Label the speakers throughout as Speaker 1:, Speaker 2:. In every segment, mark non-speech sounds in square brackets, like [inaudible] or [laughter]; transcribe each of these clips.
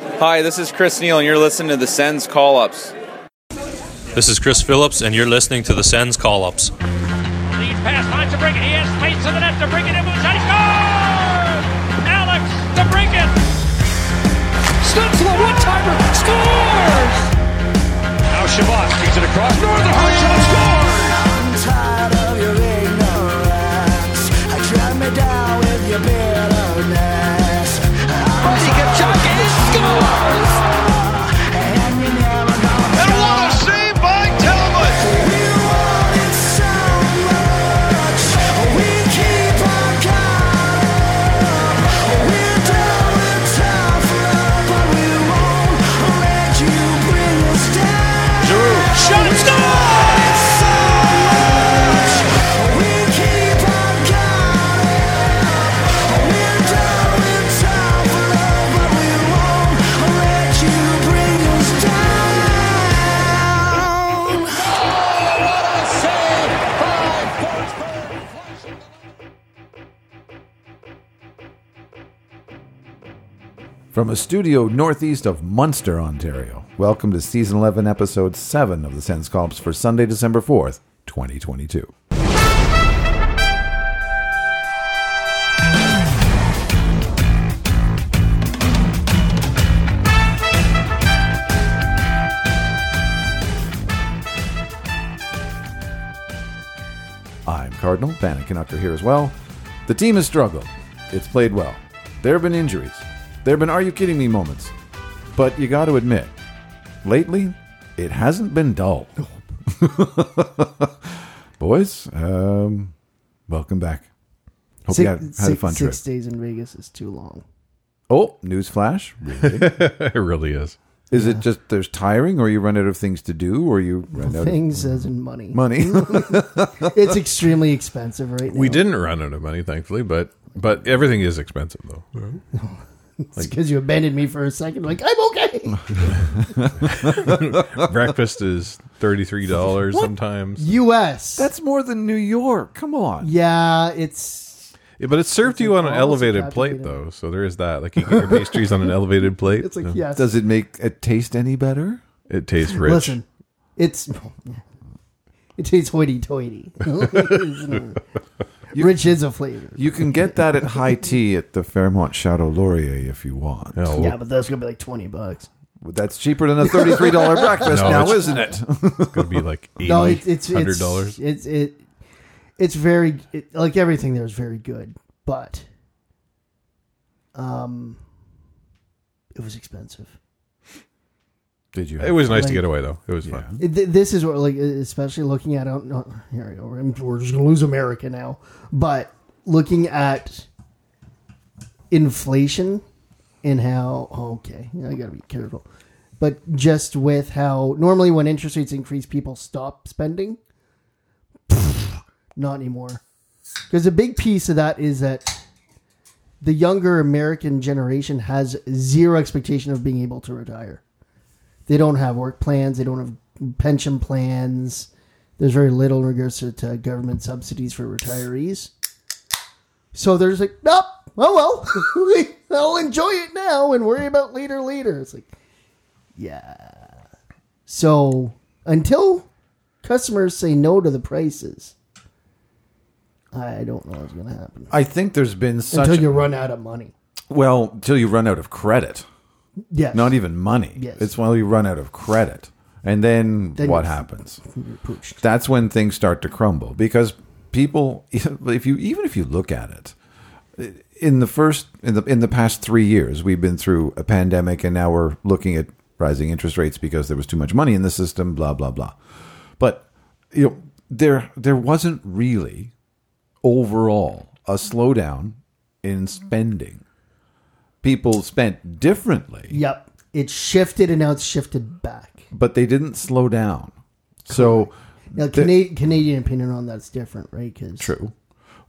Speaker 1: Hi, this is Chris Neal, and you're listening to the Sens Call Ups.
Speaker 2: This is Chris Phillips, and you're listening to the Sens Call Ups.
Speaker 3: Lead pass, Hunt to bring it. He has space to the net to bring it in with a shot. He scores! Alex to bring it.
Speaker 4: Stops the one timer. Scores!
Speaker 3: Now Shabbat kicks it across. North the hard shot scores!
Speaker 5: tired of your ignorance. I drown me down with your bitterness.
Speaker 4: He gets shot and he scores!
Speaker 5: And we never gonna
Speaker 6: And what a save by Talbot!
Speaker 5: We want it so much. We keep our calm. We're down with tough love, but we won't let you bring us down.
Speaker 3: Shot him, score!
Speaker 5: So much. We keep our calm. We're down with tough love, but we won't let you bring us down.
Speaker 7: From a studio northeast of Munster, Ontario, welcome to Season 11, Episode 7 of the Sense Colps for Sunday, December 4th, 2022. I'm Cardinal. Bannon Canucker here as well. The team has struggled. It's played well. There have been injuries. There have been are you kidding me moments. But you got to admit, lately, it hasn't been dull. [laughs] Boys, um, welcome back. Hope you had, had a fun trip.
Speaker 8: six days in Vegas is too long.
Speaker 7: Oh, newsflash. Really?
Speaker 9: It really is.
Speaker 7: Is it just there's tiring or you run out of things to do or you run out of
Speaker 8: Things as in money. [laughs]
Speaker 7: money?
Speaker 8: It's extremely expensive right now.
Speaker 9: We didn't run out of money, thankfully, but but everything is expensive though.
Speaker 8: It's because you abandoned me for a second. Like I'm
Speaker 7: [laughs]
Speaker 8: okay.
Speaker 9: [laughs] Breakfast is thirty three dollars sometimes,
Speaker 7: [laughs]
Speaker 8: U.S.
Speaker 7: That's more than New York. Come on.
Speaker 8: yeah. It's
Speaker 9: Yeah, but it's served to you on an
Speaker 8: almost
Speaker 9: elevated
Speaker 8: attractive, you
Speaker 9: plate
Speaker 8: know.
Speaker 9: though. So there is that. Like you get your pastries on an elevated plate.
Speaker 8: it's like
Speaker 9: No.
Speaker 8: yes.
Speaker 7: Does it make it taste any better?
Speaker 9: It tastes rich.
Speaker 8: Listen, it's [laughs] it tastes
Speaker 7: [laughs]
Speaker 8: hoity-toity. [laughs] Rich is a flavor.
Speaker 7: You can get that at
Speaker 8: [laughs]
Speaker 7: high tea at the Fairmont Shadow Laurier if you want.
Speaker 9: No,
Speaker 8: Yeah, but that's gonna be like twenty bucks.
Speaker 7: That's cheaper than a thirty-three dollar
Speaker 8: [laughs]
Speaker 7: breakfast
Speaker 9: No,
Speaker 7: now,
Speaker 9: it's-
Speaker 7: isn't it?
Speaker 9: it's gonna be like eighty,
Speaker 8: No, it's it's
Speaker 9: hundred
Speaker 8: it's
Speaker 9: dollars.
Speaker 8: It's it it's very it, like everything there is very good, but um, it was expensive.
Speaker 7: Did you?
Speaker 9: It was nice to get away though. It was fun.
Speaker 8: Th- This is what, like, e-, especially looking at. I don't know. Here we go. We're- We're just gonna lose America now. But looking at inflation and how okay, I gotta be careful. But just with how normally when interest rates increase, people stop spending. Not anymore, because a big piece of that is that the younger American generation has zero expectation of being able to retire they don't have work plans, they don't have pension plans. There's very little in regards to, to government subsidies for retirees. So there's like, nope, oh well, [laughs] I'll enjoy it now and worry about later, later. It's like, yeah. So until customers say no to the prices, I don't know what's going to happen.
Speaker 7: I think there's been such
Speaker 8: Until you run out of money.
Speaker 7: well until you run out of credit.
Speaker 8: Yes.
Speaker 7: Not even money.
Speaker 8: Yes.
Speaker 7: It's while you run out of credit, and then,
Speaker 8: Then
Speaker 7: what
Speaker 8: you-
Speaker 7: happens?
Speaker 8: You're pooched.
Speaker 7: that's when things start to crumble because people if you even if you look at it in the first in the in the past 3 years we've been through a pandemic and now we're looking at rising interest rates because there was too much money in the system blah blah blah but you know there there wasn't really overall a slowdown in spending people spent differently
Speaker 8: Yep. It shifted and now it's shifted back.
Speaker 7: but they didn't slow down so
Speaker 8: Now,
Speaker 7: the-
Speaker 8: Cana- Canadian opinion on that's different, right? Because
Speaker 7: True.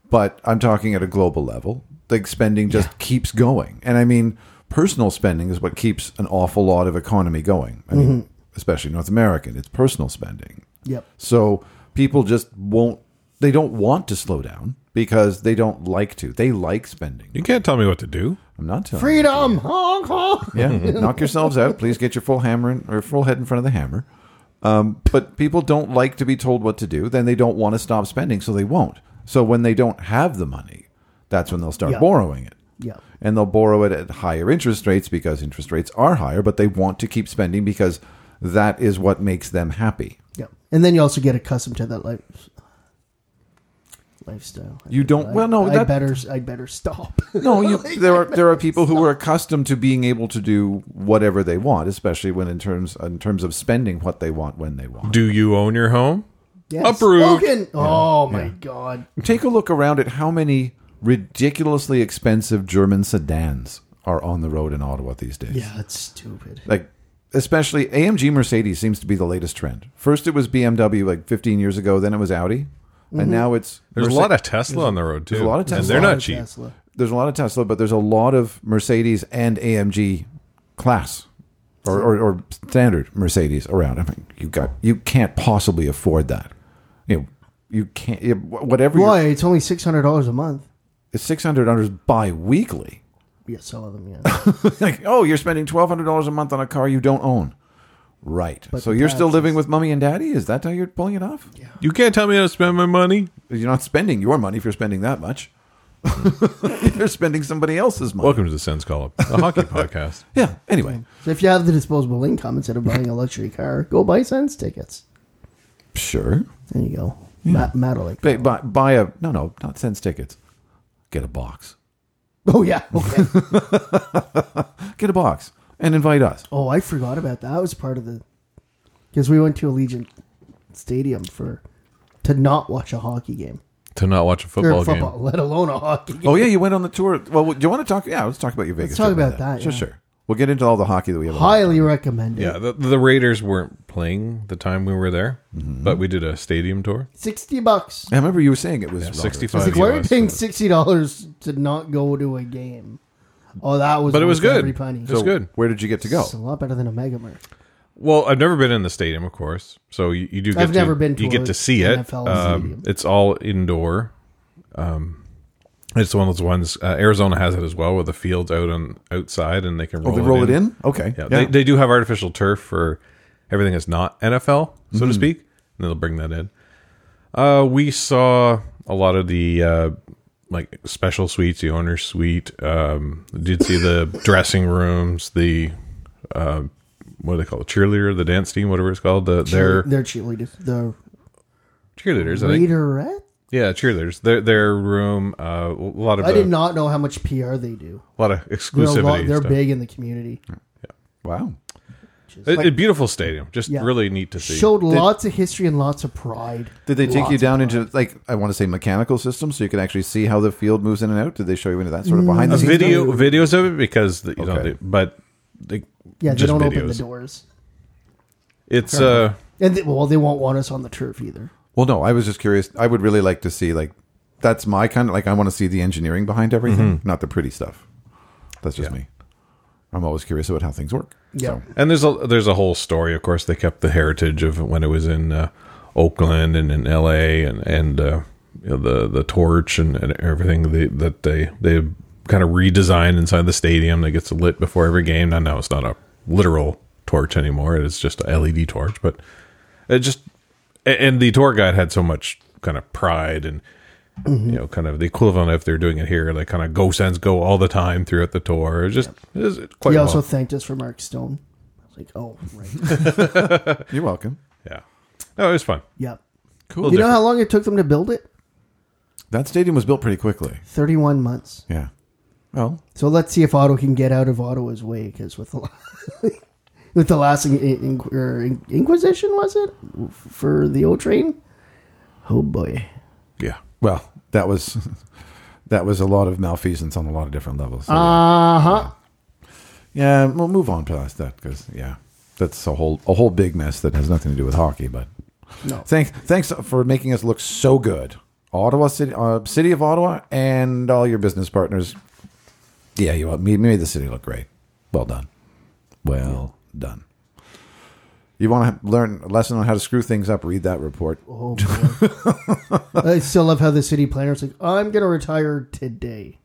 Speaker 7: But I'm talking at a global level. Like spending just keeps going. And I mean, personal spending is what keeps an awful lot of economy going. I mean, especially North American, it's personal spending.
Speaker 8: Yep.
Speaker 7: So people just won't, they don't want to slow down because they don't like to. They like spending.
Speaker 9: You can't tell me what to do.
Speaker 7: I'm not telling. you.
Speaker 8: Freedom, honk honk.
Speaker 7: Yeah, [laughs] knock yourselves out. Please get your full hammer in, or full head in front of the hammer. Um, but people don't like to be told what to do. Then they don't want to stop spending, so they won't. So when they don't have the money, that's when they'll start
Speaker 8: Yeah.
Speaker 7: borrowing it.
Speaker 8: Yeah.
Speaker 7: And they'll borrow it at higher interest rates because interest rates are higher, but they want to keep spending because that is what makes them happy.
Speaker 8: Yeah. And then you also get accustomed to that life lifestyle.
Speaker 7: You don't- well, no,
Speaker 8: I,
Speaker 7: that-
Speaker 8: better I better stop. [laughs]
Speaker 7: No, you, there are there are people who are accustomed to being able to do whatever they want, especially when in terms in terms of spending what they want when they want.
Speaker 9: Do you own your home?
Speaker 8: Yes.
Speaker 9: Approved.
Speaker 8: Spoken. Oh my god.
Speaker 7: Take a look around at how many ridiculously expensive German sedans are on the road in Ottawa these days.
Speaker 8: Yeah, that's stupid.
Speaker 7: Like especially AMG Mercedes seems to be the latest trend. First it was BMW like 15 years ago, then it was Audi, and now it's
Speaker 9: There's
Speaker 7: Merce-
Speaker 9: a lot of Tesla on the road too.
Speaker 7: there's a lot of
Speaker 9: And
Speaker 7: Tesla.
Speaker 9: they're
Speaker 7: A lot
Speaker 9: not
Speaker 7: of
Speaker 9: cheap.
Speaker 8: Tesla.
Speaker 7: there's a lot of Tesla, but there's a lot of Mercedes and AMG class or, or, or standard Mercedes around. I mean, you got you can't possibly afford that. You know, you can't. you- Whatever.
Speaker 8: Why?
Speaker 7: you're-
Speaker 8: It's only six hundred dollars a month.
Speaker 7: It's six hundred dollars bi-weekly.
Speaker 8: Yeah, some
Speaker 7: [laughs]
Speaker 8: of them. Yeah.
Speaker 7: like, oh, you're spending twelve hundred dollars a month on a car you don't own. Right. so
Speaker 8: the
Speaker 7: you're still
Speaker 8: taxes-
Speaker 7: living with mommy and daddy? Is that how you're pulling it off? Yeah.
Speaker 9: You can't tell me how to spend my money.
Speaker 7: You're not spending your money if you're spending that much. [laughs] you're spending somebody else's money.
Speaker 9: Welcome to the Sense Call Up, a hockey [laughs] podcast.
Speaker 7: Yeah. Anyway.
Speaker 8: so if you have the disposable income instead of buying a luxury car, go buy sense tickets.
Speaker 7: Sure.
Speaker 8: There you go. Ma- Madeline.
Speaker 7: Ba- buy, buy a no, no, not sense tickets. Get a box.
Speaker 8: Oh yeah. Okay.
Speaker 7: Get a box and invite us.
Speaker 8: oh, I forgot about that. That was part of the because we went to Allegiant Stadium for to not watch a hockey game.
Speaker 9: to not watch a
Speaker 8: Or
Speaker 9: football,
Speaker 8: football,
Speaker 9: game.
Speaker 8: let alone a hockey game.
Speaker 7: Oh yeah, you went on the tour. Well, do you want to talk? Yeah, let's talk about your Vegas.
Speaker 8: talk
Speaker 7: trip
Speaker 8: about
Speaker 7: and
Speaker 8: that,
Speaker 7: Sure,
Speaker 8: yeah.
Speaker 7: sure. We'll get into all the hockey that we have.
Speaker 8: Highly recommended.
Speaker 9: Yeah, the, the Raiders weren't playing the time we were there,
Speaker 7: Mm-hmm.
Speaker 9: but we did a stadium tour.
Speaker 8: Sixty bucks.
Speaker 7: I remember you were saying it was
Speaker 9: Yeah,
Speaker 7: rather-
Speaker 9: sixty-five.
Speaker 8: It's like, why are we
Speaker 9: US.
Speaker 8: paying sixty dollars to not go to a game? Oh, that was
Speaker 9: But it was
Speaker 8: worth
Speaker 9: good.
Speaker 8: Every penny.
Speaker 9: It was
Speaker 7: So
Speaker 9: good.
Speaker 7: Where did you get to go?
Speaker 8: It's a lot better than a Mega Mart.
Speaker 9: Well, I've never been in the stadium, of course, so you, you do. Get
Speaker 8: I've
Speaker 9: to,
Speaker 8: never been to
Speaker 9: you get
Speaker 8: a
Speaker 9: to see it.
Speaker 8: NFL
Speaker 9: Um,
Speaker 8: stadium.
Speaker 9: it's all indoor. Um, it's one of those ones. Uh, Arizona has it as well, where the field's out on outside, and they can
Speaker 7: Oh,
Speaker 9: roll
Speaker 7: they roll it in. Okay.
Speaker 9: Yeah, They, they do have artificial turf for everything that's not NFL, so to speak, and they'll bring that in. Uh, we saw a lot of the uh, like special suites, the owner's suite. Um, did see the dressing rooms, the uh, what do they call it? Cheerleader, the dance team, whatever it's called. The, their
Speaker 8: They're cheerleaders. The
Speaker 9: cheerleaders, I think.
Speaker 8: Raiderette.
Speaker 9: Yeah, cheerleaders. Their their room. Uh, a lot of
Speaker 8: I
Speaker 9: the-
Speaker 8: did not know how much PR they do.
Speaker 9: a lot of
Speaker 8: They're, a
Speaker 9: exclusivity.
Speaker 8: lot, they're
Speaker 9: stuff.
Speaker 8: big in the community.
Speaker 7: Wow.
Speaker 9: A- a beautiful stadium, just
Speaker 8: Yeah.
Speaker 9: really neat to see.
Speaker 8: Showed lots of history and lots of pride.
Speaker 7: Did they take
Speaker 8: Lots
Speaker 7: you
Speaker 8: of
Speaker 7: down into like I want to say mechanical systems so you can actually see how the field moves in and out? Did they show you into that sort of
Speaker 8: Mm,
Speaker 7: behind the scenes?
Speaker 9: video videos of it because the, you know,
Speaker 7: Okay.
Speaker 9: they, but they,
Speaker 8: Yeah, they
Speaker 9: just
Speaker 8: don't open the
Speaker 9: videos.
Speaker 8: doors,
Speaker 9: It's uh,
Speaker 8: and they, well, they won't want us on the turf either.
Speaker 7: Well, no, I was just curious. I would really like to see like that's my kind of like I want to see the engineering behind everything, not the pretty stuff. That's just me. I'm always curious about how things work.
Speaker 8: Yeah.
Speaker 9: and there's a there's a whole story. Of course, they kept the heritage of when it was in uh, Oakland and in L.A. and and uh, you know, the the torch and, and everything they, that they they kind of redesigned inside the stadium that gets lit before every game. Now, now it's not a literal torch anymore; it is just a LED torch. But it just a- and the tour guide had so much kind of pride and
Speaker 8: Mm-hmm.
Speaker 9: you know, kind of the equivalent if they're doing it here, like kind of go sends go all the time throughout the tour. It's just it was quite
Speaker 8: He
Speaker 9: well.
Speaker 8: also thanked us for Mark Stone. I was like, oh, right.
Speaker 9: [laughs]
Speaker 7: You're welcome.
Speaker 9: yeah. No, it was fun.
Speaker 8: yep.
Speaker 9: Cool.
Speaker 8: You know how long it took them to build it?
Speaker 7: That stadium was built pretty quickly.
Speaker 8: Thirty-one months.
Speaker 7: Yeah. Well,
Speaker 8: So let's see if Otto can get out of Ottawa's way because with the [laughs] with the last in, in, or in- Inquisition was it for the O train? Oh boy,
Speaker 9: [laughs] yeah.
Speaker 7: well, that was [laughs] that was a lot of malfeasance on a lot of different levels. So,
Speaker 8: uh huh.
Speaker 7: yeah, we'll move on past that because yeah, that's a whole a whole big mess that has nothing to do with hockey. But
Speaker 8: No,
Speaker 7: thanks thanks for making us look so good, Ottawa City, uh, City of Ottawa, and all your business partners. Yeah, you made, made the city look great. Well done. Well done. You want to learn a lesson on how to screw things up? Read that report.
Speaker 8: Oh, boy. I still love how the city planner's like, I'm going to retire today.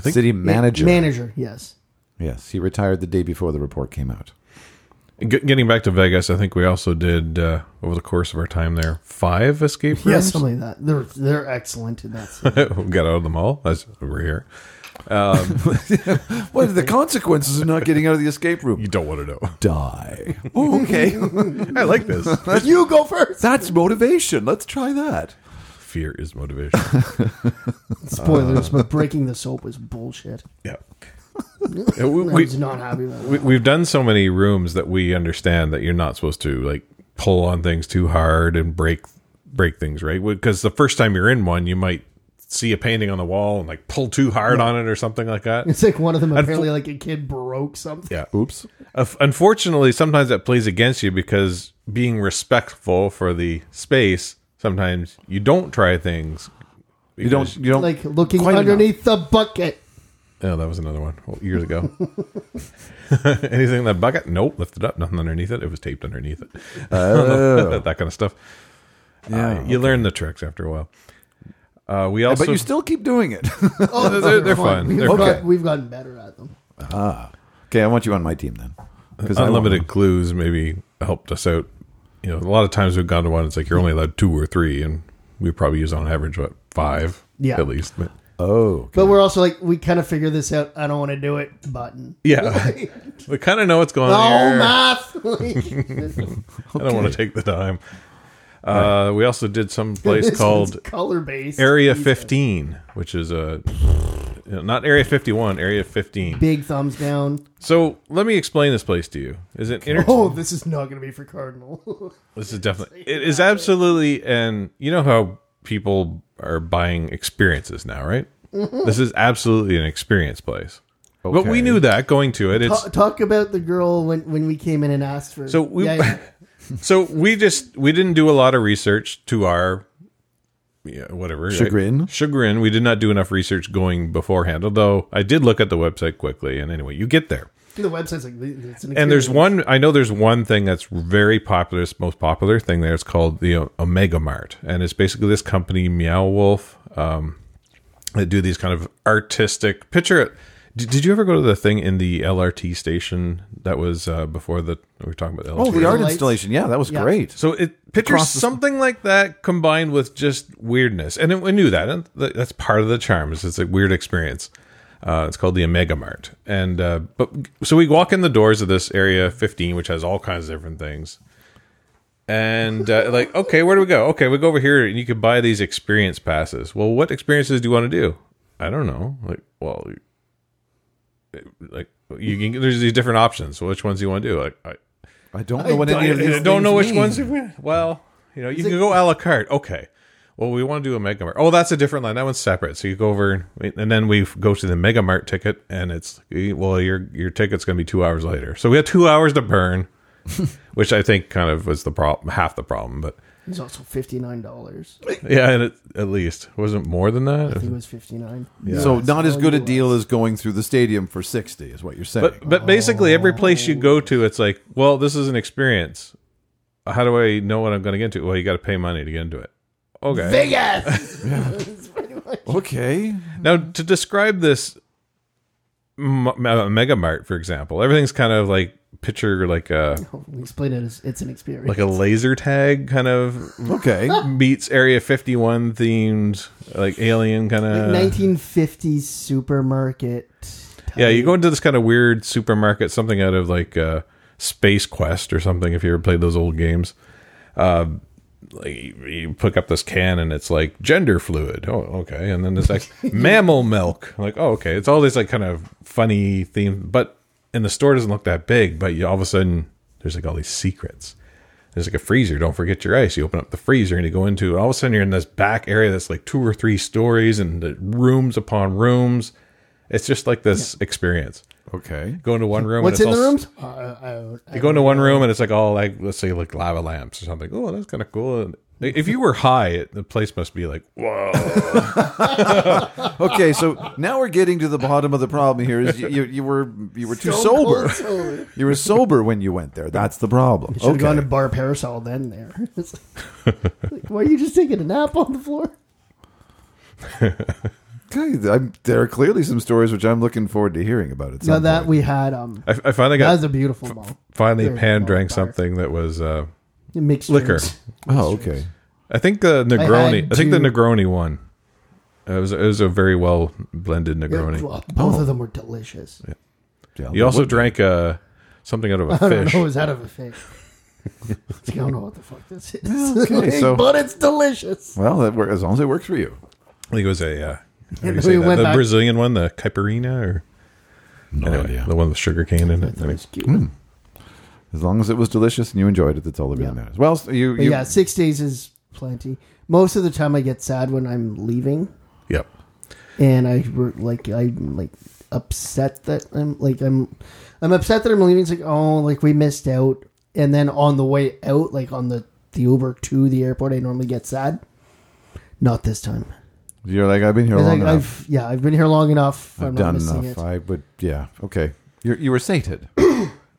Speaker 7: City manager.
Speaker 8: Manager, yes.
Speaker 7: Yes, he retired the day before the report came out.
Speaker 9: G- getting back to Vegas, I think we also did uh, over the course of our time there five escape
Speaker 8: Yes.
Speaker 9: rooms. [laughs]
Speaker 8: Something like that. They're, they're excellent in that scene.
Speaker 9: we got out of the mall. That's over here.
Speaker 7: What are the consequences of not getting out of the escape room?
Speaker 9: You don't want to know.
Speaker 7: [laughs] die. Oh, okay.
Speaker 9: I
Speaker 7: [laughs]
Speaker 9: like this.
Speaker 7: you go first. That's motivation. Let's try that.
Speaker 9: Fear
Speaker 8: [laughs]
Speaker 9: is motivation.
Speaker 8: Spoilers,
Speaker 9: Uh.
Speaker 8: but breaking the soap was bullshit.
Speaker 9: yeah. Yeah, we,
Speaker 8: I
Speaker 9: we,
Speaker 8: was not happy about that.
Speaker 9: we, we've done so many rooms that we understand that you're not supposed to like pull on things too hard and break break things right because the first time you're in one you might see a painting on the wall and like pull too hard on it or something like that
Speaker 8: It's like one of them apparently like a kid broke something.
Speaker 9: Yeah. Oops. Unfortunately, sometimes that plays against you because being respectful for the space, sometimes you don't try things.
Speaker 7: You don't. You don't
Speaker 8: Like looking
Speaker 7: Quite enough.
Speaker 8: underneath the bucket.
Speaker 9: Oh, that was another one oh, years ago. [laughs] Anything in that bucket? Nope. Lifted up. Nothing underneath it. It was taped underneath it. [laughs]
Speaker 7: Oh.
Speaker 9: that kind of stuff. Yeah. you learn the tricks after a while. Uh, we also.
Speaker 7: but you still keep doing it. [laughs]
Speaker 8: Oh,
Speaker 9: [laughs] they're- they're- they're fun.
Speaker 8: We've,
Speaker 9: They're
Speaker 8: got-
Speaker 7: fun.
Speaker 8: we've gotten better at them.
Speaker 7: okay, I want you on my team then. 'Cause I want
Speaker 9: unlimited clues maybe helped us out. You know, a lot of times we've gone to one. It's like you're only allowed two or three, and we probably use on average what five,
Speaker 8: Yeah.
Speaker 9: at least. But
Speaker 7: one. Oh, okay.
Speaker 8: But we're also like, we kind of figure this out. I don't want to do it. Button. [laughs]
Speaker 9: yeah, we kind of know what's going on.
Speaker 8: Oh,
Speaker 9: here.
Speaker 8: math. [laughs] Like,
Speaker 9: I don't want to take the time. Uh, We also
Speaker 8: [laughs]
Speaker 9: did some [laughs] place
Speaker 8: this
Speaker 9: called
Speaker 8: one's color based.
Speaker 9: Area 15, which is a not Area 51, Area 15.
Speaker 8: Big thumbs down.
Speaker 9: So let me explain this place to you. Is it inter-
Speaker 8: Oh, this is not going to be for Cardinal. [laughs]
Speaker 9: This is definitely. It is absolutely, and you know how people are buying experiences now, right?
Speaker 8: Mm-hmm.
Speaker 9: This is absolutely an experience place. But we
Speaker 7: Okay.
Speaker 9: knew that going to it. It's
Speaker 8: Ta- Talk about the girl when, when we came in and asked for.
Speaker 9: so we,
Speaker 8: Yeah, yeah.
Speaker 9: [laughs] so we just we didn't do a lot of research to our. Yeah, whatever. right?
Speaker 7: Chagrin.
Speaker 9: Chagrin. We did not do enough research going beforehand, although I did look at the website quickly. And anyway, you get there.
Speaker 8: the website's like it's an
Speaker 9: and there's
Speaker 8: experience.
Speaker 9: one i know there's one thing that's very popular it's the most popular thing there it's called the O- omega mart and it's basically this company meow wolf um, that do these kind of artistic picture it did, did you ever go to the thing in the lrt station that was uh, before the we were talking about lrt
Speaker 7: oh, the art
Speaker 8: Lights.
Speaker 7: installation. Yeah, that was
Speaker 8: Yeah.
Speaker 7: great.
Speaker 9: so it pictures
Speaker 7: Across the-
Speaker 9: something like that combined with just weirdness, and it, we knew that, and th- that's part of the charm. Is it's a weird experience. Uh, it's called the Omega Mart, and uh, but so we walk in the doors of this area 15, which has all kinds of different things. And uh,
Speaker 7: [laughs]
Speaker 9: like, okay, where do we go? Okay, we go over here, and you can buy these experience passes. Well, what experiences do you want to do? I don't know. Like, well, like you can. There's these different options. So which ones do you want to do? Like, I,
Speaker 7: I don't know what
Speaker 8: I
Speaker 7: any of
Speaker 8: don't-
Speaker 7: these.
Speaker 9: I don't know
Speaker 7: things
Speaker 9: which
Speaker 7: mean.
Speaker 9: ones. we- Well, you know, you can go a la carte. Okay. Well, we want to do a Mega Mart. Oh, that's a different line. That one's separate. So you go over, and and then we go to the Mega Mart ticket, and it's well, your your ticket's going to be two hours later. So we had two hours
Speaker 7: [laughs]
Speaker 9: to burn, which I think kind of was the problem, half the problem. But
Speaker 8: It's also fifty nine dollars. I
Speaker 9: yeah, and it, at least wasn't more than that.
Speaker 8: think it was fifty nine.
Speaker 7: So not as good a
Speaker 8: US.
Speaker 7: deal as going through the stadium for sixty is what you're saying.
Speaker 9: But but basically, every place you go to, it's like, well, this is an experience. How do I know what I'm going to get into? Well, you got to pay money to get into it. Okay.
Speaker 8: Vegas.
Speaker 7: okay,
Speaker 9: Now, to describe this m- m- Mega Mart, for example, everything's kind of like picture like a
Speaker 8: We explained it as it's an experience.
Speaker 9: like a laser tag kind of
Speaker 7: [laughs] okay.
Speaker 9: beats Area 51 themed like alien kind of
Speaker 8: nineteen fifties supermarket. type.
Speaker 9: yeah. You go into this kind of weird supermarket, something out of like uh, Space Quest or something. If you ever played those old games. Uh, like you you pick up this can and it's like gender fluid. Oh, okay. And then it's like mammal milk. Like, oh, okay. It's all this like kind of funny theme, but and the store doesn't look that big. But you all of a sudden there's like all these secrets. There's like a freezer. Don't forget your ice. You open up the freezer and you go into. it. All of a sudden you're in this back area that's like two or three stories and the rooms upon rooms. It's just like this experience.
Speaker 7: Okay.
Speaker 9: Go into one room.
Speaker 8: What's
Speaker 9: and
Speaker 8: in
Speaker 9: it's
Speaker 8: the
Speaker 9: all-
Speaker 8: rooms? Uh, I, I,
Speaker 9: You go into one room and it's like all like let's say like lava lamps or something. Oh, that's kind of cool. And If you were high, it, the place must be like,
Speaker 7: Okay, so now we're getting to the bottom of the problem here. Is you, you, you were you were too
Speaker 8: Stone
Speaker 7: sober.
Speaker 8: cold sober.
Speaker 7: You were sober when you went there. That's the problem.
Speaker 8: Should have
Speaker 7: Okay.
Speaker 8: gone to Bar Parasol then. There. It's like, why are you just taking a nap on the floor?
Speaker 7: Okay, I'm, there are clearly some stories which I'm looking forward to hearing about. At
Speaker 8: Now
Speaker 7: some
Speaker 8: that
Speaker 7: point.
Speaker 8: we had um,
Speaker 9: I, I finally
Speaker 8: that
Speaker 9: got
Speaker 8: was a beautiful mall.
Speaker 9: finally
Speaker 8: Very
Speaker 9: Pan
Speaker 8: small
Speaker 9: drank
Speaker 8: bar.
Speaker 9: something that was uh,
Speaker 8: It mixed
Speaker 9: liquor.
Speaker 8: drinks.
Speaker 7: oh okay.
Speaker 9: I think the Negroni. I,
Speaker 8: had
Speaker 9: think the
Speaker 8: two-
Speaker 9: Negroni one. It was it was a very well blended
Speaker 8: Yeah,
Speaker 9: Negroni.
Speaker 8: well, both
Speaker 9: Oh.
Speaker 8: of them were delicious.
Speaker 7: Yeah,
Speaker 9: He also
Speaker 7: what-
Speaker 9: drank uh, something out of
Speaker 8: [laughs]
Speaker 9: a
Speaker 8: I don't
Speaker 9: fish.
Speaker 8: know. It was out of a
Speaker 9: [laughs]
Speaker 8: fish. I don't know what the fuck this is. [laughs] Like,
Speaker 7: so-
Speaker 8: but it's delicious.
Speaker 7: Well, that wor- as long as it works for you.
Speaker 9: I think it was a uh,
Speaker 8: [laughs]
Speaker 9: how do you
Speaker 8: we
Speaker 9: say that?
Speaker 8: went
Speaker 9: the
Speaker 8: back-
Speaker 9: Brazilian one, the caipirinha, or
Speaker 7: No
Speaker 9: anyway, the one with sugar cane in it. I mean,
Speaker 7: mm. As long as it was delicious and you enjoyed it, that's all that really
Speaker 8: Yeah.
Speaker 7: matters. Well, so you,
Speaker 8: But
Speaker 7: you
Speaker 8: yeah, six days is plenty. Most of the time, I get sad when I'm leaving,
Speaker 9: yep.
Speaker 8: and I were- like I'm like upset that I'm like I'm I'm upset that I'm leaving. It's like oh, like we missed out. And then on the way out, like on the the Uber to the airport, I normally get sad. Not this time.
Speaker 7: you're like I've been here
Speaker 8: It's
Speaker 7: long
Speaker 8: like,
Speaker 7: enough.
Speaker 8: I've yeah, I've been here long enough.
Speaker 7: I've,
Speaker 8: I'm not
Speaker 7: done
Speaker 8: missing
Speaker 7: enough.
Speaker 8: it.
Speaker 7: I would yeah okay. You're, you were sated.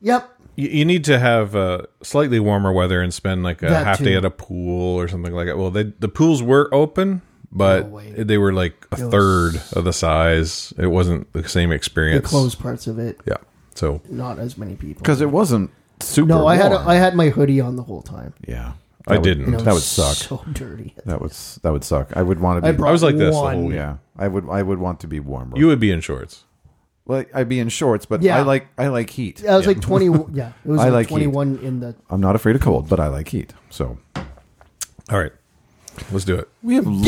Speaker 8: Yep.
Speaker 9: You, you need to have uh, slightly warmer weather and spend like a
Speaker 8: That
Speaker 9: half day
Speaker 8: too.
Speaker 9: at a pool or something like that. Well, they, the pools were open, but
Speaker 8: No way.
Speaker 9: they were like a
Speaker 8: It was-
Speaker 9: third of the size. It wasn't the same
Speaker 8: The
Speaker 9: experience.
Speaker 8: closed parts of it,
Speaker 9: Yeah. So
Speaker 8: not as many people.
Speaker 7: because it wasn't super.
Speaker 8: No, I had
Speaker 7: warm.
Speaker 8: I had my hoodie on the whole time.
Speaker 7: yeah.
Speaker 9: I
Speaker 7: That would-
Speaker 9: didn't.
Speaker 8: And it
Speaker 7: That would
Speaker 8: was
Speaker 7: suck.
Speaker 8: So dirty.
Speaker 7: That would s- that would suck. I would want to be.
Speaker 8: I brought
Speaker 9: was like this the
Speaker 8: one.
Speaker 9: whole-
Speaker 7: yeah, I would I would want to be warmer.
Speaker 9: you would be in shorts.
Speaker 7: like I'd be in shorts, but
Speaker 8: Yeah.
Speaker 7: I like I like heat.
Speaker 8: I was like
Speaker 7: [laughs]
Speaker 8: twenty. Yeah, it was
Speaker 7: I
Speaker 8: like,
Speaker 7: like heat.
Speaker 8: twenty-one in the.
Speaker 7: I'm not afraid of cold, but I like heat. So
Speaker 9: All right. Let's do it.
Speaker 7: we have. lo-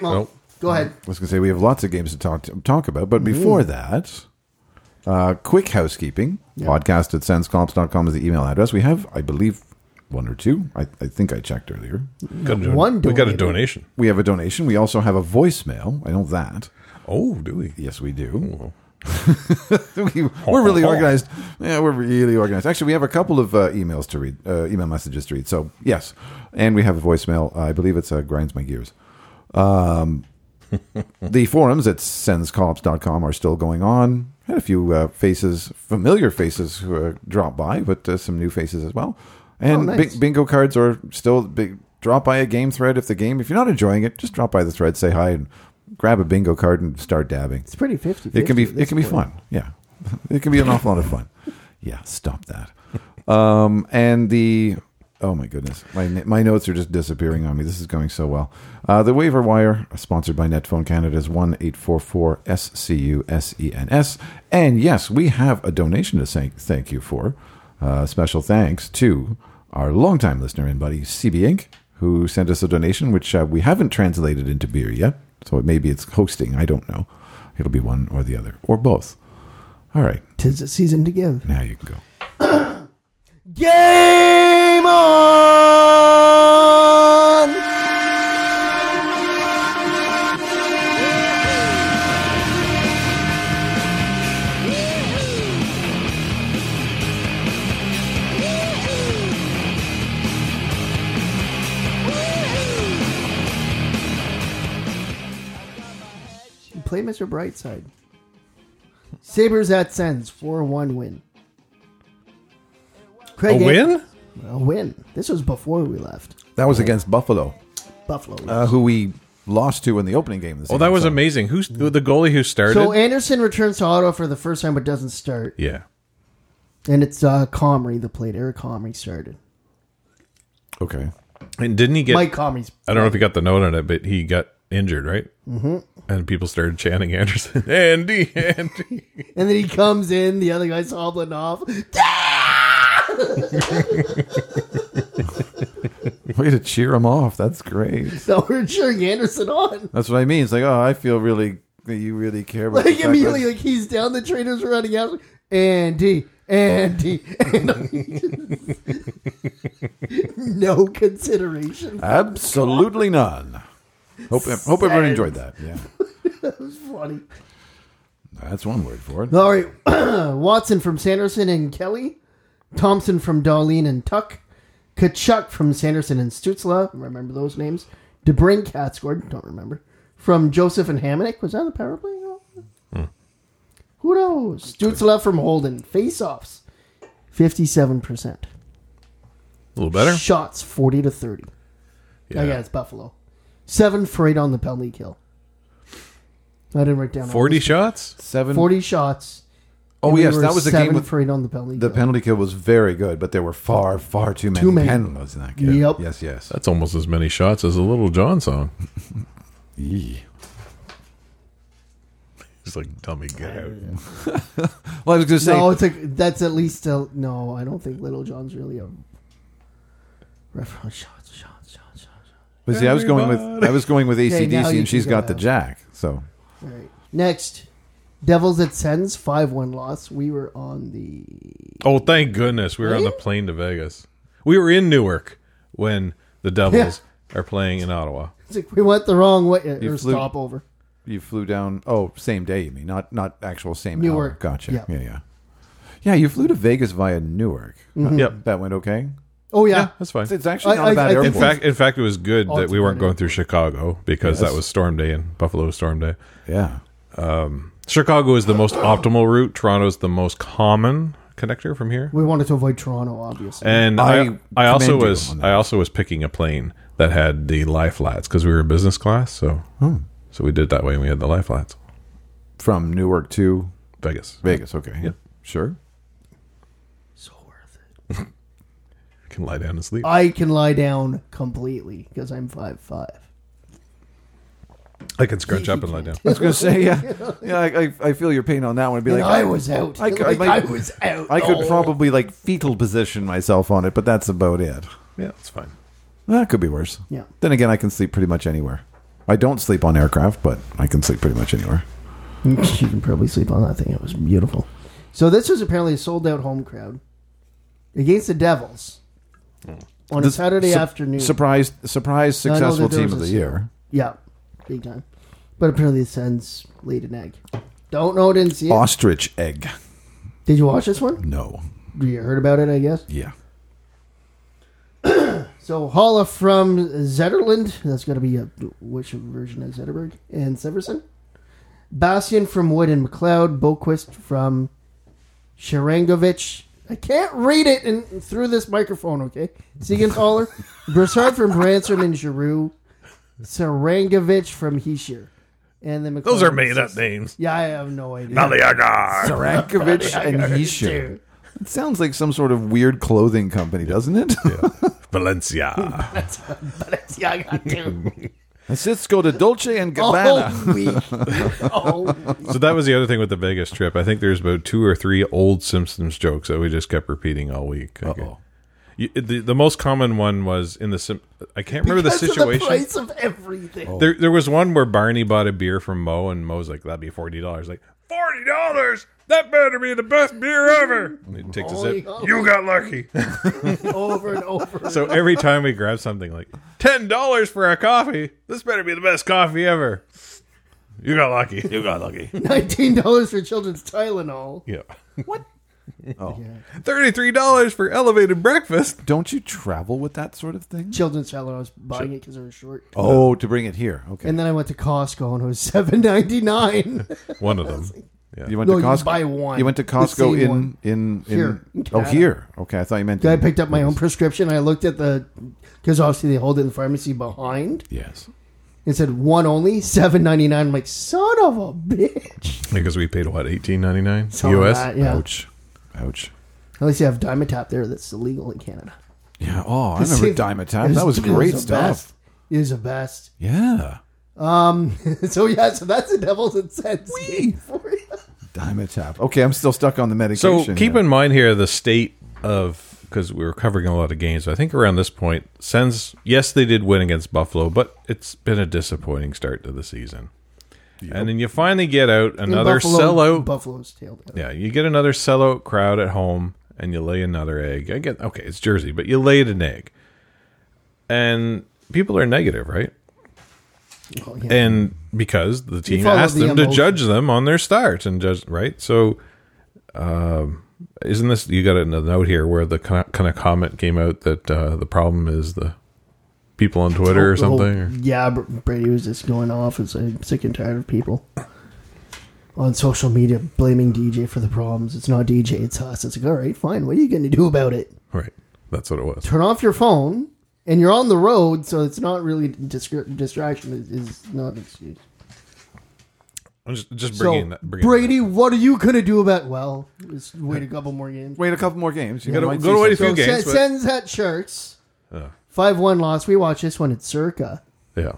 Speaker 8: Well,
Speaker 9: Nope.
Speaker 8: Go ahead.
Speaker 7: I was gonna say we have lots of games to talk to, talk about, but before that, uh, quick housekeeping. Podcast at senscomps.com is the email address. We have, I believe, one or two. I, I think I checked earlier.
Speaker 9: Got a don-
Speaker 8: One
Speaker 9: we got a
Speaker 8: donated.
Speaker 9: donation.
Speaker 7: We have a donation. We also have a voicemail. I know that.
Speaker 9: Oh, do we?
Speaker 7: Yes, we do.
Speaker 9: Oh.
Speaker 7: [laughs] we, are really organized. Yeah, we're really organized. Actually, we have a couple of uh, emails to read, uh, email messages to read. So yes, and we have a voicemail. I believe it's uh, grinds my gears. Um, the forums at senscops.com are still going on. Had a few uh, faces, familiar faces, who uh, dropped by, but uh, some new faces as well. And
Speaker 8: Oh, nice.
Speaker 7: bing- bingo cards are still big. Drop by a game thread if the game. If you're not enjoying it, just drop by the thread, say hi, and grab a bingo card and start dabbing.
Speaker 8: It's pretty 50
Speaker 7: It can be it can be fun. Yeah, [laughs] it can be an awful lot of fun. Yeah, stop that. Um, and the oh my goodness, my my notes are just disappearing on me. This is going so well. Uh, the waiver wire, sponsored by Netphone Canada, is one eight four four S C U S E N S. And yes, we have a donation to thank thank you for. Uh, special thanks to our longtime listener and buddy CB Inc. Who sent us a donation, which uh, we haven't translated into beer yet, so it maybe it's hosting. I don't know. It'll be one or the other, or both. All right,
Speaker 8: Tis the season to give.
Speaker 7: now you can go.
Speaker 8: Game on. Play Mr. Brightside. Sabres at Sens, 4 1 win.
Speaker 9: A
Speaker 8: Craig
Speaker 9: win?
Speaker 8: a win. This was before we left
Speaker 7: That was against Buffalo,
Speaker 8: Buffalo.
Speaker 7: uh, who we lost to in the opening game. This
Speaker 9: Oh, that
Speaker 7: season,
Speaker 9: was
Speaker 7: so-
Speaker 9: amazing. Who's the goalie who started?
Speaker 8: so Anderson returns to Ottawa for the first time, but doesn't start.
Speaker 9: yeah.
Speaker 8: And it's uh, Comrie that played. Eric Comrie started.
Speaker 7: Okay,
Speaker 9: And didn't he get
Speaker 8: Mike Comrie's.
Speaker 9: I don't know if he got the note on it, but he got injured, right? Mm-hmm. And people started chanting Anderson, [laughs] Andy, Andy.
Speaker 8: And then he comes in. The other guy's hobbling off. [laughs]
Speaker 7: way to cheer him off. That's great.
Speaker 8: So we're cheering Anderson on. [laughs]
Speaker 7: That's what I mean. It's like, oh, I feel really that you really care about. the
Speaker 8: Like
Speaker 7: fact
Speaker 8: immediately,
Speaker 7: that-
Speaker 8: like he's down. The trainers are running out. Andy, Andy, Andy. [laughs] no consideration.
Speaker 7: absolutely none. Hope hope everyone enjoyed that. Yeah,
Speaker 8: Funny.
Speaker 7: that's one word for it.
Speaker 8: All [clears throat] right, Watson from Sanderson and Kelly, Thompson from Darlene and Tuck, Kachuk from Sanderson and Stutzla. Remember those names? DeBrincat scored. Don't remember. From Joseph and Hamannik. Was that the power play?
Speaker 7: Hmm.
Speaker 8: Who knows? Stutzla from Holden. Face-offs. 57%.
Speaker 9: A little better.
Speaker 8: Shots 40 to 30. Yeah. yeah, it's Buffalo. Seven for eight on the penalty kill. I didn't write down all
Speaker 9: Forty shots.
Speaker 7: Seven.
Speaker 8: those. 40 shots.
Speaker 7: Oh,
Speaker 8: and we
Speaker 7: yes,
Speaker 8: were
Speaker 7: that was the
Speaker 8: seven
Speaker 7: game with-
Speaker 8: for eight on the penalty.
Speaker 7: The
Speaker 8: kill.
Speaker 7: penalty kill was very good, but there were far, far too many,
Speaker 8: Too many.
Speaker 7: penalties in that game.
Speaker 8: Yep.
Speaker 7: Yes, yes.
Speaker 9: That's almost as many shots as a Little John song. [laughs]
Speaker 7: Yee.
Speaker 9: He's like, "Tell me, get out."
Speaker 7: Well, I was going to say,
Speaker 8: No, it's a, that's at least a no. I don't think Little John's really a reference. Shots, shots, shots, shots.
Speaker 7: but see, I was going with I was going with ACDC,
Speaker 8: now you
Speaker 7: and
Speaker 8: can
Speaker 7: she's
Speaker 8: go
Speaker 7: got the
Speaker 8: out.
Speaker 7: jack. So
Speaker 8: All right. Next, Devils at Sens five one loss. We were on the
Speaker 9: Oh, thank goodness we were on the plane to Vegas. We were in Newark when the Devils are playing in Ottawa.
Speaker 8: it's like we went the wrong way or
Speaker 7: flew-
Speaker 8: stopover.
Speaker 7: you flew down. Oh, same day, you mean? Not not actual same hour.
Speaker 8: Newark.
Speaker 7: Gotcha.
Speaker 8: Yeah.
Speaker 7: Yeah, yeah, yeah. You flew to Vegas via Newark.
Speaker 9: Yep.
Speaker 7: That went okay.
Speaker 8: Oh yeah,
Speaker 9: Yeah, that's fine.
Speaker 7: It's actually
Speaker 8: Mm-hmm. I-
Speaker 7: not a
Speaker 8: I-
Speaker 7: bad
Speaker 8: I think-
Speaker 9: In
Speaker 7: airport.
Speaker 9: fact, in fact, it was good that we weren't
Speaker 8: Altogether.
Speaker 9: going through Chicago because that was storm day and Buffalo was storm day.
Speaker 7: yeah.
Speaker 9: Chicago is the most optimal route. Toronto's the most common connector from here.
Speaker 8: we wanted to avoid Toronto, obviously.
Speaker 9: And
Speaker 7: I
Speaker 9: I, I also
Speaker 7: commend you
Speaker 9: was
Speaker 7: on that.
Speaker 9: I also was picking a plane that had the lie flats because we were business class, so
Speaker 7: Hmm.
Speaker 9: so we did that way and we had the lie flats.
Speaker 7: From Newark to
Speaker 9: Vegas.
Speaker 7: Vegas. Okay. Sure.
Speaker 8: so worth it.
Speaker 9: Can lie down and sleep.
Speaker 8: I can lie down completely because I'm five five.
Speaker 9: I can scrunch up and lie
Speaker 7: [laughs]
Speaker 9: down.
Speaker 7: I was going to say, yeah, yeah. I, I, I feel your pain on that one. It'd Be
Speaker 8: And
Speaker 7: like,
Speaker 8: I was out.
Speaker 7: I
Speaker 8: I,
Speaker 7: could-
Speaker 8: like,
Speaker 7: I-
Speaker 8: I was out.
Speaker 7: I could
Speaker 8: Oh.
Speaker 7: probably like fetal position myself on it, but that's about it.
Speaker 9: Yeah, that's fine.
Speaker 7: That could be worse.
Speaker 8: Yeah.
Speaker 7: Then again, I can sleep pretty much anywhere. I don't sleep on aircraft, but I can sleep pretty much anywhere.
Speaker 8: [laughs] You can probably sleep on that thing. It was beautiful. So this was apparently a sold out home crowd against the Devils on a
Speaker 7: This-
Speaker 8: Saturday
Speaker 7: su-
Speaker 8: afternoon.
Speaker 7: Surprise! Surprise!
Speaker 8: I know
Speaker 7: Successful
Speaker 8: that there
Speaker 7: team
Speaker 8: was
Speaker 7: of the
Speaker 8: a-
Speaker 7: year.
Speaker 8: Yeah, big time. But apparently the Sens laid an egg. Don't know, didn't see it.
Speaker 7: Ostrich egg.
Speaker 8: Did you watch this one?
Speaker 7: No.
Speaker 8: You heard about it, I guess.
Speaker 7: Yeah.
Speaker 8: So Holla from Zetterland. That's got to be a which version of Zetterberg and Severson. Bastion from Wood and McLeod. Boquist from Sharangovich. I can't read it in, through this microphone, okay?
Speaker 9: [laughs]
Speaker 8: Siegenthaler. Broussard from Branstrom and Giroux. Sarangovich from Heeshear. And then McLeod.
Speaker 9: Those are made up names.
Speaker 8: Yeah, I have no idea.
Speaker 9: [laughs] Maliagar. [laughs]
Speaker 7: Sarankovic and Yishu. It sounds like some sort of weird clothing company, doesn't it? [laughs]
Speaker 9: Valencia.
Speaker 8: [laughs] Yeah, I got two.
Speaker 7: Let's go to Dolce and
Speaker 8: Oh!
Speaker 7: Gabbana.
Speaker 8: All week. [laughs] All week.
Speaker 9: so that was the other thing with the Vegas trip. I think there's about two or three old Simpsons jokes that we just kept repeating all week. Okay.
Speaker 7: Uh-oh.
Speaker 9: You, the, the most common one was in the Sim- I can't remember
Speaker 8: Because
Speaker 9: the
Speaker 8: of
Speaker 9: situation.
Speaker 8: The price of everything.
Speaker 7: Oh.
Speaker 9: There, there was one where Barney bought a beer from Mo, and Mo's like, "That'd be forty dollars." Like forty dollars? That better be the best beer ever. And he takes a sip.
Speaker 8: Holy
Speaker 9: You got lucky.
Speaker 8: [laughs] over and over.
Speaker 9: so every time we grab something, like ten dollars for a coffee, this better be the best coffee ever. You got lucky. You got lucky.
Speaker 8: Nineteen dollars for children's Tylenol.
Speaker 9: Yeah. What? [laughs] Oh. $33 for elevated breakfast.
Speaker 7: Don't you travel with that sort of thing?
Speaker 8: Children's Tylenol. I was buying it because they were short.
Speaker 7: Oh, to bring it here. Okay.
Speaker 8: And then I went to Costco and it was [laughs] seven
Speaker 7: [laughs]
Speaker 8: ninety nine.
Speaker 9: One of them.
Speaker 7: you went
Speaker 8: No,
Speaker 7: to
Speaker 8: you
Speaker 7: Costco.
Speaker 8: buy one.
Speaker 7: You went to
Speaker 8: The same
Speaker 7: Costco in,
Speaker 8: one.
Speaker 7: in in
Speaker 8: Here, in
Speaker 7: Oh,
Speaker 8: Canada.
Speaker 7: here. Okay, I thought you meant.
Speaker 8: I
Speaker 7: in-
Speaker 8: picked up my own prescription. I looked at the because obviously they hold it in the pharmacy behind.
Speaker 7: Yes.
Speaker 8: It said one only seven ninety nine. I'm like son of a bitch.
Speaker 9: [laughs] Because we paid, what, eighteen ninety nine
Speaker 8: Something like
Speaker 9: US?
Speaker 8: that, yeah.
Speaker 7: Ouch. Ouch.
Speaker 8: At least you have Dimetap there. That's illegal in Canada.
Speaker 7: Yeah. Oh, I remember Dime Attack. That was
Speaker 8: It
Speaker 7: great
Speaker 8: the
Speaker 7: stuff.
Speaker 8: best. It was the best. [laughs]
Speaker 7: Yeah.
Speaker 8: So yeah, so that's the devil's incense game for you.
Speaker 7: Dime Attack. Okay, I'm still stuck on the medication.
Speaker 9: So keep
Speaker 7: here.
Speaker 9: in mind here the state of because we were covering a lot of games. I think around this point, Sens yes they did win against Buffalo, but it's been a disappointing start to the season. And then you finally get out
Speaker 8: In
Speaker 9: another
Speaker 8: Buffalo,
Speaker 9: sellout.
Speaker 8: Buffalo's tailed out.
Speaker 9: yeah, you get another sellout crowd at home, and you lay another egg. I get okay, it's Jersey, but you laid an egg, and people are negative, right?
Speaker 8: Oh, yeah.
Speaker 9: and because the team
Speaker 8: follow
Speaker 9: asked
Speaker 8: the
Speaker 9: them to
Speaker 8: emotion.
Speaker 9: judge them on their start and judge right so um Isn't this you got a note here where the kind of comment came out that uh, the problem is the people on Twitter or
Speaker 8: The whole-
Speaker 9: something? or-
Speaker 8: yeah, Br- Brady was just going off. As I'm sick and tired of people on social media blaming DJ for the problems. It's not DJ, it's us. It's like, all right, fine. What are you going to do about it?
Speaker 9: Right, that's what it was.
Speaker 8: Turn off your phone, and you're on the road, so it's not really dis- distraction is, is not an excuse.
Speaker 9: I'm just just
Speaker 8: So
Speaker 9: bringing that, bringing
Speaker 8: Brady, what are you going to do about? Well, let's wait a couple more games.
Speaker 7: Wait a couple more games. You
Speaker 9: Gotta-
Speaker 7: might
Speaker 9: gotta
Speaker 7: see
Speaker 9: wait a
Speaker 7: something.
Speaker 9: few games,
Speaker 8: Sen-
Speaker 9: but-
Speaker 8: sends at shirts. Five one loss. We watched this one at Circa.
Speaker 9: That. Yeah,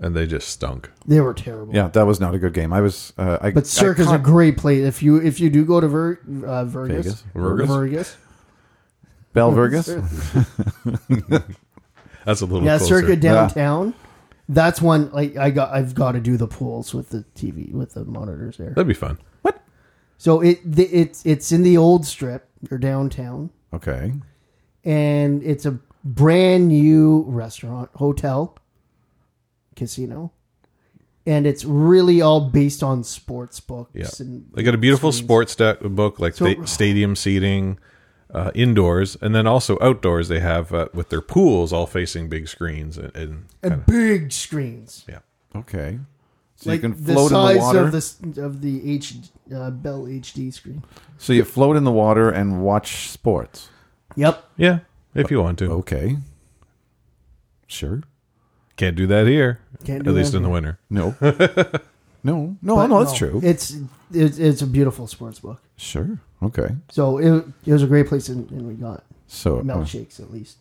Speaker 9: and they just stunk.
Speaker 8: They were terrible.
Speaker 7: Yeah, that was not a good game. I was. Uh, I,
Speaker 8: But Circa's
Speaker 7: I
Speaker 8: a
Speaker 7: caught-
Speaker 8: great place. If you if you do go to Ver, uh, Vegas,
Speaker 7: Vegas.
Speaker 9: Vegas?
Speaker 8: Vegas,
Speaker 7: Belvergas.
Speaker 9: That's a little
Speaker 8: yeah,
Speaker 9: closer.
Speaker 8: Circa downtown. That's one like I got. I've got to do the pools with the TV with the monitors there.
Speaker 9: That'd be fun.
Speaker 8: So it the, it's it's in the old strip. You're downtown,
Speaker 7: Okay.
Speaker 8: and it's a brand new restaurant, hotel, casino, and it's really all based on sports books.
Speaker 9: Yeah,
Speaker 8: And
Speaker 9: they got a beautiful
Speaker 8: screens.
Speaker 9: sports sta- book, like
Speaker 8: So-
Speaker 9: sta- stadium seating, uh, indoors, and then also outdoors. They have uh, with their pools all facing big screens, and, and
Speaker 8: and big screens.
Speaker 9: yeah,
Speaker 7: Okay. So
Speaker 8: like
Speaker 7: you can float
Speaker 8: the
Speaker 7: in
Speaker 8: size
Speaker 7: the water.
Speaker 8: of the s- of the H uh, Bell HD screen.
Speaker 7: so you float in the water and watch sports.
Speaker 8: Yep.
Speaker 9: yeah, if you want to,
Speaker 8: Oh.
Speaker 7: Okay. Sure.
Speaker 9: can't do that here.
Speaker 8: Can't do
Speaker 9: at least
Speaker 8: that
Speaker 9: in the
Speaker 8: here.
Speaker 9: winter.
Speaker 8: [laughs]
Speaker 7: No. no. No.
Speaker 8: But
Speaker 7: Oh, no, that's true.
Speaker 8: It's it's it's a beautiful sports book.
Speaker 7: sure. Okay.
Speaker 8: So it, it was a great place, and, and we got
Speaker 7: So uh,
Speaker 8: milkshakes at least.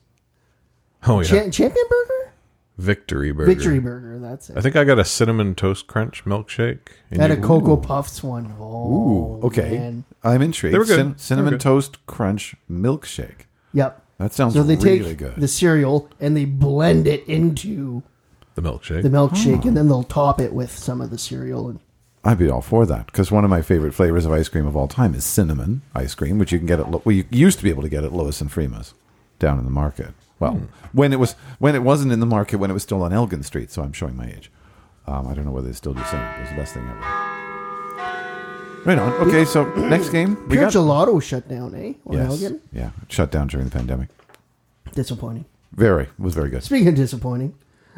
Speaker 9: Oh yeah,
Speaker 8: Cha- Champion Burger,
Speaker 9: victory burger.
Speaker 8: Victory Burger. That's it.
Speaker 9: I think I got a cinnamon toast crunch milkshake. and
Speaker 8: Had a
Speaker 9: you-
Speaker 8: cocoa puffs one. Oh,
Speaker 7: Ooh. Okay.
Speaker 8: man.
Speaker 7: I'm intrigued.
Speaker 9: They were good.
Speaker 7: Cin-
Speaker 9: They were
Speaker 7: cinnamon
Speaker 9: good.
Speaker 7: toast crunch milkshake.
Speaker 8: Yep.
Speaker 7: That sounds
Speaker 8: So they
Speaker 7: really
Speaker 8: take
Speaker 7: good.
Speaker 8: the cereal and they blend it into
Speaker 9: the milkshake.
Speaker 8: the milkshake, and then they'll top it with some of the cereal. And
Speaker 7: I'd be all for that because one of my favorite flavors of ice cream of all time is cinnamon ice cream, which you can get at Lo- well, you used to be able to get at Lois and Frima's down in the market. Well, when it was when it wasn't in the market when it was still on Elgin Street, so I'm showing my age. Um, I don't know whether they still do cinnamon. It was the best thing ever. Right on. Okay, so next game we
Speaker 8: Pure
Speaker 7: got
Speaker 8: Gelato shut down, eh? On
Speaker 7: yes,
Speaker 8: Elgin?
Speaker 7: yeah, it shut down during the pandemic.
Speaker 8: Disappointing.
Speaker 7: Very was very good.
Speaker 8: Speaking of disappointing,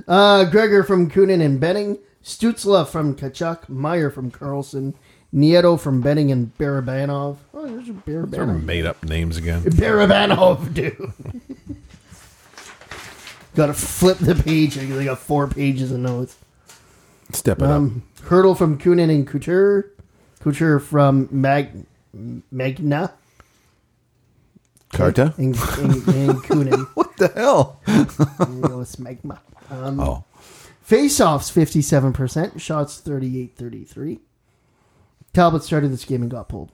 Speaker 8: uh, Gregor from Coonan and Benning, Stutzla from Kachuk, Meyer from Carlson, Nieto from Benning and Barabanov. Oh, there's a
Speaker 9: They're
Speaker 8: Barabanov.
Speaker 9: made up names again.
Speaker 8: Barabanov, dude. Got to flip the page. They got four pages of notes.
Speaker 7: Step it
Speaker 8: Um, Hurdle from Coonan and Couture, Couture from Mag Magna
Speaker 7: up.
Speaker 8: [laughs]
Speaker 7: Carta.
Speaker 8: and, and, and Coonan.
Speaker 7: What the hell?
Speaker 8: I'm gonna go with Smegma. Um,
Speaker 7: Oh.
Speaker 8: Face offs 57%, shots 38 33. Talbot started this game and got pulled.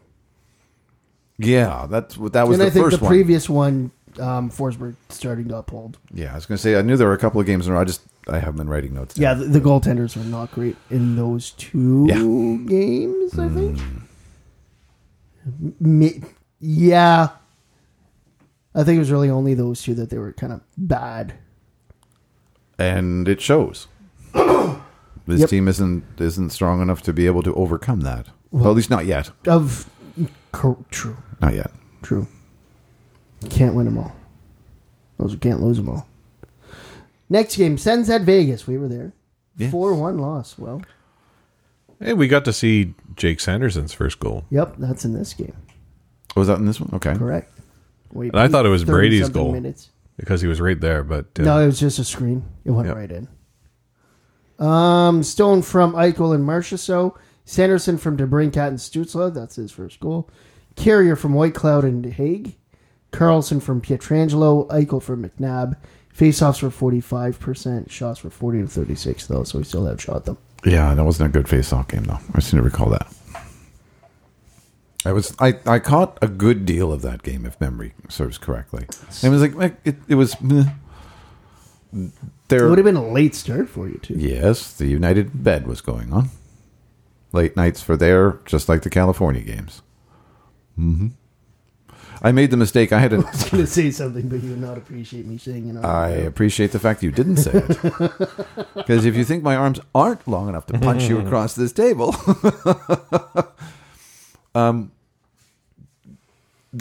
Speaker 7: Yeah, that's what that was the
Speaker 8: and I think
Speaker 7: first
Speaker 8: the
Speaker 7: one.
Speaker 8: previous one, um, Forsberg started and got pulled.
Speaker 7: yeah, I was gonna say I knew there were a couple of games in a row. I just I haven't been writing notes. down.
Speaker 8: Yeah, the, the goaltenders were not great in those two
Speaker 7: Yeah. Mm.
Speaker 8: games, I think. Ma- yeah. I think it was really only those two that they were kind of bad.
Speaker 7: and it
Speaker 8: [coughs]
Speaker 7: shows. this
Speaker 8: Yep.
Speaker 7: team isn't isn't strong enough to be able to overcome that. Well, at least not yet.
Speaker 8: Of cor- True.
Speaker 7: Not yet.
Speaker 8: True. Can't win them all. Those can't lose them all. Next game, Sens at Vegas. We were there.
Speaker 7: Yes.
Speaker 8: Four one loss. Well,
Speaker 9: Hey, we got to see Jake Sanderson's first goal.
Speaker 8: yep, that's in this game.
Speaker 7: Oh, Was that in this one? Okay.
Speaker 8: Correct. We
Speaker 9: And I thought it was
Speaker 8: beat
Speaker 9: Brady's
Speaker 8: 30-something
Speaker 9: goal.
Speaker 8: Minutes.
Speaker 9: because he was right there. But uh,
Speaker 8: No, it was just a screen. It went
Speaker 9: Yep.
Speaker 8: right in. Um, Stone from Eichel and Marchessault. Sanderson from DeBrincat and Stutzla. That's his first goal. Carrier from White Cloud and Haig. Carlson from Pietrangelo. Eichel from McNabb. Faceoffs were forty five percent. Shots were forty to thirty six though, so we still outshot them.
Speaker 7: Yeah, that wasn't a good face-off game though. I seem to recall that. I was I, I caught a good deal of that game if memory serves correctly. And it was like eh, it, it was meh.
Speaker 8: It
Speaker 7: there.
Speaker 8: would have been a late start for you too.
Speaker 7: yes, the United Bed was going on. Late nights for there, just like the California games. Mm-hmm. I made the mistake. I had an
Speaker 8: [laughs] I was gonna say something, but you would not appreciate me saying it. on-
Speaker 7: I appreciate the fact that you didn't say it. Because if you think my arms aren't long enough to punch you across [laughs] this table, um,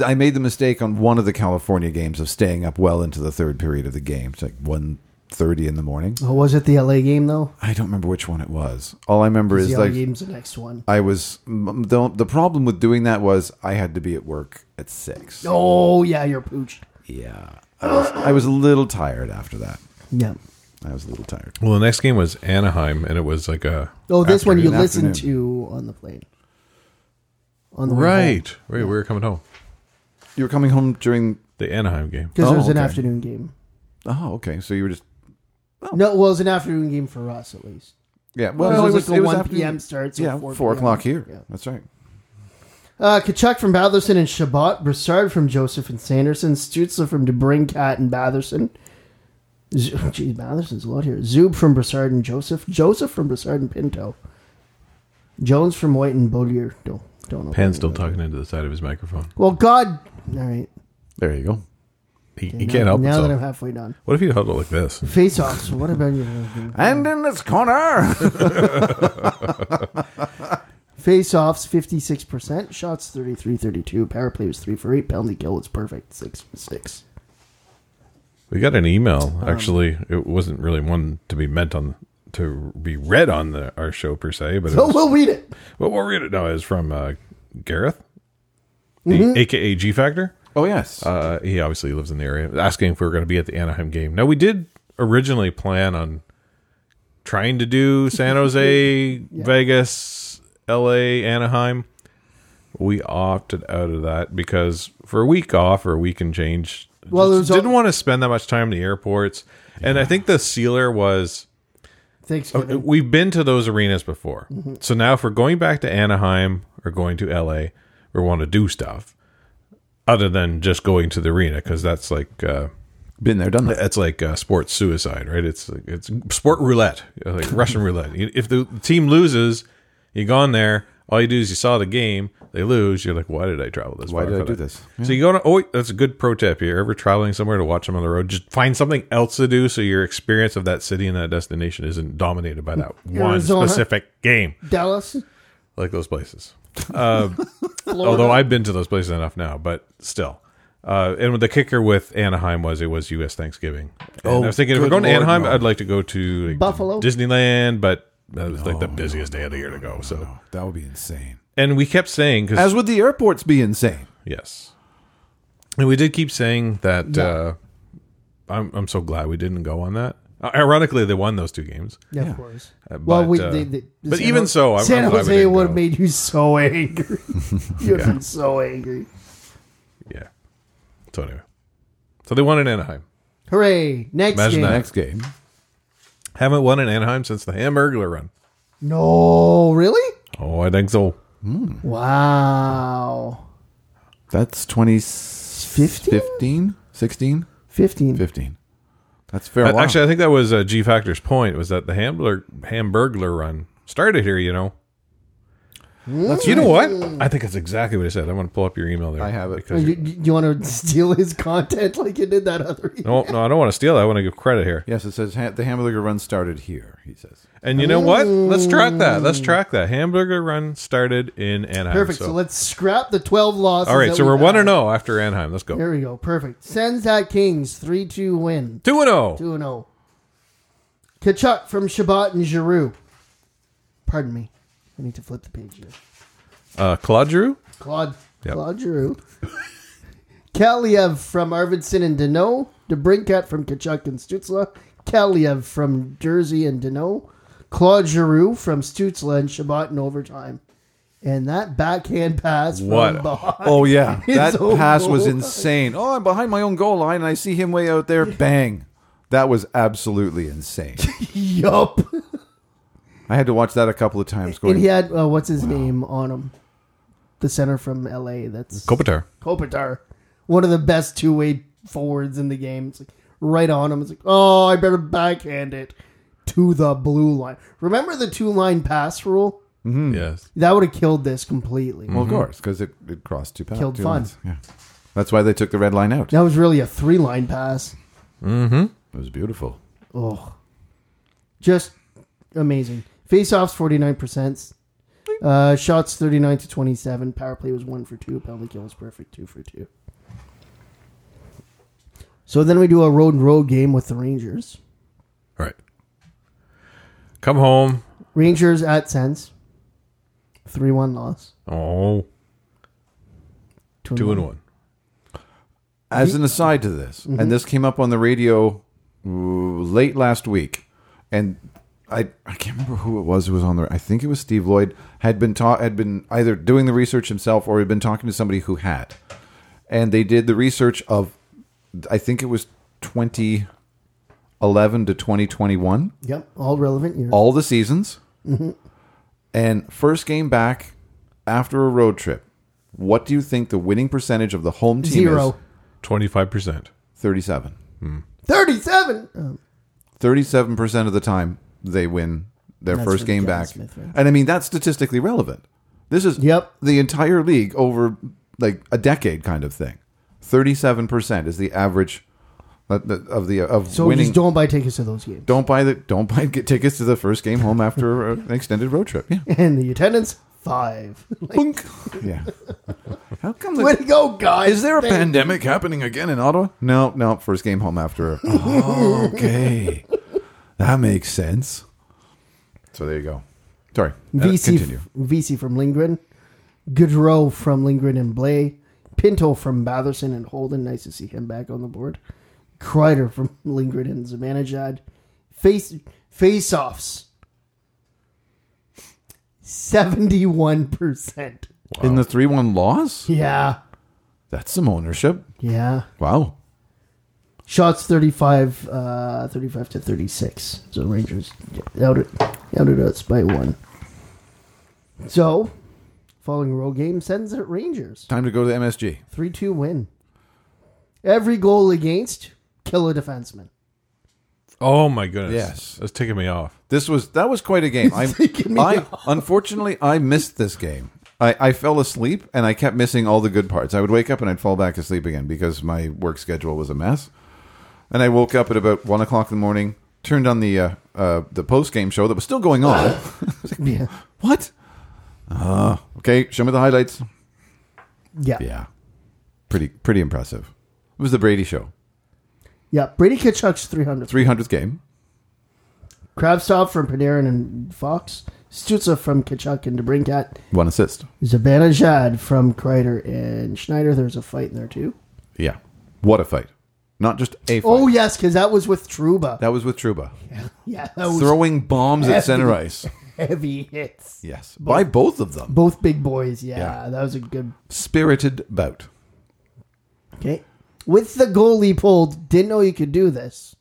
Speaker 7: I made the mistake on one of the California games of staying up well into the third period of the game. It's like 1.30 in the morning.
Speaker 8: Oh, was it the LA game though?
Speaker 7: I don't remember which one it was. All I remember is
Speaker 8: The E LA
Speaker 7: like
Speaker 8: game's the next one.
Speaker 7: I was m- the the problem with doing that was I had to be at work at six.
Speaker 8: Oh yeah, you're pooched.
Speaker 7: Yeah, I was, I was a little tired after that.
Speaker 8: Yeah.
Speaker 7: I was a little tired.
Speaker 9: Well, the next game was Anaheim, and it was like a
Speaker 8: Oh, this one you
Speaker 7: Afternoon.
Speaker 8: listen
Speaker 7: Afternoon.
Speaker 8: to on the plane. On the way home.
Speaker 9: right. Right, we were coming home.
Speaker 7: You were coming home during.
Speaker 9: The Anaheim game.
Speaker 8: Because
Speaker 7: Oh,
Speaker 8: it was an
Speaker 7: okay.
Speaker 8: afternoon game.
Speaker 7: Oh, okay. So you were just
Speaker 8: No, well, it was an afternoon game for us at least.
Speaker 7: yeah.
Speaker 8: Well, it was like a 1
Speaker 7: afternoon.
Speaker 8: PM start, so
Speaker 7: yeah,
Speaker 8: 4
Speaker 7: four
Speaker 8: PM.
Speaker 7: o'clock here.
Speaker 8: Yeah.
Speaker 7: That's right.
Speaker 8: Uh, Kachuk from Batherson and Shabbat, Broussard from Joseph and Sanderson, Stutzler from DeBrincat and Batherson. Z- [laughs] Geez, Batherson's a lot here. Zub from Broussard and Joseph, Joseph from Broussard and Pinto, Jones from White and Bodier. Don't don't know.
Speaker 9: Pan's still talking into the side of his microphone.
Speaker 8: Well, God. All right.
Speaker 7: There you go.
Speaker 9: He, he
Speaker 8: Now-
Speaker 9: can't help
Speaker 8: Now
Speaker 9: himself.
Speaker 8: that I'm halfway done.
Speaker 9: what if you huddle like this?
Speaker 8: Face offs. what about
Speaker 9: [laughs]
Speaker 8: you?
Speaker 7: And in this corner,
Speaker 8: Face offs, 56%. Shots, 33 32. Power play was 3 for 8. Penalty kill was perfect, 6 for 6.
Speaker 9: We got an email.
Speaker 8: Um,
Speaker 9: Actually, it wasn't really one to be meant on to be read on the our show per se,
Speaker 8: [laughs]
Speaker 9: but it
Speaker 8: So
Speaker 9: was,
Speaker 8: Oh, we'll read it.
Speaker 9: well, we'll read it now. Is from uh, Gareth, the-
Speaker 8: Mm-hmm.
Speaker 9: aka G Factor.
Speaker 7: oh yes,
Speaker 9: Uh, he obviously lives in the area. Asking if we were going to be at the Anaheim game. Now we did originally plan on trying to
Speaker 8: [laughs]
Speaker 9: do San Jose, Vegas, L.A., Anaheim. We opted out of that because for a week off or a week and change,
Speaker 8: Well,
Speaker 9: just
Speaker 8: there's al-
Speaker 9: didn't want to spend that much time in the airports. And I think the sealer was
Speaker 8: Thanksgiving.
Speaker 9: we've been to those arenas before. So now if we're going back to Anaheim or going to LA or want to do stuff other than just going to the arena cuz that's like uh
Speaker 7: been there, done that.
Speaker 9: that's like uh, sports suicide, right? It's it's sport roulette, like Russian roulette. You- If the team loses, you gone there. All you do is you saw the game. They lose. You're like, why did I travel this?
Speaker 7: Why
Speaker 9: far
Speaker 7: did I
Speaker 9: for
Speaker 7: do
Speaker 9: that?"
Speaker 7: this?
Speaker 9: So you go to. Oh, wait, that's a good pro tip. You're ever traveling somewhere to watch them on the road? Just find something else to do so your experience of that city and that destination isn't dominated by that one
Speaker 8: Arizona.
Speaker 9: specific game,
Speaker 8: Dallas.
Speaker 9: like those [laughs] places. Uh, Although I've been to those places enough now, but still. Uh, and the kicker with Anaheim was it was U.S. Thanksgiving. And
Speaker 7: Oh,
Speaker 9: I was thinking if we're
Speaker 7: good
Speaker 9: going to
Speaker 7: Lord,
Speaker 9: Anaheim,
Speaker 7: no.
Speaker 9: I'd like to go to like,
Speaker 8: Buffalo?
Speaker 9: Disneyland, but that was like the busiest day of the year to go. so,
Speaker 7: Oh, that would be insane.
Speaker 9: and we kept saying because
Speaker 7: As would the airports be insane?
Speaker 9: yes, and we did keep saying that. Uh, I'm I'm so glad we didn't go on that. Uh, ironically, they won those two games.
Speaker 8: Yeah, of course.
Speaker 9: but,
Speaker 8: well, we,
Speaker 9: uh,
Speaker 8: they, they,
Speaker 9: but even so, I'm-
Speaker 8: San
Speaker 9: I'm glad we
Speaker 8: Jose
Speaker 9: didn't
Speaker 8: would have
Speaker 9: go.
Speaker 8: made you so [laughs] angry. You'd have been so angry.
Speaker 9: Yeah. So anyway, so they won in Anaheim.
Speaker 8: Hooray! Next
Speaker 9: Imagine
Speaker 8: game.
Speaker 9: that.
Speaker 7: Next game.
Speaker 9: Haven't won in Anaheim since the Hamburglar run.
Speaker 8: No, really?
Speaker 9: Oh, I think so.
Speaker 8: Wow.
Speaker 7: That's 2015, 16,
Speaker 8: 15.
Speaker 7: 15. That's fair.
Speaker 9: Uh,
Speaker 7: while.
Speaker 9: Actually, I think that was uh, G Factor's point was that the Hamburglar Hamburglar run started here. You know,
Speaker 7: That's
Speaker 9: you
Speaker 7: right.
Speaker 9: know what? I think that's exactly what he said. I'm going to pull up your email there.
Speaker 7: I have it.
Speaker 8: Oh,
Speaker 9: Because
Speaker 8: You, you want to steal his content like you did that other year?
Speaker 9: no, no, I don't want to steal. that. I want to give credit here.
Speaker 7: Yes, it says ha- the hamburger run started here. He says
Speaker 9: And you know what? Let's track that. Let's track that. Hamburglar run started in Anaheim.
Speaker 8: Perfect. So,
Speaker 9: So,
Speaker 8: let's scrap the 12 losses.
Speaker 9: all right.
Speaker 8: that
Speaker 9: So
Speaker 8: we've
Speaker 9: we're one
Speaker 8: had.
Speaker 9: and zero after Anaheim. Let's go
Speaker 8: There we go. Perfect. Sends at Kings 3 2 win.
Speaker 9: two and oh.
Speaker 8: 2
Speaker 9: zero.
Speaker 8: and 0. Kachuk from Shabbat and Giroux. Pardon me. I need to flip the page here.
Speaker 9: Uh, Claude Drew.
Speaker 8: Claude.
Speaker 9: Yep.
Speaker 8: Claude Giroux. [laughs] Kaliev from Arvidsson and Deneau. DeBrincat from Kachuk and Stutzla. Kaliev from Jersey and Deneau. Claude Giroux from Stutzla and Shabbat in overtime. And that backhand pass
Speaker 9: What?
Speaker 8: from behind.
Speaker 7: Oh yeah, that
Speaker 8: His own
Speaker 7: pass was
Speaker 8: goal.
Speaker 7: insane. Oh, I'm behind my own goal line, and I see him way out there. Bang! That was absolutely insane.
Speaker 8: [laughs] Yup.
Speaker 7: I had to watch that a couple of times. Going,
Speaker 8: And he had, uh, what's his name on him? The center from LA. That's
Speaker 9: Kopitar.
Speaker 8: Kopitar, one of the best two way forwards in the game. It's like right on him. It's like, oh, I better backhand it to the blue line. Remember the two line pass rule?
Speaker 9: Yes.
Speaker 8: That would have killed this completely.
Speaker 7: well, of course, because it, it crossed two paths.
Speaker 8: Mm-hmm. Killed
Speaker 7: two
Speaker 8: fun.
Speaker 7: lines. Yeah, that's why they took the red line out.
Speaker 8: That was really a three line pass.
Speaker 7: It was beautiful.
Speaker 8: Oh, just amazing. Face offs, 49%. Uh, shots 39 to 27. Power play was one for two. Penalty kill was perfect, two for two. So then we do a road and road game with the Rangers.
Speaker 9: All right. Come home.
Speaker 8: Rangers at Sens. 3 1 loss.
Speaker 9: Oh,
Speaker 8: Two
Speaker 9: two and one.
Speaker 7: As an aside to this, and this came up on the radio ooh, late last week, and I I can't remember who it was who was on there. I think it was Steve Lloyd had been taught had been either doing the research himself or had been talking to somebody who had, and they did the research of I think it was twenty eleven to twenty twenty one
Speaker 8: Yep, all relevant years.
Speaker 7: all the seasons. And first game back after a road trip, what do you think the winning percentage of the home team is?
Speaker 8: Zero.
Speaker 9: 25%.
Speaker 7: 37.
Speaker 8: 37! Um,
Speaker 7: 37% of the time they win their
Speaker 8: That's
Speaker 7: first
Speaker 8: for the
Speaker 7: game
Speaker 8: Kevin
Speaker 7: back.
Speaker 8: Smith run.
Speaker 7: and I mean, that's statistically relevant. This is
Speaker 8: Yep.
Speaker 7: the entire league over like a decade kind of thing. 37% is the average of the of, the, of
Speaker 8: so
Speaker 7: winning.
Speaker 8: just don't buy tickets to those games.
Speaker 7: Don't buy the don't buy [laughs] get tickets to the first game home after an extended road trip.
Speaker 8: [laughs]
Speaker 7: Yeah.
Speaker 8: And the attendance, five. [laughs]
Speaker 7: Bunk. Yeah. How come the,
Speaker 8: Way to go, guys.
Speaker 7: Is there a
Speaker 8: Thank-
Speaker 7: pandemic happening again in Ottawa? No, no. First game home [laughs] after. Oh, okay, that makes sense. So there you go. Sorry. Uh,
Speaker 8: VC,
Speaker 7: Continue.
Speaker 8: VC from Lindgren, Goodrow from Lindgren and Blay, Pinto from Batherson and Holden. Nice to see him back on the board. Kreider from [laughs] Lindgren and Zamanajad. Face face offs. Seventy one percent.
Speaker 7: In the three-one loss,
Speaker 8: Yeah,
Speaker 7: that's some ownership.
Speaker 8: yeah.
Speaker 7: Wow.
Speaker 8: Shots 35, uh, 35 to thirty six. So Rangers outed outed us by one. So, following road game sends at Rangers.
Speaker 7: Time to go to the MSG.
Speaker 8: 3 2 win. Every goal against, kill a defenseman.
Speaker 9: Oh, my goodness.
Speaker 7: Yes.
Speaker 9: That's taking me off.
Speaker 7: This was that was quite a
Speaker 8: [laughs]
Speaker 7: game. I,
Speaker 8: taking me
Speaker 7: I
Speaker 8: [laughs]
Speaker 7: unfortunately I missed this game. I, I fell asleep and I kept missing all the good parts. I would wake up and I'd fall back asleep again because my work schedule was a mess. And I woke up at about one o'clock in the morning, turned on the uh, uh, the post game show that was still going on.
Speaker 8: [laughs]
Speaker 7: I was like,
Speaker 8: Yeah.
Speaker 7: What? Uh, okay, show me the highlights.
Speaker 8: Yeah. Yeah.
Speaker 7: Yeah, pretty pretty impressive. It was the Brady Show,
Speaker 8: Brady Kitchuk's 300.
Speaker 7: three hundredth game.
Speaker 8: Krabstop from Panarin and Fox. Stutza from Kitchuk and Debrinkat.
Speaker 7: One assist.
Speaker 8: Zabanajad from Kreider and Schneider. There's a fight in there, too.
Speaker 7: Yeah, what a fight! Not just a fight.
Speaker 8: Oh, yes, because that was with Truba.
Speaker 7: That was with Truba.
Speaker 8: [laughs] yeah, that was
Speaker 7: throwing bombs at center [laughs] ice.
Speaker 8: heavy hits.
Speaker 7: Yes, by both of them.
Speaker 8: Both big boys. yeah,
Speaker 7: Yeah.
Speaker 8: that was a good
Speaker 7: Spirited bout.
Speaker 8: Okay. With the goalie pulled, didn't know you could do this.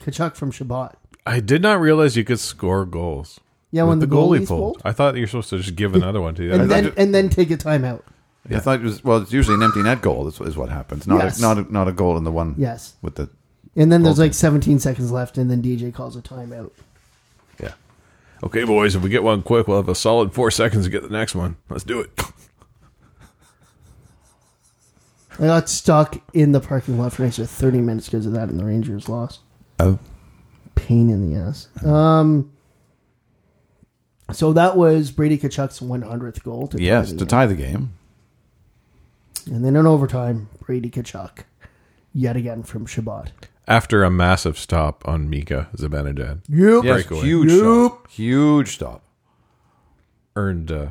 Speaker 8: Kachuk from Shabbat.
Speaker 9: I did not realize you could score goals.
Speaker 8: Yeah,
Speaker 9: with
Speaker 8: when the, goalie pulled.
Speaker 9: I thought you were supposed to just give another one to the
Speaker 8: and
Speaker 9: other.
Speaker 8: then and then take a timeout.
Speaker 7: I thought it was well. It's usually an empty net goal. Is, is what happens. Not
Speaker 8: Yes.
Speaker 7: a, not a, not a goal in the one.
Speaker 8: Yes.
Speaker 7: with the
Speaker 8: And then there's like 17 seconds left, and then DJ calls a timeout.
Speaker 9: yeah. Okay, boys, if we get one quick, we'll have a solid four seconds to get the next one. Let's do it.
Speaker 8: I got stuck in the parking lot for an extra 30 minutes because of that, and the Rangers lost.
Speaker 7: oh
Speaker 8: Pain in the ass. Um. So that was Brady Kachuk's 100th goal. To tie
Speaker 7: yes to
Speaker 8: the game.
Speaker 7: tie the game.
Speaker 8: And then in overtime, Brady Kachuk, yet again from Shabbat.
Speaker 9: After a massive stop on Mika Zibanejad,
Speaker 7: Yes,
Speaker 8: Yep.
Speaker 9: Breakaway.
Speaker 7: huge stop. Huge stop.
Speaker 9: earned uh,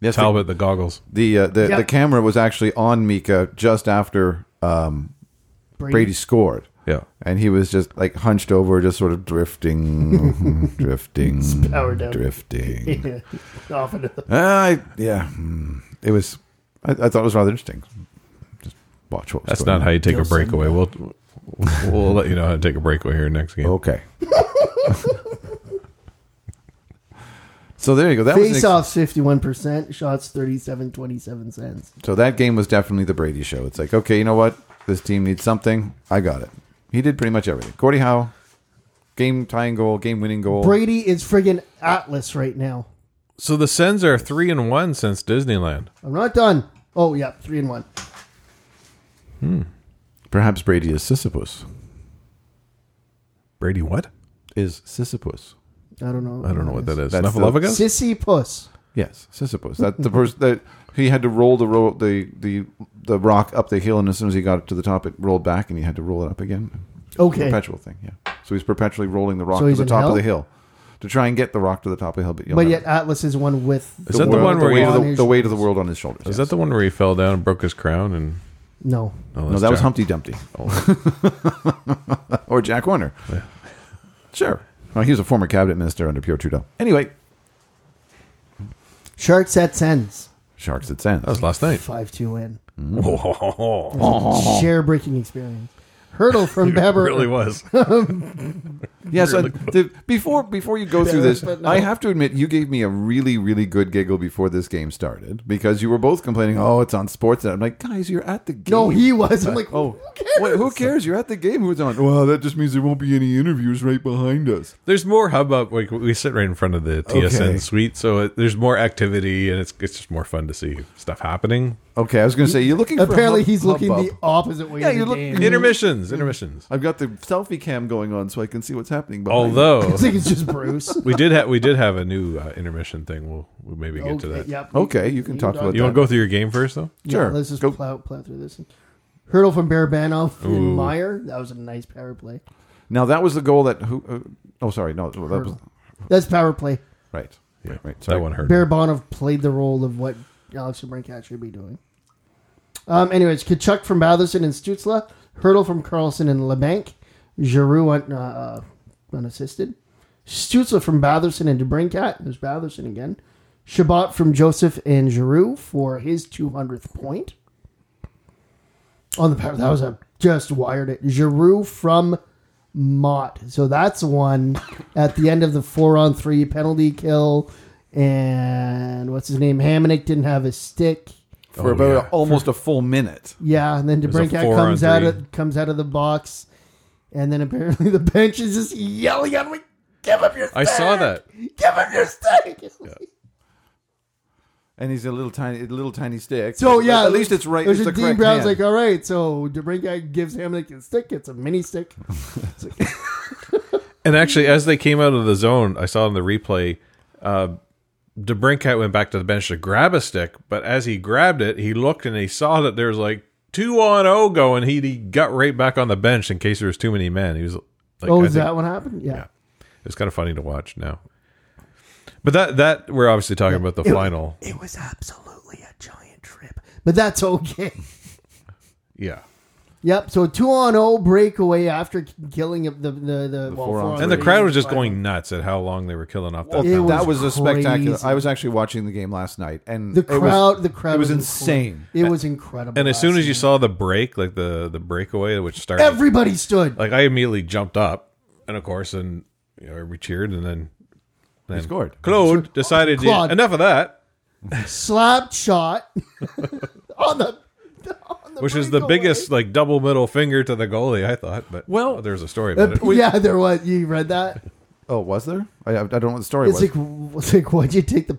Speaker 7: Yes, the-
Speaker 9: Talbot the goggles.
Speaker 7: The uh, the,
Speaker 8: Yep.
Speaker 7: the camera was actually on Mika just after um, Brady scored.
Speaker 9: Yeah.
Speaker 7: And he was just like hunched over, just sort of drifting, [laughs] drifting,
Speaker 8: [laughs] power down.
Speaker 7: drifting.
Speaker 8: off into the
Speaker 7: Uh, yeah, hmm. it was. I, I thought it was rather interesting. Just watch what. Was
Speaker 9: That's
Speaker 7: going
Speaker 9: not how
Speaker 7: on.
Speaker 9: you take
Speaker 8: Gilson.
Speaker 9: a breakaway. We'll we'll let you know how to take a breakaway here next
Speaker 8: Oh,
Speaker 9: game.
Speaker 7: Okay. [laughs] so there you go. That was an ex-
Speaker 8: Face offs 51%, shots 37, 27 cents.
Speaker 7: so that game was definitely the Brady show. It's like, okay, you know what? This team needs something. I got it. He did pretty much everything. Gordie Howe, game tying goal, game winning goal.
Speaker 8: Brady is friggin' Atlas right now.
Speaker 9: So the Sens are three and one since Disneyland.
Speaker 8: I'm not done. Oh, yeah, three and one.
Speaker 7: Perhaps Brady is Sisyphus.
Speaker 9: Brady, what?
Speaker 7: Is Sisyphus?
Speaker 8: I don't know.
Speaker 9: I don't know what that is.
Speaker 7: That's the-
Speaker 9: Snuffleupagus?
Speaker 8: Sissy Puss.
Speaker 7: Yes, Sisyphus. That the person that he had to roll the ro- the the the rock up the hill, and as soon as he got up to the top, it rolled back, and he had to roll it up again.
Speaker 8: Okay.
Speaker 7: perpetual thing. Yeah. So he's perpetually rolling the rock
Speaker 8: So
Speaker 7: to
Speaker 8: he's
Speaker 7: the
Speaker 8: in
Speaker 7: top
Speaker 8: hell?
Speaker 7: of the hill to try and get the rock to the top of the hill. But, you'll
Speaker 8: But
Speaker 7: never-
Speaker 8: yet Atlas is one with
Speaker 9: Is that the
Speaker 7: world-
Speaker 9: one where
Speaker 7: weight
Speaker 9: he-
Speaker 7: of
Speaker 8: on
Speaker 7: the,
Speaker 8: his
Speaker 7: the weight of the world on his shoulders?
Speaker 9: Is
Speaker 7: yes.
Speaker 9: that the one where he fell down and broke his crown? And
Speaker 8: no.
Speaker 7: No,
Speaker 9: that's
Speaker 7: that was
Speaker 9: Jack. Oh.
Speaker 7: Humpty Dumpty. [laughs] or Jack Warner. Sure. Well, he was a former cabinet minister under Pierre Trudeau. Anyway,
Speaker 8: Sharks at Sens.
Speaker 7: Sharks at Sands.
Speaker 9: That was last night.
Speaker 8: Five two win. Share breaking experience.
Speaker 7: [laughs]
Speaker 8: Hurdle from Beber.
Speaker 9: really was.
Speaker 7: Yes, and the, before before you go through this, I have to admit you gave me a really really good giggle before this game started because you were both complaining, "Oh, it's on sports." And I'm like, "Guys, you're at the game."
Speaker 8: No, he was. I'm like,
Speaker 7: Oh,
Speaker 8: oh, who cares?
Speaker 7: Wait, who cares? You're at the game. Who's on? Well, that just means there won't be any interviews right behind us.
Speaker 9: There's more hubbub. Like we sit right in front of the TSN
Speaker 7: Okay.
Speaker 9: suite, so it, there's more activity, and it's it's just more fun to see stuff happening.
Speaker 7: Okay, I was going to say you're looking.
Speaker 8: Apparently,
Speaker 7: for hub-
Speaker 8: he's looking
Speaker 7: hubbub.
Speaker 8: the opposite way.
Speaker 7: Yeah,
Speaker 8: Yeah,
Speaker 7: you
Speaker 8: you
Speaker 7: look-
Speaker 8: game.
Speaker 7: you-
Speaker 8: [laughs]
Speaker 9: Intermissions, intermissions.
Speaker 7: I've got the selfie cam going on so I can see what's happening. behind
Speaker 9: Although
Speaker 7: [laughs]
Speaker 8: I think it's just Bruce.
Speaker 9: we did have we did have a new uh, intermission thing. We'll we'll maybe get to that.
Speaker 8: Yep.
Speaker 7: me. Okay, you can talk
Speaker 8: done.
Speaker 7: about
Speaker 9: You
Speaker 7: that.
Speaker 9: want to go through your game first, though?
Speaker 8: Yeah,
Speaker 7: Sure.
Speaker 8: let's just
Speaker 7: Go-
Speaker 8: plow, plow through this. Hurdle from Barabanov and
Speaker 9: Ooh.
Speaker 8: Meyer. That was a nice power play.
Speaker 7: now that was the goal that who? Uh, oh, sorry, no, that was
Speaker 8: That's power play.
Speaker 7: right. Right, right. Sorry.
Speaker 9: That one hurt.
Speaker 8: Barabanov played the role of what Alex Brinkat should be doing. Um, anyways, Kachuk from Batherson and Stutzla. Hurdle from Carlson and LeBanc. Giroux un, uh, uh, unassisted. Stutzla from Batherson and DeBrincat. There's Batherson again. Shabbat from Joseph and Giroux for his 200th point. On the power, that was a just wired it. Giroux from Mott. So that's one at the end of the four on three penalty kill. And what's his name? Hamannik didn't have his stick.
Speaker 9: Oh,
Speaker 7: for about almost a full minute.
Speaker 8: Yeah, and then
Speaker 9: was a
Speaker 8: DeBrincat
Speaker 9: four
Speaker 8: comes
Speaker 9: on
Speaker 8: out
Speaker 9: three.
Speaker 8: of comes out of the box, and then apparently [laughs] the bench is just yelling at him, "Give him your stick!
Speaker 9: I saw that.
Speaker 8: Give him your stick!" It's like-
Speaker 7: And he's a little tiny, a little tiny stick.
Speaker 8: [laughs] So
Speaker 7: But
Speaker 8: yeah,
Speaker 7: at least it's right. It's the
Speaker 8: Dean
Speaker 7: correct
Speaker 8: Brown's
Speaker 7: hand.
Speaker 8: like, "All right." So DeBrincat gives Hamannik his stick. It's a mini stick.
Speaker 9: And actually, as they came out of the zone, I saw in the replay, uh, DeBrincat went back to the bench to grab a stick, but as he grabbed it, he looked and he saw that there was like two on O going. He, he got right back on the bench in case there was too many men. He was like,
Speaker 8: oh,
Speaker 9: I
Speaker 8: is
Speaker 9: think-
Speaker 8: that what happened? Yeah.
Speaker 9: It was kind of funny to watch now. But that that we're obviously talking about the final.
Speaker 8: It was absolutely a giant trip, but that's okay.
Speaker 9: yeah.
Speaker 8: yep. So two on O breakaway after killing the the the,
Speaker 7: four
Speaker 8: well,
Speaker 7: on
Speaker 8: four on
Speaker 7: three.
Speaker 9: And the
Speaker 8: three
Speaker 9: crowd was just
Speaker 8: final.
Speaker 9: going nuts at how long they were killing off
Speaker 7: Well,
Speaker 9: that.
Speaker 8: It
Speaker 9: penalty.
Speaker 7: that was
Speaker 8: was
Speaker 7: a spectacular.
Speaker 8: crazy.
Speaker 7: I was actually watching the game last night, and
Speaker 8: The
Speaker 7: it was-
Speaker 8: crowd, the crowd
Speaker 7: it was
Speaker 8: inc-
Speaker 7: insane.
Speaker 8: It was incredible.
Speaker 9: and as soon as you
Speaker 8: saw
Speaker 9: saw the break, like the the breakaway, which started
Speaker 8: everybody stood,
Speaker 9: like I immediately jumped up, and of course, and you know, we cheered, and then
Speaker 7: He scored.
Speaker 9: Claude decided to-
Speaker 8: Claude.
Speaker 9: enough of that,
Speaker 8: slap shot
Speaker 9: [laughs]
Speaker 8: on the, on the
Speaker 9: which is the
Speaker 8: breakaway.
Speaker 9: biggest like double middle finger to the goalie. I thought, but
Speaker 7: Well,
Speaker 9: oh, there's a story about it.
Speaker 8: Uh, yeah, there was. You read that?
Speaker 7: Oh, was there? I, I don't know what the story
Speaker 8: It's
Speaker 7: was.
Speaker 8: like, it's like, [laughs] why'd you take the?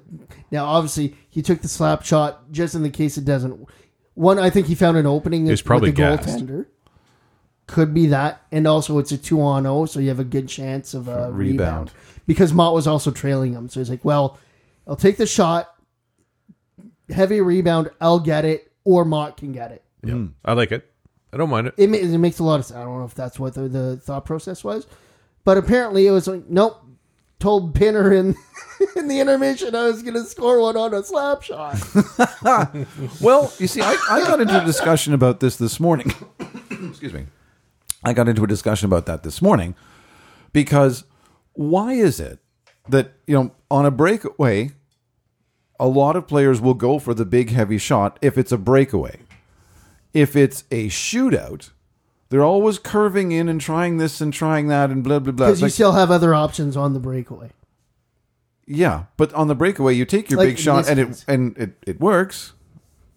Speaker 8: Now, obviously, he took the slap shot just in the case it doesn't. One, I think he found an opening.
Speaker 9: was probably
Speaker 8: with the
Speaker 9: gassed.
Speaker 8: goaltender. Could be that, and also it's a two on zero, so you have a good chance of a
Speaker 7: rebound.
Speaker 8: rebound. because Mott was also trailing him. So he's like, "Well, I'll take the shot, heavy rebound, I'll get it, or Mott can get it."
Speaker 9: I like it. I don't mind it.
Speaker 8: it, ma- it makes a lot of sense. I don't know if that's what the, the thought process was, but apparently it was like, nope. Told Pinner in [laughs] in the intermission I was going to score one on a slap shot.
Speaker 7: well, you see, I, I got into a discussion about this this morning. [coughs] Excuse me. I got into a discussion about that this morning because why is it that you know on a breakaway, a lot of players will go for the big heavy shot if it's a breakaway. If it's a shootout, they're always curving in and trying this and trying that and blah blah blah.
Speaker 8: Because
Speaker 7: It's
Speaker 8: you
Speaker 7: like-
Speaker 8: still have other options on the breakaway.
Speaker 7: Yeah, but on the breakaway, you take your
Speaker 8: Like
Speaker 7: big shot
Speaker 8: this
Speaker 7: and it
Speaker 8: one's-
Speaker 7: and it, it works.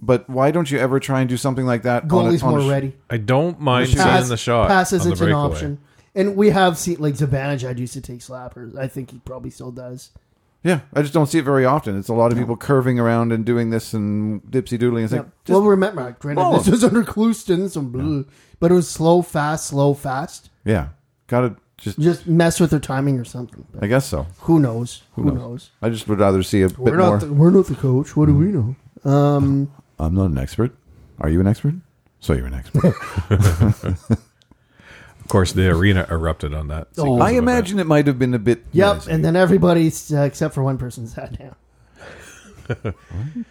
Speaker 7: But why don't you ever try and do something like that? on a-
Speaker 8: Goalie's
Speaker 7: on a
Speaker 8: more
Speaker 7: sh-
Speaker 8: ready.
Speaker 9: I don't mind seeing the shot.
Speaker 8: pass
Speaker 9: on the
Speaker 8: isn't an
Speaker 9: breakaway.
Speaker 8: option. And we have seen, like, Zibanejad used to take slappers. I think he probably still does.
Speaker 7: Yeah, I just don't see it very often. It's a lot of people curving around and doing this and dipsy doodling. It's like,
Speaker 8: Yep.
Speaker 7: just-
Speaker 8: well, remember, granted,
Speaker 7: Roll
Speaker 8: this
Speaker 7: him.
Speaker 8: was under Clouston, some blue, but it was slow, fast, slow, fast.
Speaker 7: yeah, got to Just,
Speaker 8: Just mess with their timing or something. But
Speaker 7: I guess so.
Speaker 8: who knows? Who, knows?
Speaker 7: I just would rather see a bit
Speaker 8: We're not
Speaker 7: more.
Speaker 8: the, we're not the coach. What do
Speaker 9: Mm.
Speaker 8: we know? Um,
Speaker 7: I'm not an expert. Are you an expert? So you're an
Speaker 8: [laughs]
Speaker 7: expert.
Speaker 9: Of course, the arena erupted on that. sequence
Speaker 7: I
Speaker 9: of
Speaker 7: imagine it might have been a bit.
Speaker 8: yep.
Speaker 7: noisy.
Speaker 8: And then everybody uh, except for one person [laughs] sat down.
Speaker 9: events.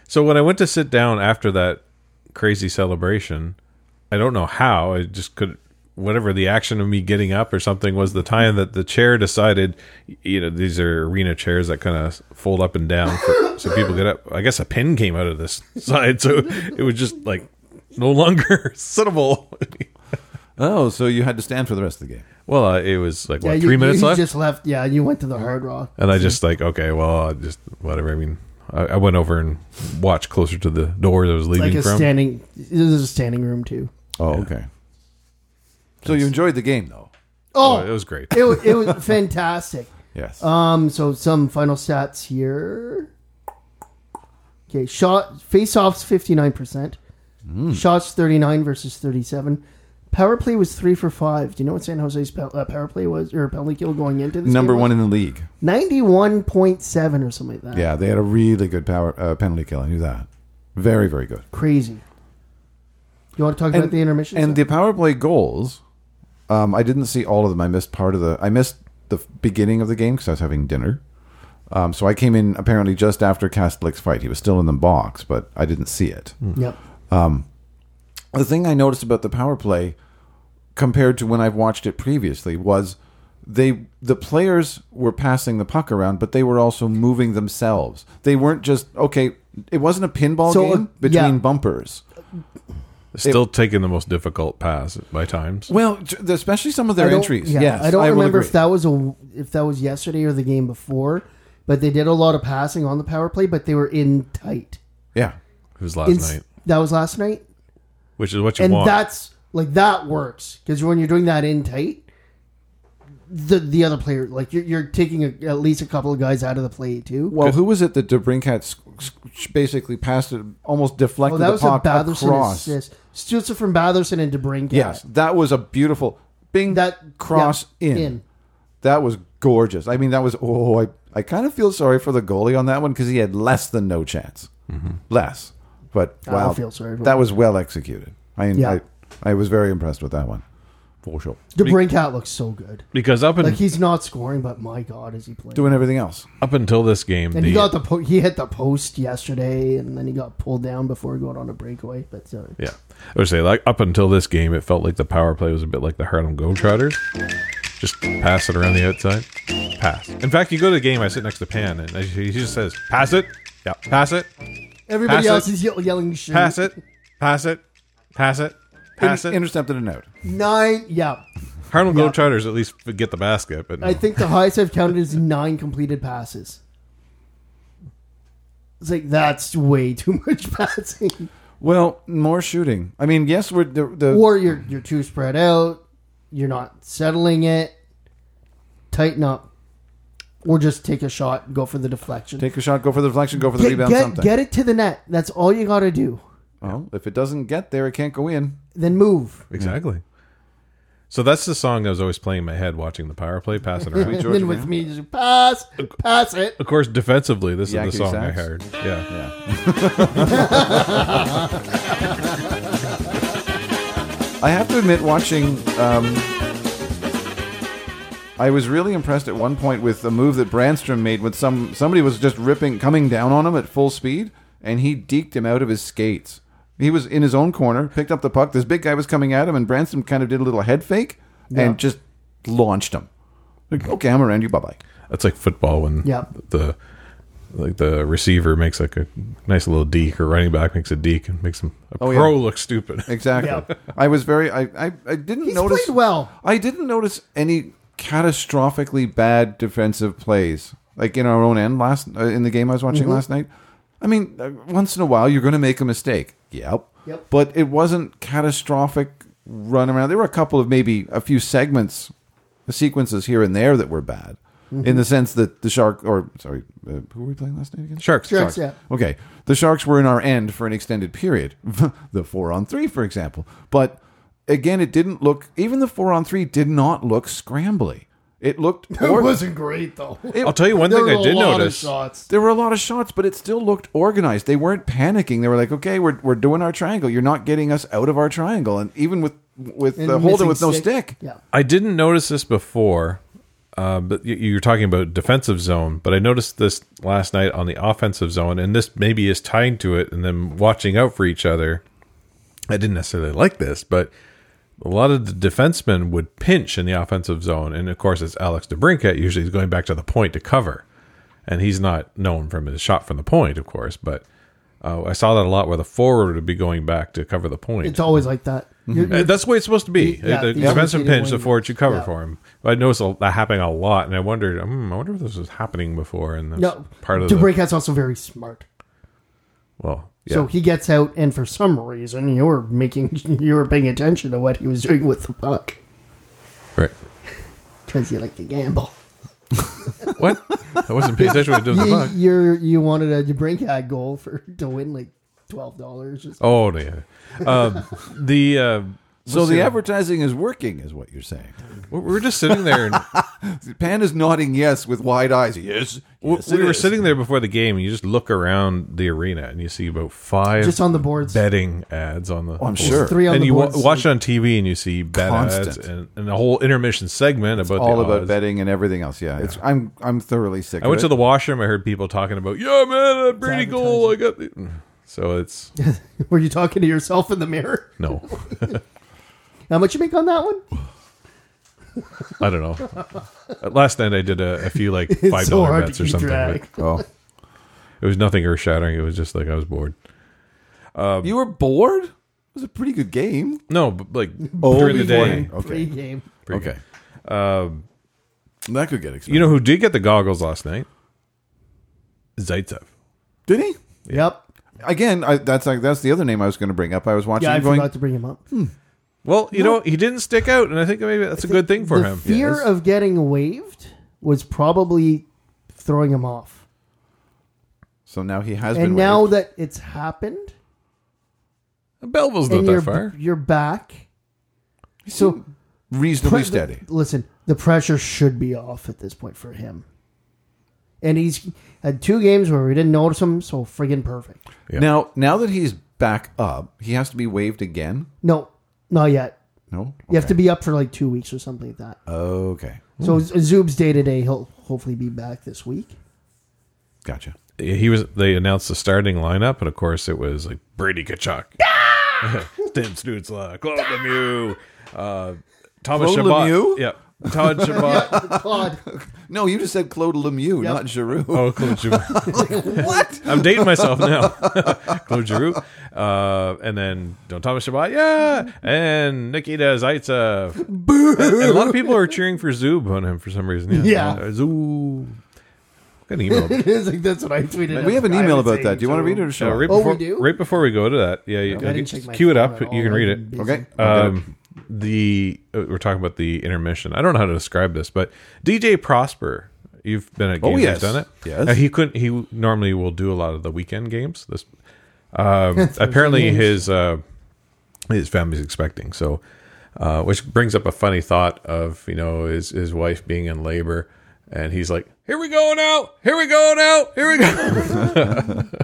Speaker 9: So when I went to sit down after that crazy celebration, I don't know how I just could. Whatever the action of me getting up or something was the time that the chair decided, you know, these are arena chairs that kind of fold up and down for, so people get up. I guess a pin came out of this [laughs] side, so it was just like no longer [laughs] suitable.
Speaker 7: oh, so you had to stand for the rest of the game.
Speaker 9: well, uh, it was like what
Speaker 8: you-
Speaker 9: three
Speaker 8: you,
Speaker 9: minutes
Speaker 8: you
Speaker 9: left.
Speaker 8: Just left. Yeah, you went to the Hard Rock.
Speaker 9: And I just like, okay, well, I just whatever. I mean, I, I went over and watched closer to the door that I was
Speaker 8: Like
Speaker 9: leaving
Speaker 8: a
Speaker 9: from.
Speaker 8: standing. This is a standing room too.
Speaker 7: Oh, okay. So you enjoyed the game, though.
Speaker 8: Oh,
Speaker 9: Oh, it was great.
Speaker 8: it, was, it was [laughs] fantastic.
Speaker 7: Yes.
Speaker 8: Um, so some final stats here. Okay, shot face offs fifty nine percent,
Speaker 9: Mm.
Speaker 8: shots thirty nine versus thirty seven. Power play was three for five. Do you know what San Jose's pe- uh, power play was or penalty kill going into this
Speaker 7: Number one in the league.
Speaker 8: ninety one point seven or something like that.
Speaker 7: Yeah, they had a really good power uh, penalty kill. I knew that. Very, very good.
Speaker 8: crazy. You want to talk about the intermission?
Speaker 7: and the power play goals. Um, I didn't see all of them. I missed part of the. I missed the f- beginning of the game because I was having dinner. Um, so I came in apparently just after Castlick's fight. He was still in the box, but I didn't see it.
Speaker 8: yep.
Speaker 7: The thing I noticed about the power play compared to when I've watched it previously was they the players were passing the puck around, but they were also moving themselves. They weren't just okay. It wasn't a pinball
Speaker 8: So, uh,
Speaker 7: game between
Speaker 8: yeah.
Speaker 7: bumpers.
Speaker 9: Still taking the most difficult pass by times.
Speaker 7: Well, j- especially some of
Speaker 8: I
Speaker 7: their
Speaker 8: don't-
Speaker 7: entries.
Speaker 8: Yeah,
Speaker 7: yes,
Speaker 8: I don't
Speaker 7: will
Speaker 8: remember
Speaker 7: agree.
Speaker 8: if that was a if that was yesterday or the game before, but they did a lot of passing on the power play, but they were in tight.
Speaker 7: Yeah.
Speaker 9: It was last
Speaker 8: In-
Speaker 9: night,
Speaker 8: That was last night,
Speaker 9: which is what you
Speaker 8: and
Speaker 9: want.
Speaker 8: that's like that works because when you're doing that in tight, the the other player like you're you're taking a, at least a couple of guys out of the play too.
Speaker 7: Well, who was it that DeBrincat s- s- basically passed it, almost
Speaker 8: Oh,
Speaker 7: deflected
Speaker 8: that
Speaker 7: the
Speaker 8: was a
Speaker 7: puck
Speaker 8: Batherson
Speaker 7: across?
Speaker 8: assist. Stutzer from Batherson and DeBrincat.
Speaker 7: Yes, that was a beautiful bing
Speaker 8: that
Speaker 7: that cross
Speaker 8: yeah,
Speaker 7: in. That was gorgeous. I mean, that was oh, I I kind of feel sorry for the goalie on that one because he had less than no chance,
Speaker 9: Mm-hmm.
Speaker 7: less. But
Speaker 8: I don't
Speaker 7: wow,
Speaker 8: feel sorry for
Speaker 7: that
Speaker 8: him.
Speaker 7: was well executed. I,
Speaker 8: Yeah.
Speaker 7: I I was very impressed with that one. For sure,
Speaker 8: DeBrincat looks so good.
Speaker 9: because up, in,
Speaker 8: Like he's not scoring, but my god, is he playing?
Speaker 7: doing everything else.
Speaker 9: up until this game,
Speaker 8: And
Speaker 9: the,
Speaker 8: he got the po- he hit the post yesterday, and then he got pulled down before going on a breakaway. But uh,
Speaker 9: yeah, I would say like up until this game, it felt like the power play was a bit like the Harlem Globetrotters, just pass it around the outside, pass. In fact, you go to the game, I sit next to Pan, and he just says, "Pass it, yeah, pass it,
Speaker 8: everybody
Speaker 9: Pass
Speaker 8: else
Speaker 9: it.
Speaker 8: is ye- yelling shoot.
Speaker 9: pass it, pass it, pass it, pass it."
Speaker 7: Intercepted a note.
Speaker 8: Nine. Yeah,
Speaker 9: Harlem Globetrotters at least get the basket, but
Speaker 8: I think the highest I've counted is nine completed passes. It's like that's way too much [laughs] passing.
Speaker 7: Well, more shooting. I mean, yes, we're the, the
Speaker 8: Or you're you're too spread out. You're not settling it. Tighten up, or just take a shot. Go for the deflection.
Speaker 7: take a shot, go for the deflection, go for the
Speaker 8: get,
Speaker 7: rebound.
Speaker 8: get,
Speaker 7: something.
Speaker 8: get it to the net. That's all you got to do.
Speaker 7: Well, if it doesn't get there, it can't go in.
Speaker 8: Then move.
Speaker 9: Exactly. So that's the song that was always playing in my head watching the power play, pass it around.
Speaker 8: and [laughs] then with me, just pass, pass it.
Speaker 9: of course, defensively, this
Speaker 7: Yakety
Speaker 9: is the song
Speaker 7: sax.
Speaker 9: I heard. Yeah.
Speaker 7: I have to admit, watching, um, I was really impressed at one point with a move that Brandstrom made with some somebody was just ripping, coming down on him at full speed, and he deked him out of his skates. He was in his own corner, picked up the puck. This big guy was coming at him, and Brandstrom kind of did a little head fake and just launched him. Like, okay, I'm around you. Bye bye.
Speaker 9: That's like football when
Speaker 8: Yeah.
Speaker 9: the like the receiver makes like a nice little deke or running back makes a deke and makes him a
Speaker 7: Oh, yeah.
Speaker 9: pro look stupid.
Speaker 7: [laughs] Exactly.
Speaker 8: Yeah.
Speaker 7: I was very. I. I, I didn't
Speaker 8: He's
Speaker 7: notice.
Speaker 8: played well.
Speaker 7: I didn't notice any catastrophically bad defensive plays like in our own end last uh, in the game I was
Speaker 8: Mm-hmm.
Speaker 7: watching last night. I mean, uh, once in a while you're going to make a mistake. Yep.
Speaker 8: Yep.
Speaker 7: But it wasn't catastrophic run around. There were a couple of maybe a few segments, sequences here and there that were bad.
Speaker 8: Mm-hmm.
Speaker 7: In the sense that the shark, or sorry, uh, who were we playing last night again?
Speaker 9: Sharks.
Speaker 8: Sharks,
Speaker 9: Sharks.
Speaker 8: yeah.
Speaker 7: Okay, the Sharks were in our end for an extended period, [laughs] the four on three, for example. But again, it didn't look, even the four on three did not look scrambly. It looked
Speaker 8: [laughs] It
Speaker 7: or-
Speaker 8: wasn't great
Speaker 9: [laughs]
Speaker 8: though.
Speaker 9: I'll tell you one
Speaker 8: There
Speaker 9: thing
Speaker 8: were
Speaker 9: I
Speaker 8: a
Speaker 9: did
Speaker 8: lot of
Speaker 9: notice.
Speaker 8: shots.
Speaker 7: there were a lot of shots, but it still looked organized. They weren't panicking. They were like, okay, we're, we're doing our triangle. You're not getting us out of our triangle. And even with with
Speaker 8: And
Speaker 7: uh, Holden
Speaker 8: missing
Speaker 7: with no stick,
Speaker 8: Yeah.
Speaker 9: I didn't notice this before, uh, but you, you were talking about defensive zone. But I noticed this last night on the offensive zone, and this maybe is tied to it, and them watching out for each other. I didn't necessarily like this, but a lot of the defensemen would pinch in the offensive zone, and of course, it's Alex DeBrincat. Usually, he's going back to the point to cover, and he's not known from his shot from the point, of course, but. Uh, I saw that a lot where the forward would be going back to cover the point.
Speaker 8: It's always like that. You're-
Speaker 9: Uh, That's the way it's supposed to be. Uh,
Speaker 8: Yeah,
Speaker 9: the
Speaker 8: the
Speaker 9: defensive
Speaker 8: unceded
Speaker 9: pinch, the
Speaker 8: wing.
Speaker 9: forward you cover
Speaker 8: Yeah.
Speaker 9: for him. But I noticed a- that happening a lot, and I wondered, hmm, I wonder if this was happening before. And that's
Speaker 8: no,
Speaker 9: part of the
Speaker 8: DeBrincat's also very smart.
Speaker 9: well, yeah.
Speaker 8: So he gets out, and for some reason, you were making [laughs] you were paying attention to what he was doing with the puck
Speaker 9: right.
Speaker 8: because you like to gamble.
Speaker 9: What? I wasn't paying attention
Speaker 8: [laughs]
Speaker 9: to the
Speaker 8: You
Speaker 9: puck.
Speaker 8: you're, you wanted a DeBrincat goal for to win like twelve dollars.
Speaker 9: Oh yeah. Um, the uh,
Speaker 7: so the
Speaker 9: listen,
Speaker 7: advertising is working, is what you're saying.
Speaker 9: we were just sitting there,
Speaker 8: [laughs]
Speaker 9: and
Speaker 7: Pan is nodding yes with wide eyes. Yes,
Speaker 9: we-
Speaker 7: yes,
Speaker 9: we
Speaker 7: it
Speaker 9: were
Speaker 7: is.
Speaker 9: sitting there before the game, and you just look around the arena, and you see about five
Speaker 8: Just on the boards.
Speaker 9: betting ads on the.
Speaker 7: Oh, I'm sure.
Speaker 8: Three on
Speaker 9: and
Speaker 8: the
Speaker 9: you wa-
Speaker 8: boards.
Speaker 9: watch it on TV, and you see bet ads,
Speaker 7: Constant.
Speaker 9: and, and a whole intermission segment about
Speaker 7: all
Speaker 9: the
Speaker 7: about
Speaker 9: odds.
Speaker 7: betting and everything else. Yeah, it's I'm I'm thoroughly sick.
Speaker 9: I
Speaker 7: of
Speaker 9: went
Speaker 7: it.
Speaker 9: to the washroom. I heard people talking about, yeah, man, that Brady
Speaker 8: It's
Speaker 9: goal. I got the.
Speaker 8: [laughs]
Speaker 9: So it's
Speaker 8: [laughs] Were you talking to yourself in the mirror?
Speaker 9: no,
Speaker 8: How much you make on that one?
Speaker 9: I don't know. Uh, Last night I did a, a
Speaker 8: [laughs]
Speaker 9: few like five dollar bets or
Speaker 8: keep
Speaker 9: something.
Speaker 8: track.
Speaker 9: but
Speaker 7: Oh,
Speaker 9: It was nothing earth shattering. It was just like I was bored.
Speaker 7: you were bored. It was a pretty good game.
Speaker 9: No,
Speaker 8: [laughs]
Speaker 9: but like
Speaker 7: Oh,
Speaker 9: during the day.
Speaker 7: beforehand.
Speaker 8: Free
Speaker 7: Okay,
Speaker 8: game.
Speaker 9: Pretty
Speaker 7: okay. Um, that could get expensive.
Speaker 9: You know who did get the goggles last night? Zaitsev.
Speaker 7: did he?
Speaker 8: Yep.
Speaker 7: Again, I, that's like that's the other name I was going to bring up. I was watching.
Speaker 8: Yeah, I
Speaker 7: going,
Speaker 8: forgot to bring him up.
Speaker 9: Hmm, Well, you know he didn't stick out, and I think maybe that's a good thing for
Speaker 8: the
Speaker 9: him.
Speaker 8: fear
Speaker 7: Yes.
Speaker 8: of getting waived was probably throwing him off.
Speaker 7: so now he has been.
Speaker 8: and now
Speaker 7: waived.
Speaker 8: that it's happened,
Speaker 9: Belville's not
Speaker 8: and
Speaker 9: that
Speaker 8: you're
Speaker 9: far.
Speaker 8: you're back. So
Speaker 7: reasonably
Speaker 8: pre-
Speaker 7: steady.
Speaker 8: listen, the pressure should be off at this point for him. And he's had two games where we didn't notice him, so friggin' perfect.
Speaker 9: Yeah.
Speaker 7: Now, now that he's back up, he has to be waived again.
Speaker 8: No, not yet.
Speaker 7: No,
Speaker 8: You have to be up for like two weeks or something like that.
Speaker 7: Okay,
Speaker 8: So Z- Zoob's day to day, he'll hopefully be back this
Speaker 9: [laughs]
Speaker 8: week.
Speaker 7: gotcha.
Speaker 9: he was they announced the starting lineup and of course it was like Brady Kachuk. [laughs] Stan Stutzla, Claude Lemieux, uh Thomas
Speaker 7: Claude
Speaker 9: Chabot.
Speaker 7: Lemieux?
Speaker 9: Yeah. Todd
Speaker 8: [laughs]
Speaker 9: Chabot.
Speaker 8: Claude,
Speaker 7: No, you just said Claude Lemieux, not Giroux. [laughs]
Speaker 9: oh, Claude Giroux. what? I'm dating myself now. [laughs] Claude Giroux. Uh, and then you know, Thomas Shabbat. Yeah. And Nikita Zaitsev. Boo. And, and a lot of people are cheering for Zub on him for some reason.
Speaker 8: Yeah.
Speaker 9: Uh, Zub. Got an
Speaker 8: [laughs]
Speaker 9: email.
Speaker 8: it is like that's what I tweeted.
Speaker 7: We have an
Speaker 8: I
Speaker 7: email
Speaker 8: was
Speaker 7: about that.
Speaker 8: saying
Speaker 7: Do you want to
Speaker 8: to him.
Speaker 7: read it or
Speaker 9: Uh,
Speaker 7: shall I?
Speaker 9: right,
Speaker 8: Oh, we
Speaker 9: before,
Speaker 8: do?
Speaker 9: right before we go to that, yeah, you,
Speaker 8: I
Speaker 9: I
Speaker 8: didn't
Speaker 9: can
Speaker 8: check my
Speaker 9: queue it
Speaker 8: phone
Speaker 9: up.
Speaker 8: at
Speaker 9: You can
Speaker 8: all.
Speaker 9: read
Speaker 8: I've
Speaker 9: it.
Speaker 8: been busy.
Speaker 7: Okay, I'll get it.
Speaker 9: Um, the uh, we're talking about the intermission. I don't know how to describe this, but DJ Prosper, you've been at
Speaker 7: Oh,
Speaker 9: games,
Speaker 7: yes.
Speaker 9: you've done it.
Speaker 7: Yes.
Speaker 9: Uh, he couldn't. He normally will do a lot of the weekend games. This um, apparently
Speaker 8: games.
Speaker 9: his uh, his family's expecting. So, uh, which brings up a funny thought of you know his his wife being in labor, and he's like, "Here we go now! Here we go now! Here we go!" [laughs]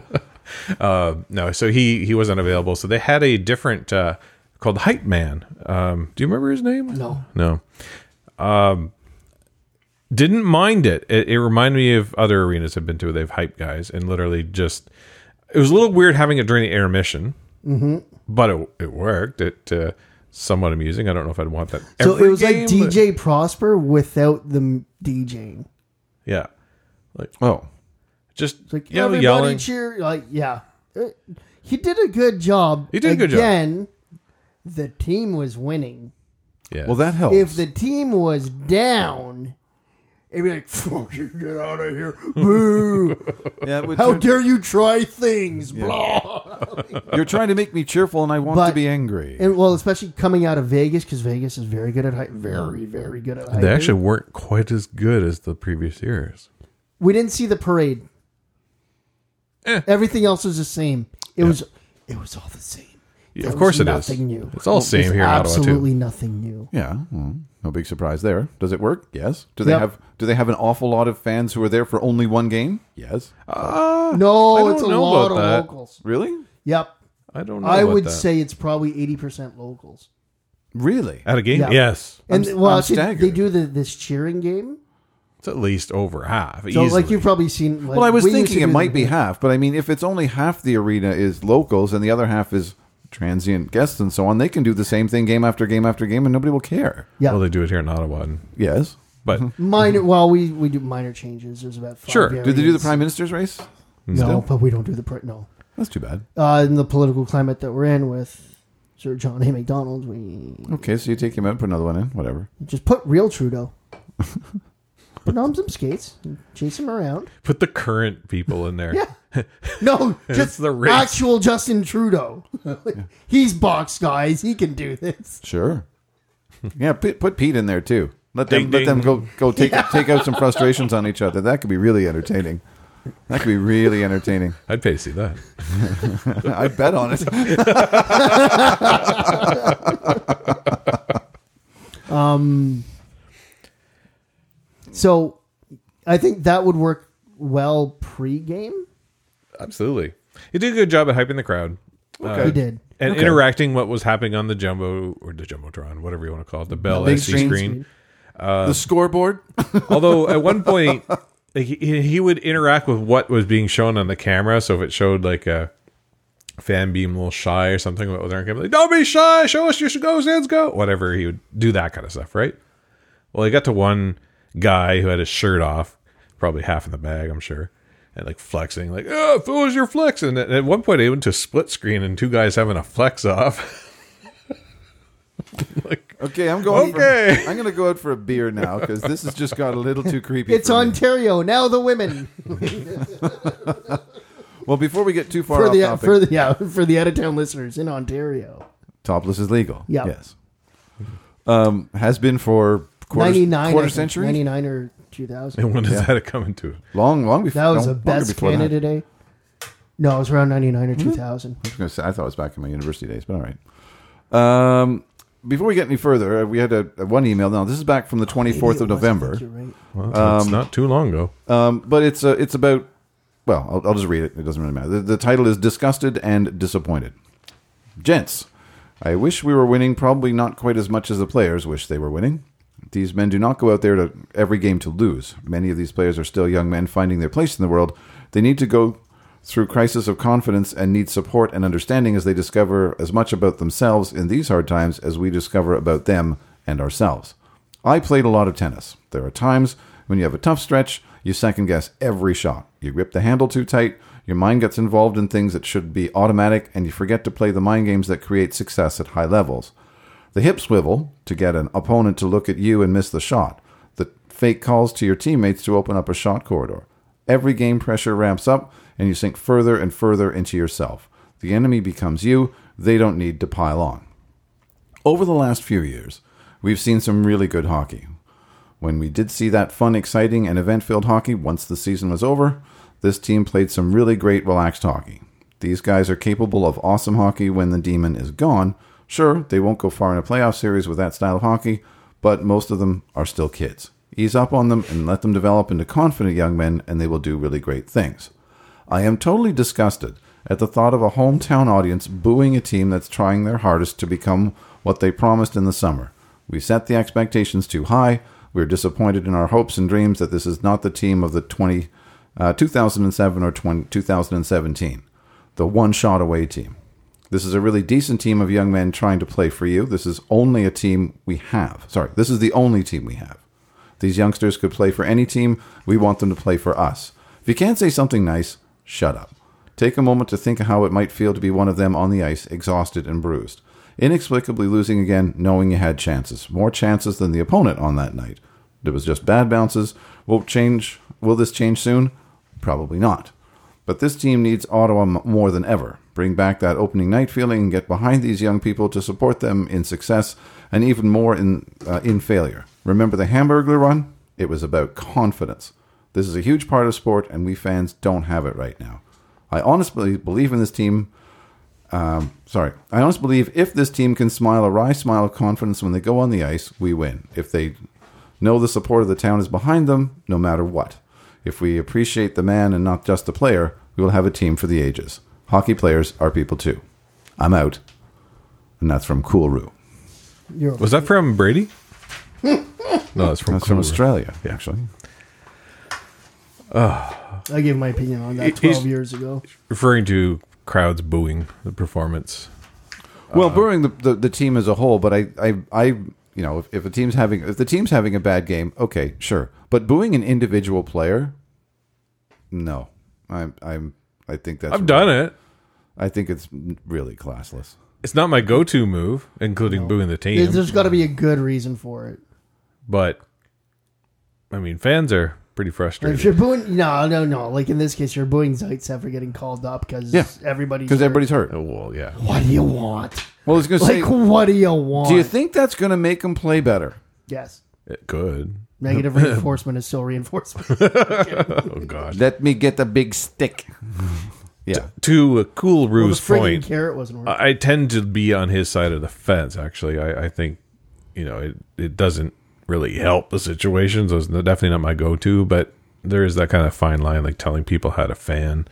Speaker 9: Uh, no, so he he wasn't available. So they had a different uh, called Hype Man. Um, do you remember his name?
Speaker 8: No.
Speaker 9: no. Um, didn't mind it. It, it reminded me of other arenas I've been to. They've hype guys, and literally just it was a little weird having it during the intermission, mm-hmm. but it it worked. It uh, somewhat amusing. I don't know if I'd want that.
Speaker 8: So
Speaker 9: every
Speaker 8: it was like
Speaker 9: game, but-
Speaker 8: DJ Prosper without the m- DJing.
Speaker 9: yeah, like
Speaker 7: Oh,
Speaker 9: just
Speaker 8: It's like
Speaker 9: you know,
Speaker 8: everybody
Speaker 9: yelling.
Speaker 8: cheer. Like yeah, Uh, he did a good job.
Speaker 9: He did a good job.
Speaker 8: Again, the team was winning.
Speaker 9: yeah.
Speaker 7: well, that helps.
Speaker 8: If the team was down, it'd be like, "Fuck you, get out of here! Boo!
Speaker 7: yeah, it would
Speaker 9: [laughs]
Speaker 8: How
Speaker 7: turn-
Speaker 8: dare you try things?" Blah.
Speaker 7: you're trying to make me cheerful, and I want to
Speaker 8: But-
Speaker 7: be angry.
Speaker 8: And well, especially coming out of Vegas because Vegas is very good at hype. Very, very good at hype.
Speaker 9: they actually weren't quite as good as the previous years.
Speaker 8: We didn't see the parade.
Speaker 9: Eh.
Speaker 8: Everything else was the same. It was it was all the same.
Speaker 9: of course it is.
Speaker 8: Nothing new.
Speaker 9: It's all same
Speaker 8: There's
Speaker 9: here in Ottawa, too.
Speaker 8: Absolutely nothing new.
Speaker 7: Yeah, well, no big surprise there. Does it work? Yes. Do they
Speaker 8: Yep.
Speaker 7: have Do they have an awful lot of fans who are there for only one game? Yes.
Speaker 8: No,
Speaker 9: Uh, don't
Speaker 8: Oh, it's a
Speaker 9: know
Speaker 8: lot
Speaker 9: about
Speaker 8: of
Speaker 9: that.
Speaker 8: locals.
Speaker 7: Really?
Speaker 8: Yep.
Speaker 9: I don't know.
Speaker 8: I
Speaker 9: about
Speaker 8: would
Speaker 9: that.
Speaker 8: say it's probably 80% locals.
Speaker 7: Really?
Speaker 9: at a game,
Speaker 8: Yeah.
Speaker 9: yes,
Speaker 8: And
Speaker 7: I'm-
Speaker 8: well,
Speaker 7: I'm
Speaker 8: actually, they
Speaker 7: staggered.
Speaker 8: do the, this cheering game.
Speaker 9: it's at least over half.
Speaker 8: So,
Speaker 9: easily.
Speaker 8: like, you've probably seen. Like,
Speaker 7: Well, I was
Speaker 8: we used
Speaker 7: thinking
Speaker 8: to
Speaker 7: it
Speaker 8: do
Speaker 7: might
Speaker 8: the-
Speaker 7: be half, but I mean, if it's only half the arena is locals and the other half is transient guests and so on, they can do the same thing game after game after game, and nobody will care.
Speaker 8: Yeah.
Speaker 9: well, they do it here in Ottawa, and,
Speaker 7: Yes.
Speaker 9: but
Speaker 8: minor. Well, we, we do minor changes. There's about five.
Speaker 9: Sure.
Speaker 7: Did they do the
Speaker 8: variants.
Speaker 7: prime minister's race?
Speaker 8: No, but we don't do the pri- no.
Speaker 7: That's too bad.
Speaker 8: Uh, in the political climate that we're in with Sir John A. MacDonald, we
Speaker 7: Okay, so you take him out, and put another one in, whatever.
Speaker 8: just put real Trudeau. put on some skates, and chase him around.
Speaker 9: put the current people in there.
Speaker 8: Yeah.
Speaker 7: [laughs]
Speaker 8: No,
Speaker 9: It's
Speaker 8: just
Speaker 9: the
Speaker 8: the
Speaker 9: race.
Speaker 8: actual Justin Trudeau. [laughs] He's box guys. He can do this.
Speaker 7: Sure. yeah, put, put Pete in there too. Let them
Speaker 9: Ding,
Speaker 7: let them
Speaker 9: ding.
Speaker 7: go go take take out some frustrations on each other. That could be really entertaining. That could be really entertaining.
Speaker 9: I'd pay to see that.
Speaker 7: I bet on it.
Speaker 8: So, I think that would work well pre-game.
Speaker 9: Absolutely, you did a good job at hyping the crowd.
Speaker 7: Okay.
Speaker 8: He did.
Speaker 9: and interacting what was happening on the jumbo or the jumbotron, whatever you want to call it, the Bell
Speaker 7: big
Speaker 9: SC
Speaker 7: screen.
Speaker 9: screen.
Speaker 7: [laughs] the scoreboard.
Speaker 9: Although at one point like, he, he would interact with what was being shown on the camera, so if it showed like a fan being a little shy or something, what was on camera, like don't be shy, show us your go, Zans go, whatever. He would do that kind of stuff, right? Well, he got to one guy who had his shirt off, probably half in the bag, I'm sure. And like flexing, like, oh, fools, you're flexing. And at one point, they went to a split screen and two guys having a flex off. [laughs] like,
Speaker 7: Okay, I'm going.
Speaker 9: Okay.
Speaker 7: For, I'm going to go out for a beer now because this has just got a little too creepy.
Speaker 8: It's
Speaker 7: for me.
Speaker 8: Ontario now.
Speaker 7: [laughs]
Speaker 8: The women
Speaker 7: Well, before we get too far
Speaker 8: for
Speaker 7: off
Speaker 8: the
Speaker 7: topic,
Speaker 8: for the yeah for the out of town listeners in Ontario.
Speaker 7: topless is legal.
Speaker 8: Yeah.
Speaker 7: Yes. Um, has been for quarter,
Speaker 8: 99
Speaker 7: quarter
Speaker 8: I think.
Speaker 7: century.
Speaker 8: 99 or
Speaker 9: and
Speaker 8: 2000
Speaker 9: when does that come into?
Speaker 7: Long, long before.
Speaker 8: that was
Speaker 7: no,
Speaker 8: the
Speaker 7: longer
Speaker 8: best
Speaker 7: before that. Hmm?
Speaker 8: canada day no it was around 99 or 2000
Speaker 7: I was gonna say- I thought it was back in my university days, but all right. Um, before we get any further, uh, we had a, a one email. Now this is back from the 24th of
Speaker 8: It was, I think
Speaker 7: November.
Speaker 8: you're right.
Speaker 9: Well, it's not too long ago.
Speaker 7: Um, but it's uh, it's about well, I'll, I'll just read it. It doesn't really matter. The, the title is "Disgusted and Disappointed." Gents, I wish we were winning. Probably not quite as much as the players wish they were winning. These men do not go out there to every game to lose. Many of these players are still young men finding their place in the world. They need to go through crisis of confidence and need support and understanding as they discover as much about themselves in these hard times as we discover about them and ourselves. I played a lot of tennis. There are times when you have a tough stretch, you second guess every shot. You grip the handle too tight, your mind gets involved in things that should be automatic, and you forget to play the mind games that create success at high levels. The hip swivel to get an opponent to look at you and miss the shot. The fake calls to your teammates to open up a shot corridor. Every game pressure ramps up and you sink further and further into yourself. The enemy becomes you, they don't need to pile on. Over the last few years, we've seen some really good hockey. When we did see that fun, exciting, and event filled hockey once the season was over, this team played some really great, relaxed hockey. These guys are capable of awesome hockey when the demon is gone. Sure, they won't go far in a playoff series with that style of hockey, but most of them are still kids. Ease up on them and let them develop into confident young men, and they will do really great things. I am totally disgusted at the thought of a hometown audience booing a team that's trying their hardest to become what they promised in the summer. We set the expectations too high. We're disappointed in our hopes and dreams that this is not the team of the 20, uh, 2007 or 20, 2017, the one shot away team. This is a really decent team of young men trying to play for you. This is only a team we have. Sorry, this is the only team we have. These youngsters could play for any team. We want them to play for us. If you can't say something nice, shut up. Take a moment to think of how it might feel to be one of them on the ice, exhausted and bruised. Inexplicably losing again, knowing you had chances. More chances than the opponent on that night. It was just bad bounces. Will change will this change soon? Probably not. But this team needs Ottawa m- more than ever. Bring back that opening night feeling and get behind these young people to support them in success and even more in uh, in failure. Remember the Hamburglar run? It was about confidence. This is a huge part of sport, and we fans don't have it right now. I honestly believe in this team Um, sorry. I honestly believe if this team can smile a wry smile of confidence when they go on the ice, we win. If they know the support of the town is behind them, no matter what. If we appreciate the man and not just the player, we will have a team for the ages. Hockey players are people too. I'm out. And that's from Cool Roo.
Speaker 8: You're
Speaker 9: Was that from
Speaker 8: [laughs]
Speaker 9: Brady? no, that's from
Speaker 7: That's from
Speaker 9: Cooler.
Speaker 7: Australia, actually.
Speaker 8: I gave my opinion
Speaker 7: [laughs]
Speaker 8: on that
Speaker 9: It-
Speaker 8: 12
Speaker 9: it's-
Speaker 8: years ago.
Speaker 9: Referring to crowds booing the performance.
Speaker 7: Well, booing the, the, the team as a whole, but I, I, I you know, if, if a team's having if the team's having a bad game, okay, sure, but booing an individual player, no, I'm I'm I think that's
Speaker 9: I've done it.
Speaker 7: I think it's really classless.
Speaker 9: It's not my go-to move, including booing the team.
Speaker 8: There's got to be a good reason for it.
Speaker 9: but I mean, fans are
Speaker 8: Like,
Speaker 9: pretty
Speaker 8: if
Speaker 9: frustrated.
Speaker 8: you're booing, no, no, no. Like in this case, you're booing Zaitsev for getting called up because
Speaker 7: Yeah.
Speaker 8: everybody's
Speaker 7: because everybody's hurt.
Speaker 9: Oh, well, yeah.
Speaker 8: What do you want?
Speaker 7: Well, I was gonna
Speaker 8: Like,
Speaker 7: say,
Speaker 8: what do you want?
Speaker 7: do you think that's gonna make them play better?
Speaker 8: Yes.
Speaker 9: It could.
Speaker 8: Negative reinforcement is still
Speaker 9: [laughs]
Speaker 8: reinforcement.
Speaker 9: Oh gosh.
Speaker 7: Let me get a big [laughs] stick. yeah,
Speaker 9: to a cool
Speaker 8: Well, the
Speaker 9: Rue's
Speaker 8: friggin'
Speaker 9: point, Uh,
Speaker 8: carrot wasn't working.
Speaker 9: I I tend to be on his side of the fence. Actually, I, I think you know it, it doesn't really help the situation. So it's no- definitely not my go-to. But there is that kind of fine line, like telling people how to fan.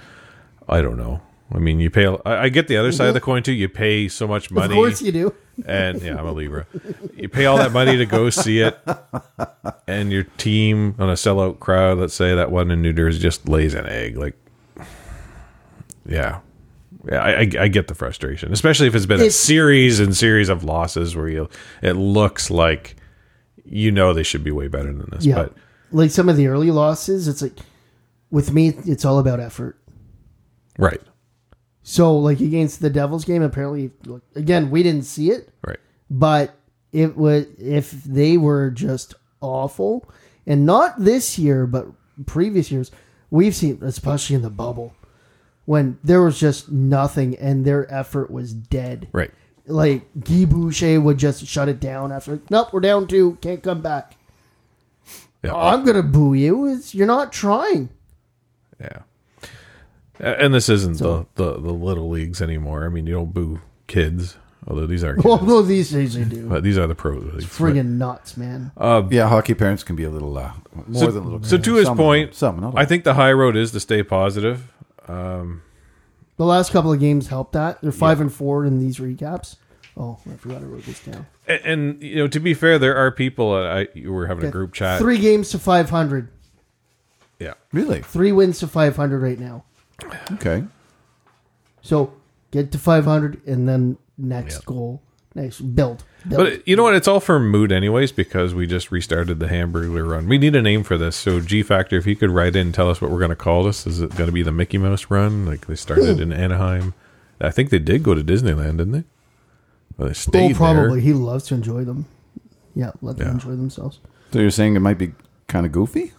Speaker 9: I don't know. I mean, you pay. I, I get the other side of the coin too. You pay so much money.
Speaker 8: Mm-hmm. Of course you do.
Speaker 9: and yeah, I'm a Libra. You pay all that money to go see it, and your team on a sellout crowd, let's say that one in New Jersey, just lays an egg. Like, yeah, yeah, I, I, I get the frustration, especially if it's been a
Speaker 8: It's-
Speaker 9: series and series of losses where you it looks like you know they should be way better than this,
Speaker 8: Yeah.
Speaker 9: but
Speaker 8: like some of the early losses, it's like with me, it's all about effort.
Speaker 9: right,
Speaker 8: So like against the Devils game, apparently, look, again, we didn't see it,
Speaker 9: right,
Speaker 8: but it was if they were just awful, and not this year, but previous years, we've seen, especially in the bubble, when there was just nothing and their effort was dead.
Speaker 9: right,
Speaker 8: Like Guy Boucher would just shut it down after. Nope, we're down two. Can't come back.
Speaker 9: yeah,
Speaker 8: I'm gonna boo you. It's, you're not trying.
Speaker 9: yeah. A- And this isn't the, the the little leagues anymore. I mean, you don't boo kids, although
Speaker 8: [laughs]
Speaker 9: these are kids.
Speaker 8: Although these days they do.
Speaker 9: But these are the pro leagues.
Speaker 8: Friggin' nuts, man.
Speaker 7: yeah. Hockey parents can be a little uh, more
Speaker 9: so,
Speaker 7: than a little.
Speaker 9: so to his
Speaker 7: Some of them.
Speaker 9: point,
Speaker 7: some. Not all.
Speaker 9: I think the high road is to stay positive.
Speaker 8: the last couple of games helped that. They're five and four in these recaps. Oh, I forgot I wrote this down.
Speaker 9: And, and you know, to be fair, there are people. uh, I you were having a group chat.
Speaker 8: Three games to five hundred.
Speaker 9: Yeah,
Speaker 7: really
Speaker 8: Three wins to five hundred right now.
Speaker 7: okay.
Speaker 8: So get to five hundred and then next goal, next build. build.
Speaker 9: but you know what? It's all for mood, anyways, because we just restarted the hamburger run. We need a name for this. So G Factor, if you could write in, and tell us what we're going to call this. Is it going to be the Mickey Mouse Run? Like they started in Anaheim. I think they did go to Disneyland, didn't they? Well,
Speaker 8: oh,
Speaker 9: they stayed
Speaker 8: probably
Speaker 9: there.
Speaker 8: he loves to enjoy them. Yeah, let them
Speaker 9: Yeah.
Speaker 8: enjoy themselves.
Speaker 7: So you're saying it might be kind of goofy.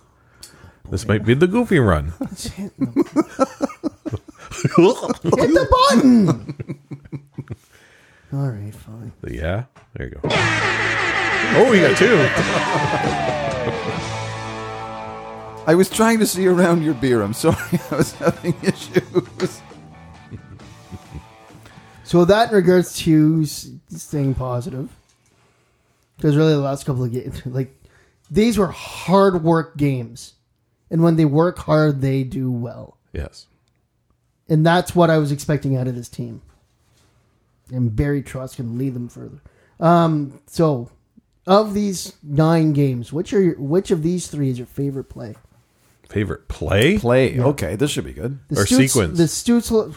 Speaker 9: This might be the Goofy
Speaker 8: [laughs]
Speaker 9: Run.
Speaker 8: Hit the button.
Speaker 9: [laughs]
Speaker 8: All right, fine.
Speaker 9: Yeah, there you go. Oh, we got
Speaker 8: [laughs]
Speaker 9: two.
Speaker 7: I was trying to see around your beer. I'm sorry, [laughs] I was having issues.
Speaker 8: So that in regards to s- staying positive, because really the last couple of games, [laughs] like these were hard work games, and when they work hard, they do well,
Speaker 9: Yes.
Speaker 8: and that's what I was expecting out of this team. And Barry Trotz can lead them further. Um, so, of these nine games, which are your, which of these three is your favorite play?
Speaker 9: Favorite play?
Speaker 7: Play. Okay, this should be good.
Speaker 8: The
Speaker 9: Or
Speaker 8: Stutz-
Speaker 9: sequence.
Speaker 8: The
Speaker 9: [laughs]
Speaker 8: Stutzel.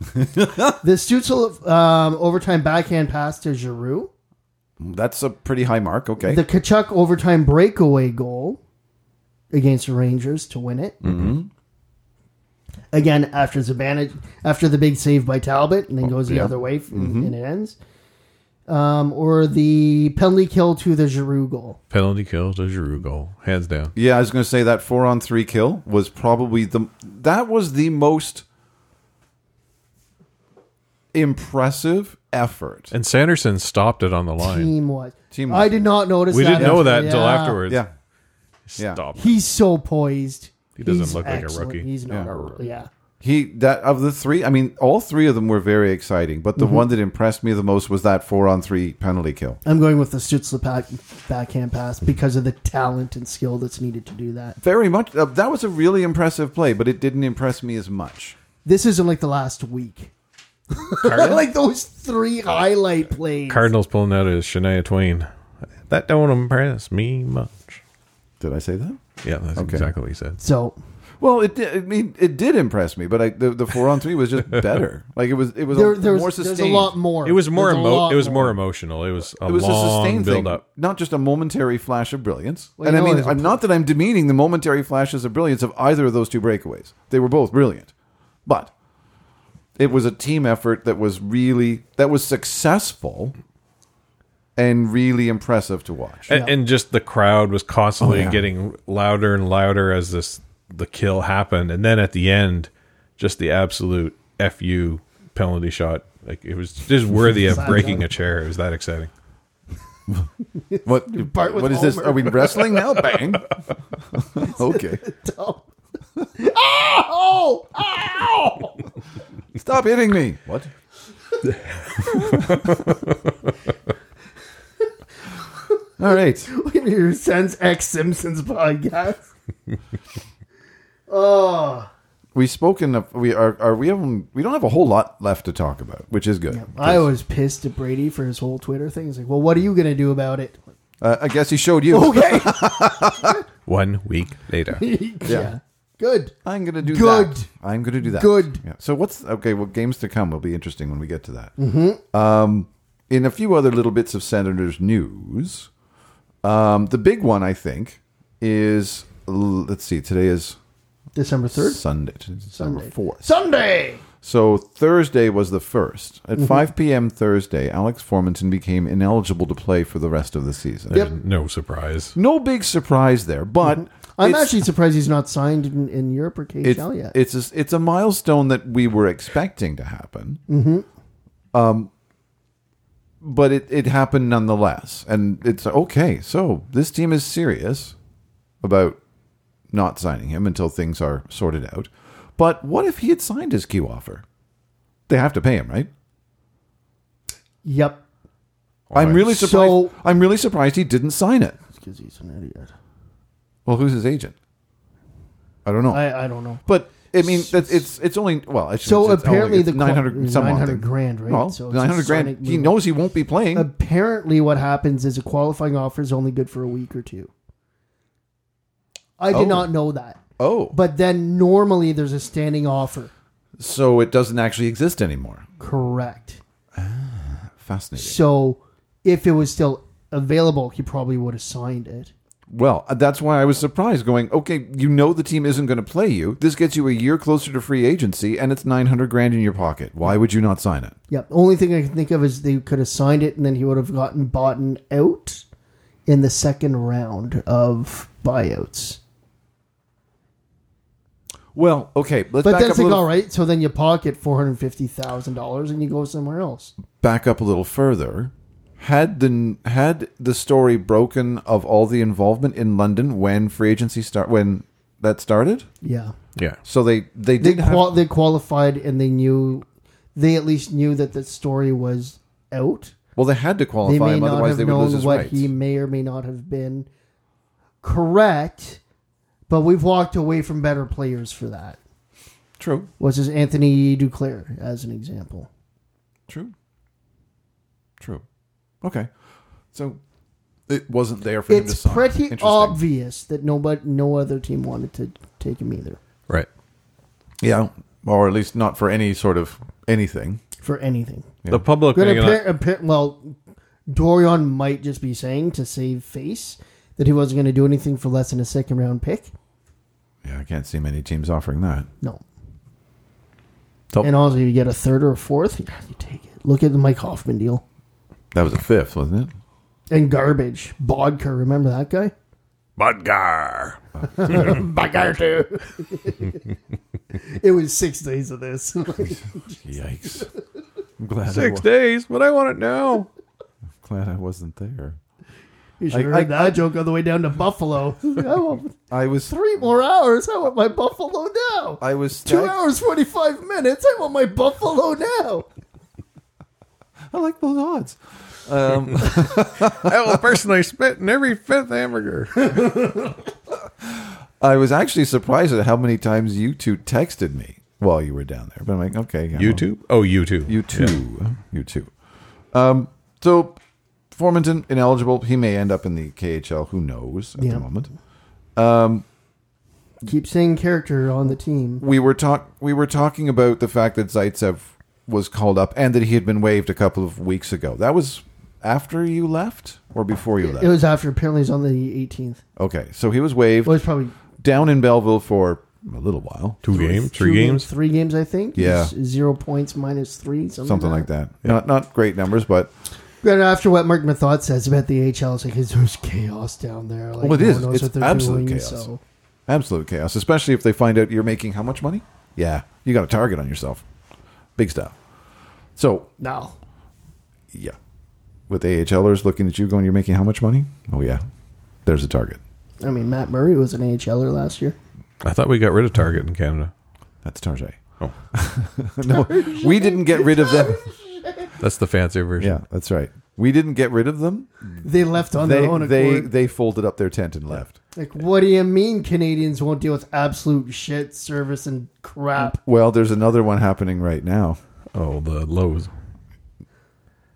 Speaker 8: the Stutzel um, overtime backhand pass to Giroux.
Speaker 7: That's a pretty high mark. Okay.
Speaker 8: the Kachuk overtime breakaway goal against the Rangers to win it. Mm-hmm. Again, after Zabana, after the big save by Talbot, and then goes the
Speaker 7: yeah.
Speaker 8: other way f-
Speaker 9: Mm-hmm.
Speaker 8: and it ends. Um, or the penalty kill to the Giroux goal.
Speaker 9: Penalty kill to Giroux goal. Hands down.
Speaker 7: yeah, I was going to say that four on three kill was probably the that was the most impressive effort.
Speaker 9: And Sanderson stopped it on the line.
Speaker 8: Team was.
Speaker 7: Team
Speaker 8: I
Speaker 7: was-
Speaker 8: did not notice.
Speaker 9: We
Speaker 8: that
Speaker 9: didn't know that
Speaker 8: Yeah.
Speaker 9: until afterwards.
Speaker 7: Yeah, yeah.
Speaker 9: Stop.
Speaker 8: He's so poised.
Speaker 9: He doesn't
Speaker 8: He's
Speaker 9: look like a
Speaker 8: excellent.
Speaker 9: rookie.
Speaker 8: He's not. Yeah.
Speaker 7: He that of the three, I mean, all three of them were very exciting, but the
Speaker 8: Mm-hmm.
Speaker 7: one that impressed me the most was that four on three penalty kill.
Speaker 8: I'm going with the Stutzla back, backhand pass because of the talent and skill that's needed to do that.
Speaker 7: Very much. Uh, that was a really impressive play, but it didn't impress me as much.
Speaker 8: This isn't like the last week. [laughs] like those three highlight plays.
Speaker 9: Cardinals pulling out is Shania Twain. That don't impress me much.
Speaker 7: Did I say that?
Speaker 9: Yeah, that's exactly what he said.
Speaker 8: so
Speaker 7: Well, it did. I mean, it did impress me, but I, the the four on three was
Speaker 8: [laughs]
Speaker 7: just better. Like it was, it was
Speaker 8: there,
Speaker 7: a,
Speaker 8: there's,
Speaker 7: more
Speaker 8: there's
Speaker 7: sustained.
Speaker 8: a lot more.
Speaker 9: It was more
Speaker 8: There's a
Speaker 9: emo-
Speaker 8: lot
Speaker 9: It was more emotional. It was a
Speaker 7: It was a
Speaker 9: long
Speaker 7: sustained
Speaker 9: build
Speaker 7: thing,
Speaker 9: up.
Speaker 7: not just a momentary flash of brilliance.
Speaker 8: Well,
Speaker 7: and
Speaker 8: you
Speaker 7: I
Speaker 8: know,
Speaker 7: mean,
Speaker 8: there's a-
Speaker 7: I'm not that I'm demeaning the momentary flashes of brilliance of either of those two breakaways. They were both brilliant, but it was a team effort that was really that was successful and really impressive to watch.
Speaker 9: and, and just the crowd was constantly
Speaker 7: Oh, yeah.
Speaker 9: getting louder and louder as this the kill happened and then at the end just the absolute fu penalty shot like it was just
Speaker 7: [laughs]
Speaker 9: worthy of
Speaker 8: Side
Speaker 9: breaking
Speaker 8: down.
Speaker 9: a chair it was that exciting
Speaker 7: What
Speaker 8: Bart with
Speaker 7: what is this?
Speaker 8: Homer.
Speaker 7: Are we wrestling
Speaker 8: [laughs]
Speaker 7: now? Bang. [laughs] okay.
Speaker 8: Oh. Ow! [laughs] Ow!
Speaker 7: Stop hitting me.
Speaker 8: [laughs]
Speaker 7: What? All right.
Speaker 8: When you sense X Simpsons podcast. oh,
Speaker 7: We've spoken of we are are we haven't we don't have a whole lot left to talk about, which is good.
Speaker 8: I was pissed at Brady for his whole Twitter thing. He's like, "Well, what are you gonna do about it?" [laughs]
Speaker 7: Uh, I guess he showed you.
Speaker 8: Okay.
Speaker 9: one week later
Speaker 8: yeah. Good.
Speaker 7: [laughs] I'm gonna do
Speaker 8: Good.
Speaker 7: that. I'm gonna do that.
Speaker 8: Good.
Speaker 7: Yeah. So what's okay? Well, games to come will be interesting when we get to that. Mm-hmm. Um, in a few other little bits of Senators news, um, the big one I think is let's see. Today is
Speaker 8: December third.
Speaker 7: Sunday. Today's December fourth.
Speaker 8: Sunday.
Speaker 7: So Thursday was the first.
Speaker 8: Mm-hmm.
Speaker 7: At 5 p.m. Thursday, Alex Formanton became ineligible to play for the rest of the season.
Speaker 8: Yep.
Speaker 9: no surprise
Speaker 7: No big surprise there, but
Speaker 8: Mm-hmm. I'm
Speaker 7: it's-
Speaker 8: actually surprised he's not signed in, in Europe or KHL
Speaker 7: it's
Speaker 8: yet.
Speaker 7: it's a, it's a milestone that we were expecting to happen. Mm-hmm. Um, but it it happened nonetheless, and it's okay. So this team is serious about not signing him until things are sorted out. But what if he had signed his Q offer? They have to pay him, right?
Speaker 8: yep.
Speaker 7: I'm really
Speaker 8: So-
Speaker 7: surprised. I'm really surprised he didn't sign it.
Speaker 8: Because he's an idiot.
Speaker 7: Well, who's his agent? I don't know.
Speaker 8: I, I don't know.
Speaker 7: but I mean, that, it's it's only well. It's,
Speaker 8: So
Speaker 7: it's
Speaker 8: apparently
Speaker 7: only,
Speaker 8: the
Speaker 7: nine hundred
Speaker 8: qu-
Speaker 7: some odd
Speaker 8: 900
Speaker 7: thing.
Speaker 8: grand, right?
Speaker 7: Well,
Speaker 8: So it's a
Speaker 7: nine hundred grand.
Speaker 8: sonic Uh,
Speaker 7: He
Speaker 8: move.
Speaker 7: knows he won't be playing.
Speaker 8: Apparently, what happens is a qualifying offer is only good for a week or two. I did
Speaker 7: Oh.
Speaker 8: not know that.
Speaker 7: oh,
Speaker 8: But then normally there's a standing offer.
Speaker 7: so it doesn't actually exist anymore.
Speaker 8: Correct.
Speaker 7: Fascinating.
Speaker 8: So if it was still available, he probably would have signed it.
Speaker 7: Well, uh, that's why I was surprised. Going, okay, you know the team isn't going to play you. This gets you a year closer to free agency, and it's nine hundred grand in your pocket. Why would you not sign it?
Speaker 8: Yep. Only thing I can think of is they could have signed it and then he would have gotten bought and out in the second round of buyouts.
Speaker 7: Well, okay, let's
Speaker 8: But
Speaker 7: back
Speaker 8: that's
Speaker 7: up a
Speaker 8: like,
Speaker 7: little.
Speaker 8: all right, so then you pocket $450,000 and you go somewhere else.
Speaker 7: back up a little further. Had the had the story broken of all the involvement in London when free agency start when that started?
Speaker 8: Yeah.
Speaker 9: yeah
Speaker 7: So they they
Speaker 8: They,
Speaker 7: did have-
Speaker 8: qual- they qualified and they knew, they at least knew that the story was out.
Speaker 7: well they had to
Speaker 8: they
Speaker 7: qualify
Speaker 8: may
Speaker 7: him
Speaker 8: not
Speaker 7: otherwise
Speaker 8: have
Speaker 7: they would lose
Speaker 8: known
Speaker 7: his
Speaker 8: what
Speaker 7: rights.
Speaker 8: he may or may not have been correct but we've walked away from better players for that
Speaker 7: True,
Speaker 8: was his anthony duclair as an example
Speaker 7: true, true. Okay, so it wasn't there for him to
Speaker 8: it's
Speaker 7: sign.
Speaker 8: pretty
Speaker 7: Interesting.
Speaker 8: obvious that nobody no other team wanted to take him either
Speaker 9: right
Speaker 7: Yeah, or at least not for any sort of anything.
Speaker 8: for anything
Speaker 9: the public
Speaker 8: But
Speaker 9: may not-
Speaker 8: appar- appar- well dorian might just be saying to save face that he wasn't going to do anything for less than a second round pick
Speaker 7: Yeah, I can't see many teams offering that.
Speaker 8: no
Speaker 7: So-
Speaker 8: and also you get a third or a fourth yeah, you take it look at the mike hoffman deal
Speaker 7: That was a fifth, wasn't it?
Speaker 8: and garbage. Bodker, remember that guy?
Speaker 9: Budgar.
Speaker 8: Bodker too. it was six days of this. [laughs]
Speaker 7: Yikes! I'm glad I
Speaker 9: six
Speaker 7: wa-
Speaker 9: days but i want it now
Speaker 7: glad I wasn't there.
Speaker 8: You should have
Speaker 7: I-
Speaker 8: heard
Speaker 7: I-
Speaker 8: that joke on the way down to [laughs] Buffalo. I want
Speaker 7: I was
Speaker 8: three more hours. I want my Buffalo now.
Speaker 7: I was
Speaker 8: Two
Speaker 7: stag-
Speaker 8: hours, 45 minutes. I want my Buffalo now.
Speaker 7: I like those odds.
Speaker 9: Hell, the person I spit in every fifth hamburger.
Speaker 7: [laughs] I was actually surprised at how many times you two texted me while you were down there. But I'm like, okay, yeah, well,
Speaker 9: YouTube? Oh, YouTube.
Speaker 7: You too. You too. Um, so Formanton ineligible. He may end up in the KHL. Who knows at
Speaker 8: Yeah.
Speaker 7: the moment.
Speaker 8: Keep saying character on the team.
Speaker 7: We were talk we were talking about the fact that Zaitsev was called up and that he had been waived a couple of weeks ago. That was after you left or before you left.
Speaker 8: It was after, apparently, he's on the 18th.
Speaker 7: okay, so he was waived
Speaker 8: Well, it's probably
Speaker 7: down in Belleville for a little while,
Speaker 9: Two games? Three
Speaker 8: two
Speaker 9: games?
Speaker 8: Three games, I think.
Speaker 7: Yeah.
Speaker 8: It's Zero points minus three, something,
Speaker 7: something like that. Not not great numbers, but
Speaker 8: But after what Mark Mathot says about the HL, it's like it's just chaos down there. Like,
Speaker 7: Well, it
Speaker 8: no
Speaker 7: is.
Speaker 8: one knows
Speaker 7: It's
Speaker 8: what they're
Speaker 7: absolute
Speaker 8: doing,
Speaker 7: chaos.
Speaker 8: So.
Speaker 7: absolute chaos. Especially if they find out you're making how much money? Yeah, you got a target on yourself. Big stuff. So
Speaker 8: No.
Speaker 7: Yeah. With AHLers looking at you going, you're making how much money? Oh, yeah. There's a target.
Speaker 8: I mean, Matt Murray was an AHLer last year.
Speaker 9: I thought we got rid of Target in Canada.
Speaker 7: That's Target.
Speaker 9: Oh,
Speaker 7: No, we didn't get rid of them. [laughs]
Speaker 9: that's the fancier version.
Speaker 7: Yeah, that's right. We didn't get rid of them.
Speaker 8: They left on
Speaker 7: They,
Speaker 8: their own
Speaker 7: they,
Speaker 8: accord.
Speaker 7: they folded up their tent and left.
Speaker 8: like, what do you mean Canadians won't deal with absolute shit, service, and crap?
Speaker 7: Well, there's another one happening right now.
Speaker 9: Oh, the Lowe's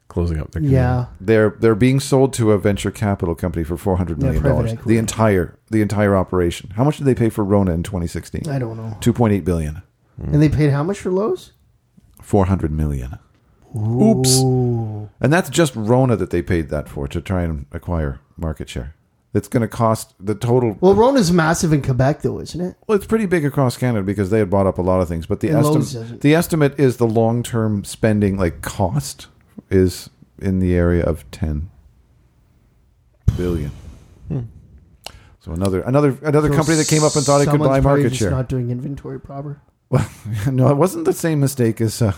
Speaker 9: closing up their
Speaker 8: Yeah.
Speaker 7: They're they're being sold to a venture capital company for four hundred million
Speaker 8: Yeah, private
Speaker 7: dollars.
Speaker 8: equity.
Speaker 7: The entire the entire operation. How much did they pay for Rona in twenty sixteen?
Speaker 8: I don't know.
Speaker 7: Two point eight billion. Mm.
Speaker 8: And they paid how much for Lowe's?
Speaker 7: Four hundred million. Oops. And that's just Rona that they paid that for to try and acquire market share. It's going to cost the total.
Speaker 8: Well, Rona's massive in Quebec, though, isn't it?
Speaker 7: Well, it's pretty big across Canada because they had bought up a lot of things, but the
Speaker 8: And Lowe's
Speaker 7: estimate
Speaker 8: isn't.
Speaker 7: the estimate is the long term spending like cost is in the area of ten billion. So another another another
Speaker 8: Hmm. So
Speaker 7: company that came up and thought it could
Speaker 8: someone's
Speaker 7: buy
Speaker 8: probably
Speaker 7: market
Speaker 8: just
Speaker 7: share.
Speaker 8: Not doing inventory proper.
Speaker 7: Well, [laughs] no, it wasn't the same mistake as uh,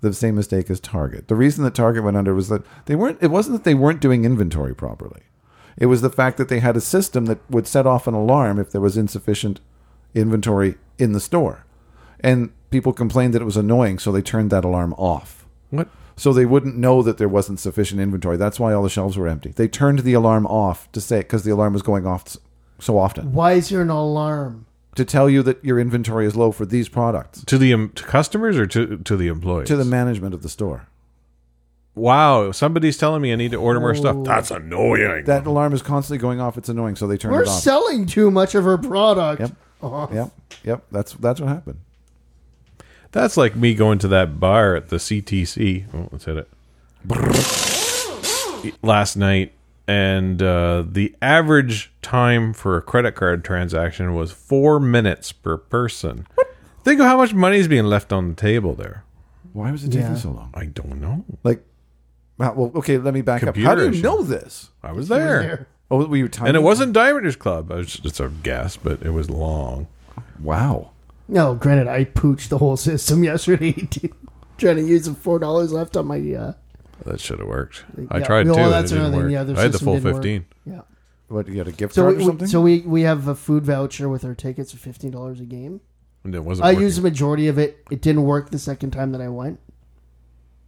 Speaker 7: the same mistake as Target. The reason that Target went under was that they weren't. It wasn't that they weren't doing inventory properly. It was the fact that they had a system that would set off an alarm if there was insufficient inventory in the store, and people complained that it was annoying, so they turned that alarm off.
Speaker 9: What?
Speaker 7: So they wouldn't know that there wasn't sufficient inventory. That's why all the shelves were empty. They turned the alarm off to say because the alarm was going off s- so often
Speaker 8: Why is there an alarm?
Speaker 7: to tell you that your inventory is low for these products
Speaker 9: To the um, to customers or to to the employees?
Speaker 7: to the management of the store.
Speaker 9: wow, somebody's telling me I need to order more stuff. That's annoying.
Speaker 7: Oh. That alarm is constantly going off. It's annoying, so they turn
Speaker 8: We're
Speaker 7: it off.
Speaker 8: selling too much of our product.
Speaker 7: Yep.
Speaker 8: Oh,
Speaker 7: yep, yep. That's that's what happened.
Speaker 9: That's like me going to that bar at the CTC. Oh, let's hit it. Last night, and uh, the average time for a credit card transaction was four minutes per person. Think of how much money is being left on the table there.
Speaker 7: Why was it
Speaker 8: Yeah.
Speaker 7: taking so long?
Speaker 9: I don't know.
Speaker 7: Like, uh, well, okay. Let me back
Speaker 9: Computer
Speaker 7: up. How do you
Speaker 9: issue.
Speaker 7: know this?
Speaker 9: I was there.
Speaker 7: Oh, were you timing?
Speaker 9: And it wasn't Diamonders Club. I was just, it's a guess, but it was long.
Speaker 7: Wow.
Speaker 8: No, granted, I pooched the whole system [laughs] yesterday, too. Trying to use the four dollars left on my. Uh,
Speaker 9: That should have worked. I
Speaker 8: yeah,
Speaker 9: tried
Speaker 8: well,
Speaker 9: to. and
Speaker 8: that's
Speaker 9: it didn't
Speaker 8: another
Speaker 9: work.
Speaker 8: thing. Yeah, their
Speaker 9: I had the
Speaker 8: system
Speaker 9: full
Speaker 8: didn't work.
Speaker 9: 15.
Speaker 8: yeah.
Speaker 7: What you got a gift
Speaker 8: So
Speaker 7: card or
Speaker 8: we,
Speaker 7: something?
Speaker 8: so we we have a food voucher with our tickets of fifteen dollars a game.
Speaker 9: And it wasn't
Speaker 8: I
Speaker 9: working.
Speaker 8: used the majority of it. It didn't work the second time that I went.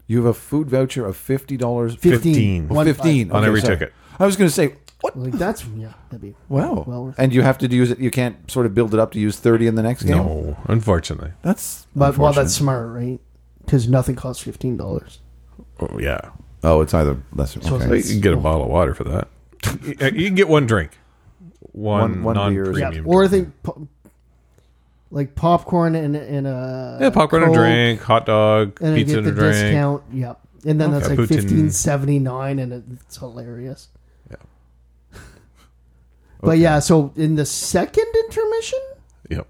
Speaker 7: you have a food voucher of fifty dollars.
Speaker 8: 15.
Speaker 9: Fifteen.
Speaker 8: One five.
Speaker 9: On every ticket.
Speaker 7: I was going to say what?
Speaker 8: Like that's [laughs] yeah, that'd be
Speaker 7: Wow.
Speaker 8: Well worth
Speaker 7: and you have to use it. You can't sort of build it up to use thirty in the next game.
Speaker 9: No, unfortunately.
Speaker 7: That's
Speaker 8: But well, that's
Speaker 7: unfortunate.
Speaker 8: smart, right? Because nothing costs fifteen dollars.
Speaker 9: Oh, yeah.
Speaker 7: oh, it's either lesser.
Speaker 8: So
Speaker 7: Okay.
Speaker 9: You can get a bottle of water for that. uh, you can get one drink, one,
Speaker 7: One- one beer.
Speaker 9: non-premium.
Speaker 8: Yeah,
Speaker 9: drink.
Speaker 8: or I think po- like popcorn and and a
Speaker 9: yeah, popcorn and
Speaker 8: Coke,
Speaker 9: a drink, hot dog,
Speaker 8: and
Speaker 9: pizza
Speaker 8: I
Speaker 9: and
Speaker 8: get
Speaker 9: a
Speaker 8: the
Speaker 9: drink.
Speaker 8: discount. Yep, and then that's
Speaker 9: Okay.
Speaker 8: like
Speaker 9: Putin.
Speaker 8: fifteen seventy nine, and it's hilarious.
Speaker 9: Yeah.
Speaker 8: but yeah, so in the second intermission,
Speaker 9: Yep.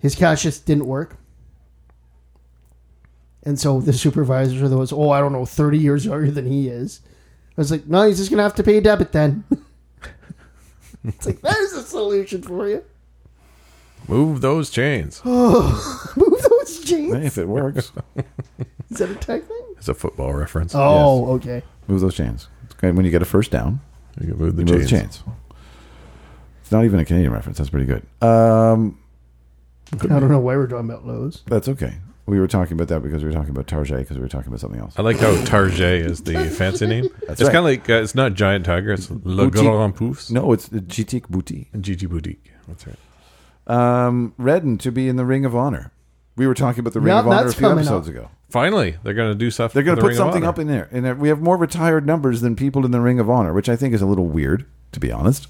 Speaker 8: his cash just didn't work. And so the supervisors were those, oh, I don't know, 30 years younger than he is. I was like, no, he's just going to have to pay a debit then. [laughs] it's like, there's a solution for you.
Speaker 9: Move those
Speaker 8: [gasps]
Speaker 9: chains.
Speaker 8: Move those jeans.
Speaker 7: if it
Speaker 9: [laughs]
Speaker 7: works,
Speaker 8: Is that a tech thing?
Speaker 9: It's a football reference.
Speaker 8: Oh, okay.
Speaker 7: move those chains. Okay, when you get a first down,
Speaker 9: You move the
Speaker 7: Remove the
Speaker 9: chains.
Speaker 7: chains. It's not even a Canadian reference. That's pretty good. Um,
Speaker 8: I don't know why we're talking about Lowe's.
Speaker 7: that's okay. We were talking about that because we were talking about Tarjay because we were talking about something else.
Speaker 9: I like how Target is the
Speaker 8: [laughs]
Speaker 9: fancy name. it's
Speaker 7: right.
Speaker 9: kind of like uh, it's not Giant Tiger. It's Le
Speaker 7: Boutique.
Speaker 9: Grand Poufs.
Speaker 7: No, it's the Jitik Bouti.
Speaker 9: Gigi Boutique. That's right.
Speaker 7: Um, Redden to be in the Ring of Honor. We were talking about the Ring
Speaker 8: Yeah,
Speaker 7: of Honor a
Speaker 8: that's
Speaker 7: few
Speaker 8: coming
Speaker 7: episodes
Speaker 8: up.
Speaker 7: ago.
Speaker 9: Finally, they're going to do stuff.
Speaker 7: They're going to
Speaker 9: for the
Speaker 7: put
Speaker 9: Ring of
Speaker 7: something
Speaker 9: Honor.
Speaker 7: up in there, and we have more retired numbers than people in the Ring of Honor, which I think is a little weird, to be honest.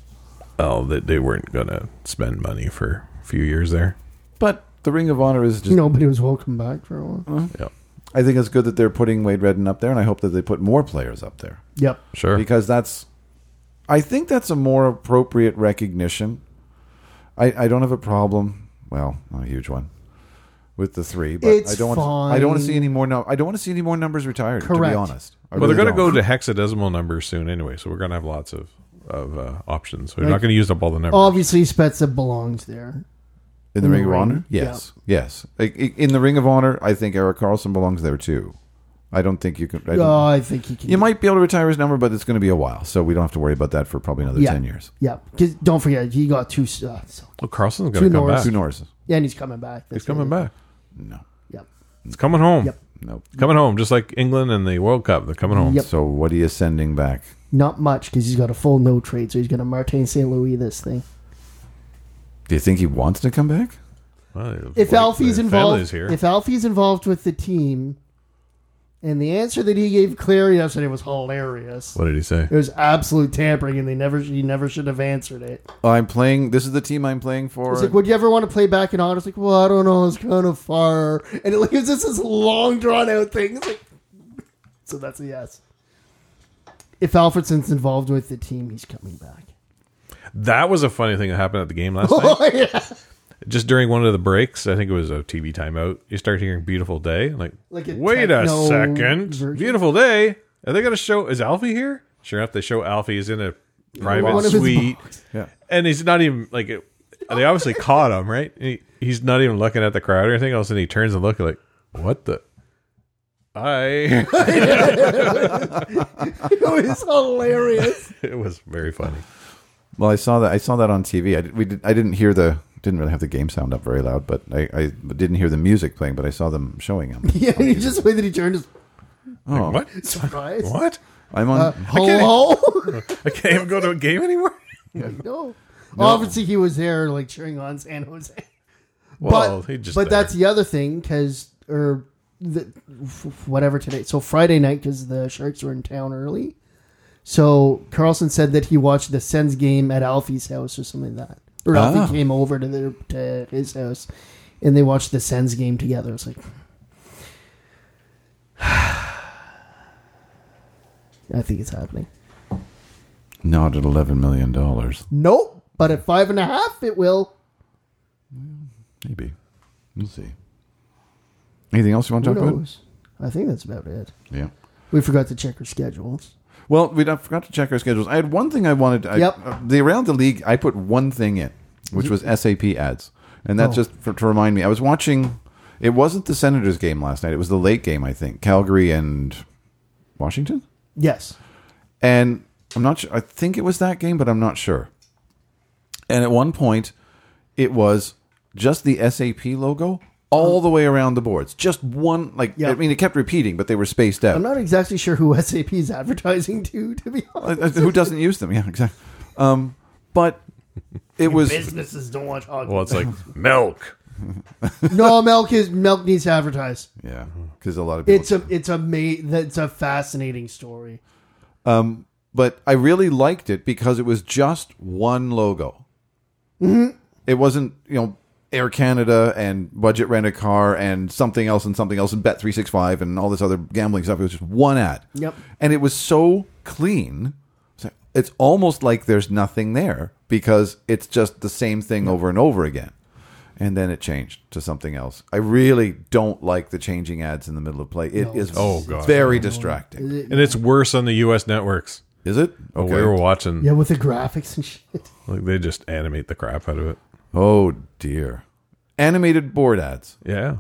Speaker 9: Oh, that they weren't going to spend money for a few years there.
Speaker 7: But the Ring of Honor is just.
Speaker 8: Nobody was welcome back for a while.
Speaker 9: Yeah,
Speaker 7: I think it's good that they're putting Wade Redden up there, and I hope that they put more players up there
Speaker 8: Yep.
Speaker 9: sure.
Speaker 7: because that's. I think that's a more appropriate recognition. I, I don't have a problem. Well, not a huge one with the three, but
Speaker 8: It's
Speaker 7: I don't. Want to, I don't want to
Speaker 8: fine.
Speaker 7: see any more. No, I don't want to see any more numbers retired. To be
Speaker 8: Correct.
Speaker 7: honest, I
Speaker 9: well, they're
Speaker 7: really
Speaker 9: going to
Speaker 7: don't.
Speaker 9: go to hexadecimal numbers soon anyway, so we're going to have lots of of uh, options. We're
Speaker 8: Like-
Speaker 9: not going to use up all the numbers.
Speaker 8: Obviously, Spezza belongs there.
Speaker 7: In the
Speaker 8: In
Speaker 7: Ring
Speaker 8: the
Speaker 7: of
Speaker 8: ring,
Speaker 7: Honor?
Speaker 8: yeah.
Speaker 7: Yes. Yes. I- I- In the Ring of Honor, I think Eric Carlson belongs there too. I don't think you could. I don't-
Speaker 8: Oh, I think he can.
Speaker 7: you might be able to retire his number, but it's going to be a while. So we don't have to worry about that for probably another
Speaker 8: Yeah.
Speaker 7: 10 years.
Speaker 8: Yeah. 'Cause don't forget, he got two. Uh, so,
Speaker 9: Well, Carlson's
Speaker 8: Two
Speaker 9: going to come
Speaker 8: Norris.
Speaker 9: back.
Speaker 7: Two Norrises.
Speaker 8: yeah, and he's coming back.
Speaker 9: He's
Speaker 8: That's
Speaker 9: coming
Speaker 8: right.
Speaker 9: back.
Speaker 7: No.
Speaker 8: Yep.
Speaker 9: It's coming home.
Speaker 8: Yep.
Speaker 7: Nope.
Speaker 9: Coming home, just like England and the World Cup. They're coming home.
Speaker 8: Yep.
Speaker 7: So what are you sending back?
Speaker 8: Not much because he's got a full no trade, so he's going to Martin St. Louis this thing.
Speaker 7: Do you think he wants to come back?
Speaker 9: Well,
Speaker 8: If
Speaker 9: like,
Speaker 8: Alfie's
Speaker 9: the
Speaker 8: involved,
Speaker 9: family's here.
Speaker 8: if Alfie's involved with the team, and the answer that he gave Clary yesterday was hilarious.
Speaker 9: what did he say?
Speaker 8: It was absolute tampering, and they never he never should have answered it.
Speaker 7: Oh, I'm playing. This is the team I'm playing for.
Speaker 8: It's like, would you ever want to play back in honor? It's like, well, I don't know, it's kind of far, and it leaves us this long drawn out thing. It's like, [laughs] so that's a yes. If Alfredson's involved with the team, he's coming back.
Speaker 9: That was a funny thing that happened at the game last
Speaker 8: [laughs]
Speaker 9: night.
Speaker 8: Oh [laughs] yeah,
Speaker 9: Just during one of the breaks, I think it was a TV timeout. You start hearing "Beautiful Day," like,
Speaker 8: Like a
Speaker 9: wait a
Speaker 8: techno
Speaker 9: second,
Speaker 8: version.
Speaker 9: "Beautiful Day." Are they going to show? Is Alfie here? Sure enough, they show Alfie is in a private
Speaker 8: One of his
Speaker 9: suite,
Speaker 8: boxes.
Speaker 7: yeah.
Speaker 9: and he's not even like. It,
Speaker 8: [laughs]
Speaker 9: they obviously caught him, right? He, he's not even looking at the crowd or anything. All of a sudden, he turns and looks like, "What the." I [laughs]
Speaker 8: it was Oh, hilarious.
Speaker 9: it was very funny.
Speaker 7: Well, I saw that. I saw that on TV. I, did- we did, I didn't hear the. Didn't really have the game sound up very loud, but I, I didn't hear the music playing. But I saw them showing him.
Speaker 8: [laughs] [laughs] Yeah, and he just the way that he turned his
Speaker 7: Oh,
Speaker 9: What?
Speaker 8: surprise.
Speaker 9: What?
Speaker 7: I'm on.
Speaker 8: Uh, [laughs] hello.
Speaker 9: I can't even go to a game anymore.
Speaker 8: [laughs] no. Obviously, he was there, like cheering on San Jose.
Speaker 9: Well,
Speaker 8: but
Speaker 9: he just
Speaker 8: but
Speaker 9: there.
Speaker 8: that's the other thing because or the, f- whatever today. So Friday night because the Sharks were in town early. So Carlson said that he watched the Sens game at Alfie's house or something like that. Or
Speaker 7: Ah.
Speaker 8: Alfie came over to their to his house, and they watched the Sens game together. It's like. [sighs] I think it's happening.
Speaker 7: Not at eleven million dollars.
Speaker 8: Nope. But at five and a half, it will.
Speaker 7: Maybe. We'll see. Anything else you want to
Speaker 8: Who
Speaker 7: talk about?
Speaker 8: knows? I think that's about it.
Speaker 7: Yeah.
Speaker 8: We forgot to check our schedules.
Speaker 7: Well, we don't- forgot to check our schedules. I had one thing I wanted. I,
Speaker 8: Yep.
Speaker 7: uh, the around the league, I put one thing in, which was SAP ads, and that's
Speaker 8: Oh.
Speaker 7: just for, to remind me. I was watching. It wasn't the Senators game last night. It was the late game, I think. Calgary and Washington.
Speaker 8: Yes.
Speaker 7: And I'm not sure. I think it was that game, but I'm not sure. And at one point, it was just the SAP logo
Speaker 8: Uh-huh.
Speaker 7: all the way around the boards. Just one, like,
Speaker 8: Yeah.
Speaker 7: I mean, it kept repeating, but they were spaced out.
Speaker 8: I'm not exactly sure who [laughs] SAP is advertising to, to be
Speaker 7: Uh,
Speaker 8: honest.
Speaker 7: uh, Who doesn't use them? Yeah, exactly. Um, but it was.
Speaker 8: Businesses don't watch hockey.
Speaker 9: Well, it's like
Speaker 8: [laughs]
Speaker 9: milk.
Speaker 8: no, milk is milk needs to advertise.
Speaker 7: Yeah, because a lot of people.
Speaker 8: It's a it's a ma- that's a fascinating story.
Speaker 7: but I really liked it because it was just one logo. It wasn't, you know, Air Canada and Budget Rent a Car and something else and something else and Bet three six five and all this other gambling stuff. It was just one ad.
Speaker 8: Yep.
Speaker 7: And it was so clean. It's like- It's almost like there's nothing there because it's just the same thing over and over again. And then it changed to something else. I really don't like the changing ads in the middle of play. It is
Speaker 9: Oh, God.
Speaker 7: very distracting.
Speaker 9: And it's worse on the U.S. networks.
Speaker 7: Is it?
Speaker 9: Oh, we were watching.
Speaker 8: Yeah, with the graphics and shit.
Speaker 9: Like they just animate the crap out of it.
Speaker 7: Oh dear. Animated board ads.
Speaker 9: Yeah.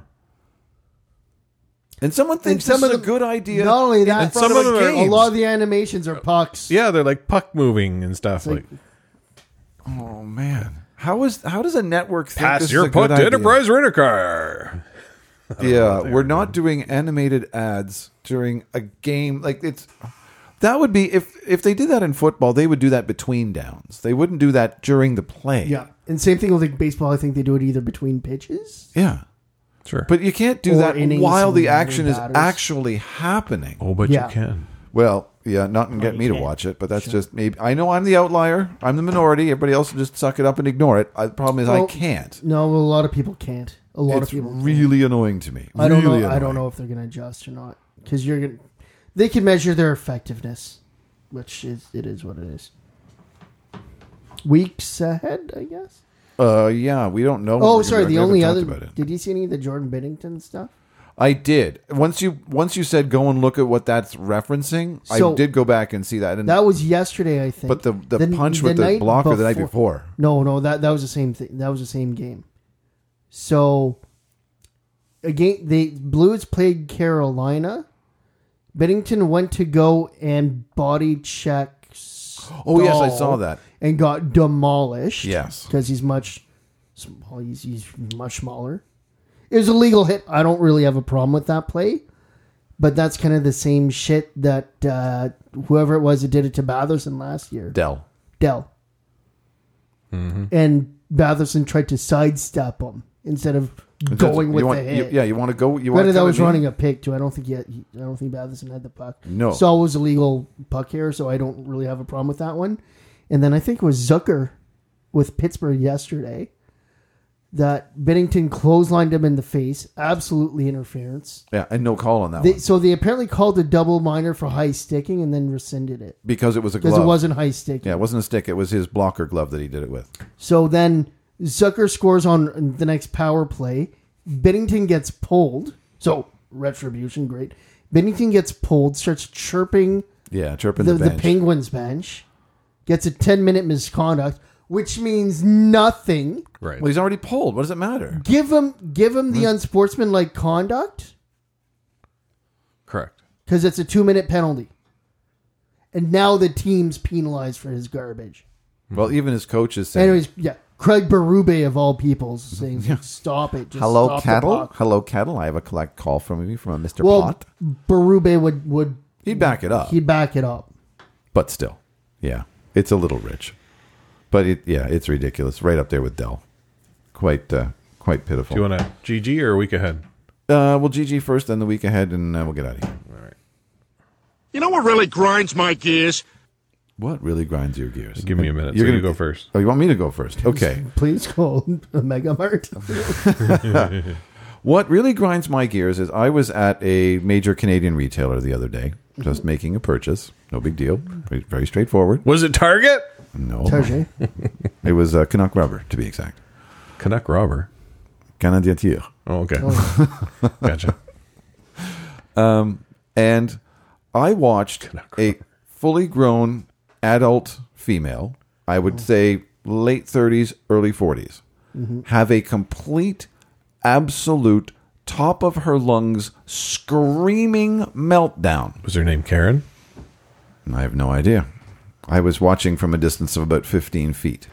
Speaker 7: And someone thinks
Speaker 8: some
Speaker 7: this
Speaker 8: of
Speaker 7: is a
Speaker 8: them-
Speaker 7: good idea.
Speaker 8: Not only
Speaker 7: in
Speaker 8: that,
Speaker 7: front
Speaker 8: some of
Speaker 7: a
Speaker 8: them are- a
Speaker 7: game.
Speaker 8: lot of the animations are pucks.
Speaker 9: Yeah, they're like puck moving and stuff like,
Speaker 7: Oh man, how is how does a network think this
Speaker 9: pass
Speaker 7: is
Speaker 9: your
Speaker 7: a
Speaker 9: puck
Speaker 7: good
Speaker 9: to
Speaker 7: idea?
Speaker 9: Enterprise Renter Car.
Speaker 7: Yeah, we're not doing animated ads during a game. Like it's that would be if if they did that in football, they would do that between downs. They wouldn't do that during the play.
Speaker 8: Yeah. And same thing with like baseball. I think they do it either between pitches.
Speaker 7: yeah.
Speaker 9: Sure,
Speaker 7: But you can't do
Speaker 8: Or
Speaker 7: that
Speaker 8: innings
Speaker 7: while the
Speaker 8: and
Speaker 7: action is
Speaker 8: batters.
Speaker 7: actually happening.
Speaker 9: oh, but
Speaker 8: Yeah.
Speaker 9: you can.
Speaker 7: Well, yeah, not
Speaker 8: Oh,
Speaker 7: and get me to watch it, but that's just maybe. I know I'm the outlier. I'm the minority. Everybody else will just suck it up and ignore it. I, the problem is I
Speaker 8: Well,
Speaker 7: can't.
Speaker 8: No, well, a lot of people can't. A lot
Speaker 7: It's
Speaker 8: of people.
Speaker 7: really annoying to me.
Speaker 8: I don't know.
Speaker 7: Really
Speaker 8: I don't
Speaker 7: annoying.
Speaker 8: know if they're going to adjust or not because you're going. to They can measure their effectiveness, which is it is what it is. Weeks ahead, I guess.
Speaker 7: Uh, yeah, we don't know.
Speaker 8: Oh,
Speaker 7: We
Speaker 8: sorry.
Speaker 7: haven't
Speaker 8: The only
Speaker 7: talked
Speaker 8: other.
Speaker 7: about it.
Speaker 8: Did you see any of the Jordan Binnington stuff?
Speaker 7: I did once you once you said go and look at what that's referencing. I
Speaker 8: So-
Speaker 7: did go back and see that. And
Speaker 8: That was yesterday, I think.
Speaker 7: but the the, punch with the
Speaker 8: night
Speaker 7: blocker the night before.
Speaker 8: No, no, that that was the same thing. That was the same game. So again, the Blues played Carolina. Bennington went to go and body check.
Speaker 7: Oh, yes, I
Speaker 8: Stahl
Speaker 7: saw that.
Speaker 8: And got demolished.
Speaker 7: Yes.
Speaker 8: because he's much, well, he's he's much smaller. It was a legal hit. I don't really have a problem with that play, but that's kind of the same shit that uh, whoever it was that did it to Batherson last year.
Speaker 7: Dell.
Speaker 8: Dell. And Batherson tried to sidestep him instead of going
Speaker 7: You
Speaker 8: with
Speaker 7: want-
Speaker 8: the
Speaker 7: you-
Speaker 8: hit.
Speaker 7: yeah, you want to go. You want
Speaker 8: Granted,
Speaker 7: to
Speaker 8: that was running a pick too. I don't think he had, he- I don't think Batherson had the puck.
Speaker 7: No.
Speaker 8: Saul was a legal puck here, so I don't really have a problem with that one. And then I think it was Zucker with Pittsburgh yesterday that Bennington clotheslined him in the face. Absolutely interference.
Speaker 7: Yeah, and no call on that
Speaker 8: They,
Speaker 7: one
Speaker 8: so they apparently called a double minor for high sticking and then rescinded it
Speaker 7: because it was a
Speaker 8: because
Speaker 7: glove.
Speaker 8: it wasn't high sticking.
Speaker 7: Yeah, it wasn't a stick. It was his blocker glove that he did it with.
Speaker 8: So then Zucker scores on the next power play. Bennington gets pulled. So retribution, great. Bennington gets pulled, starts chirping
Speaker 7: Yeah,
Speaker 8: the,
Speaker 7: chirping
Speaker 8: the,
Speaker 7: the, bench.
Speaker 8: Penguins bench, gets a 10 minute misconduct, which means nothing.
Speaker 9: Right.
Speaker 7: Well, he's already pulled. What does it matter?
Speaker 8: Give him, give him
Speaker 7: Hmm.
Speaker 8: the unsportsmanlike conduct
Speaker 9: Correct.
Speaker 8: because it's a two minute penalty. And now the team's penalized for his garbage.
Speaker 7: Well, even his coach is saying,
Speaker 8: Anyways, yeah. Craig Berube, of all people, is
Speaker 7: [laughs]
Speaker 8: saying, stop it. Just
Speaker 7: "Hello,
Speaker 8: stop the
Speaker 7: cattle.
Speaker 8: puck."
Speaker 7: Hello, cattle. I have a collect call from you from a Mister
Speaker 8: Well,
Speaker 7: Pot."
Speaker 8: Berube would would
Speaker 7: He'd back it up,
Speaker 8: he'd back it up.
Speaker 7: but still, yeah, it's a little rich. But it, yeah, it's ridiculous. Right up there with Dell. Quite, uh, quite pitiful.
Speaker 9: Do you want to GG or a week ahead?
Speaker 7: uh, well, GG first, then the week ahead, and uh, we'll get out of here.
Speaker 10: You know what really grinds my gears?
Speaker 7: What really grinds your gears?
Speaker 9: Give me a minute.
Speaker 7: You're
Speaker 9: You're
Speaker 7: gonna
Speaker 9: going to go first.
Speaker 7: Oh, you want me to go first? Okay.
Speaker 8: Please [laughs] call Mega Mart.
Speaker 7: [laughs] What really grinds my gears is I was at a major Canadian retailer the other day, just making a purchase. No big deal. Very, very straightforward.
Speaker 9: Was it Target?
Speaker 7: No,
Speaker 8: Target.
Speaker 7: it was uh, Canuck rubber to be exact.
Speaker 9: Canuck robber.
Speaker 7: Canadien Tire.
Speaker 9: Oh, okay. [laughs] gotcha.
Speaker 7: and I watched a fully grown adult female, I would say late 30s, early 40s, have a complete, absolute, top of her lungs screaming meltdown.
Speaker 9: Was her name Karen?
Speaker 7: And I have no idea. I was watching from a distance of about 15 feet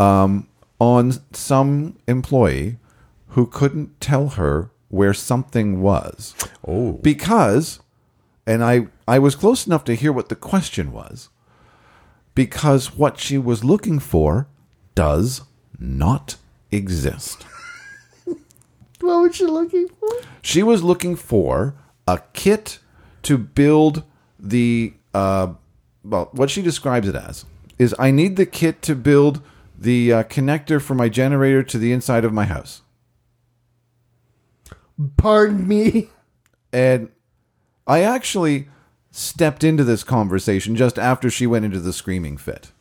Speaker 7: um, on some employee who couldn't tell her where something was
Speaker 9: Oh.
Speaker 7: because and i i was close enough to hear what the question was because what she was looking for does not exist
Speaker 8: [laughs] what was you looking for?
Speaker 7: she was looking for a kit to build the uh, well what she describes it as is i need the kit to build the uh, connector for my generator to the inside of my house
Speaker 8: Pardon me.
Speaker 7: And I actually stepped into this conversation just after she went into the screaming fit.